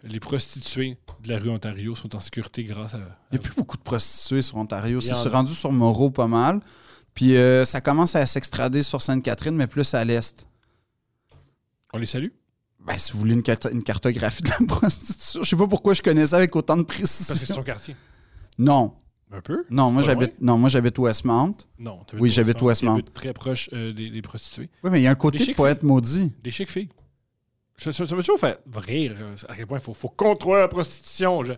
Speaker 2: Les prostituées de la rue Ontario sont en sécurité grâce à.
Speaker 1: Il n'y a plus beaucoup de prostituées sur Ontario.
Speaker 2: Il y
Speaker 1: C'est
Speaker 2: en
Speaker 1: se
Speaker 2: a.
Speaker 1: rendu sur Moreau pas mal. Puis euh, ça commence à s'extrader sur Sainte-Catherine, mais plus à l'est.
Speaker 2: On les salue?
Speaker 1: Ben, si vous voulez une, carte- une cartographie de la prostitution, je sais pas pourquoi je connais ça avec autant de
Speaker 2: Parce que c'est
Speaker 1: précision.
Speaker 2: son quartier.
Speaker 1: Non,
Speaker 2: Un peu?
Speaker 1: non, moi
Speaker 2: Pas loin.
Speaker 1: j'habite, non, moi j'habite Westmount.
Speaker 2: Non. t'habites
Speaker 1: Oui,
Speaker 2: au
Speaker 1: j'habite Westmount.
Speaker 2: T'habites Très proche euh, des, des prostituées.
Speaker 1: Oui, mais il y a un côté
Speaker 2: Des
Speaker 1: de
Speaker 2: chics
Speaker 1: poète maudit.
Speaker 2: Des chics filles. Ça, ça- ça me toujours fait rire euh, à quel point il faut, faut contrôler la prostitution. Je-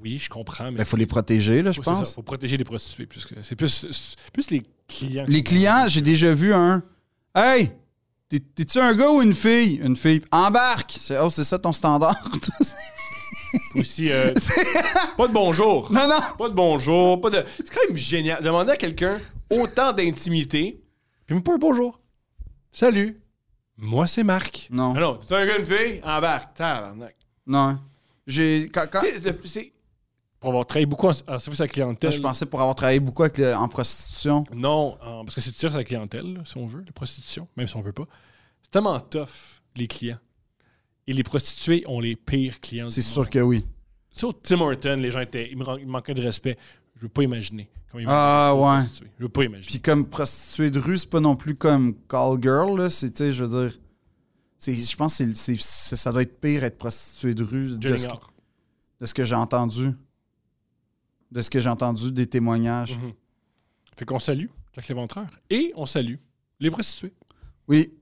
Speaker 2: Oui, je comprends, mais.
Speaker 1: Il Ben, faut les protéger, là, je
Speaker 2: Ouais, c'est ça,
Speaker 1: pense.
Speaker 2: faut protéger les prostituées. plus que- C'est plus, c'est plus les clients.
Speaker 1: Les clients, j'ai déjà vu un. Hey! t'es- T'es-tu un gars ou une fille? Une fille. Embarque! C'est- Oh, c'est ça ton standard?
Speaker 2: Aussi, euh, pas de bonjour.
Speaker 1: non, non!
Speaker 2: Pas de bonjour, pas de. C'est quand même génial. Demander à quelqu'un autant d'intimité, puis même pas un bonjour. Salut. Moi, c'est Marc.
Speaker 1: Non.
Speaker 2: Ah non, c'est un gars, une fille, embarque. Tabarnak.
Speaker 1: Non. J'ai. Quand, quand-
Speaker 2: Tu sais, le- c'est- Pour avoir travaillé beaucoup en, en service à la
Speaker 1: Là,
Speaker 2: clientèle.
Speaker 1: je pensais pour avoir travaillé beaucoup avec le- en prostitution.
Speaker 2: Non, en- parce que c'est du service à la clientèle, là, si on veut, la prostitution, même si on veut pas. C'est tellement tough, les clients. Et les prostituées ont les pires clients.
Speaker 1: C'est
Speaker 2: du
Speaker 1: sûr
Speaker 2: monde.
Speaker 1: que oui.
Speaker 2: Tu sais, au Tim Hortons, les gens étaient. Ils me ran- ils me manquaient de respect. Je veux pas imaginer. comment ils
Speaker 1: Ah,
Speaker 2: manquaient de respect aux
Speaker 1: ouais.
Speaker 2: prostituées. Je veux pas imaginer.
Speaker 1: Puis comme prostituée de rue, c'est pas non plus comme call girl, là. C'est, tu sais, je veux dire. c'est- Je pense que c'est- c'est- c'est- ça doit être pire être prostituée de rue
Speaker 2: Je
Speaker 1: de ce, que,
Speaker 2: l'ignore.
Speaker 1: de ce que j'ai entendu. De ce que j'ai entendu des témoignages.
Speaker 2: Mhm. Fait qu'on salue Jacques Léventreur et on salue les prostituées.
Speaker 1: Oui.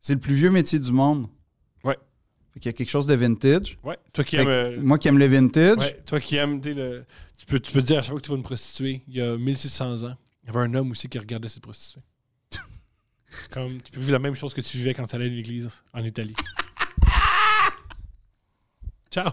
Speaker 1: C'est le plus vieux métier du monde.
Speaker 2: Ouais.
Speaker 1: Fait qu'il y a quelque chose de vintage.
Speaker 2: Ouais. Toi qui
Speaker 1: Fait
Speaker 2: aimes.
Speaker 1: que
Speaker 2: euh,
Speaker 1: Moi qui aime le vintage.
Speaker 2: ouais, toi qui aimes, tu sais, le- tu peux, tu peux dire à chaque fois que tu vois une prostituée, il y a 1600 ans, il y avait un homme aussi qui regardait cette prostituée. Comme tu peux vivre la même chose que tu vivais quand tu allais à l'église en Italie. Ciao.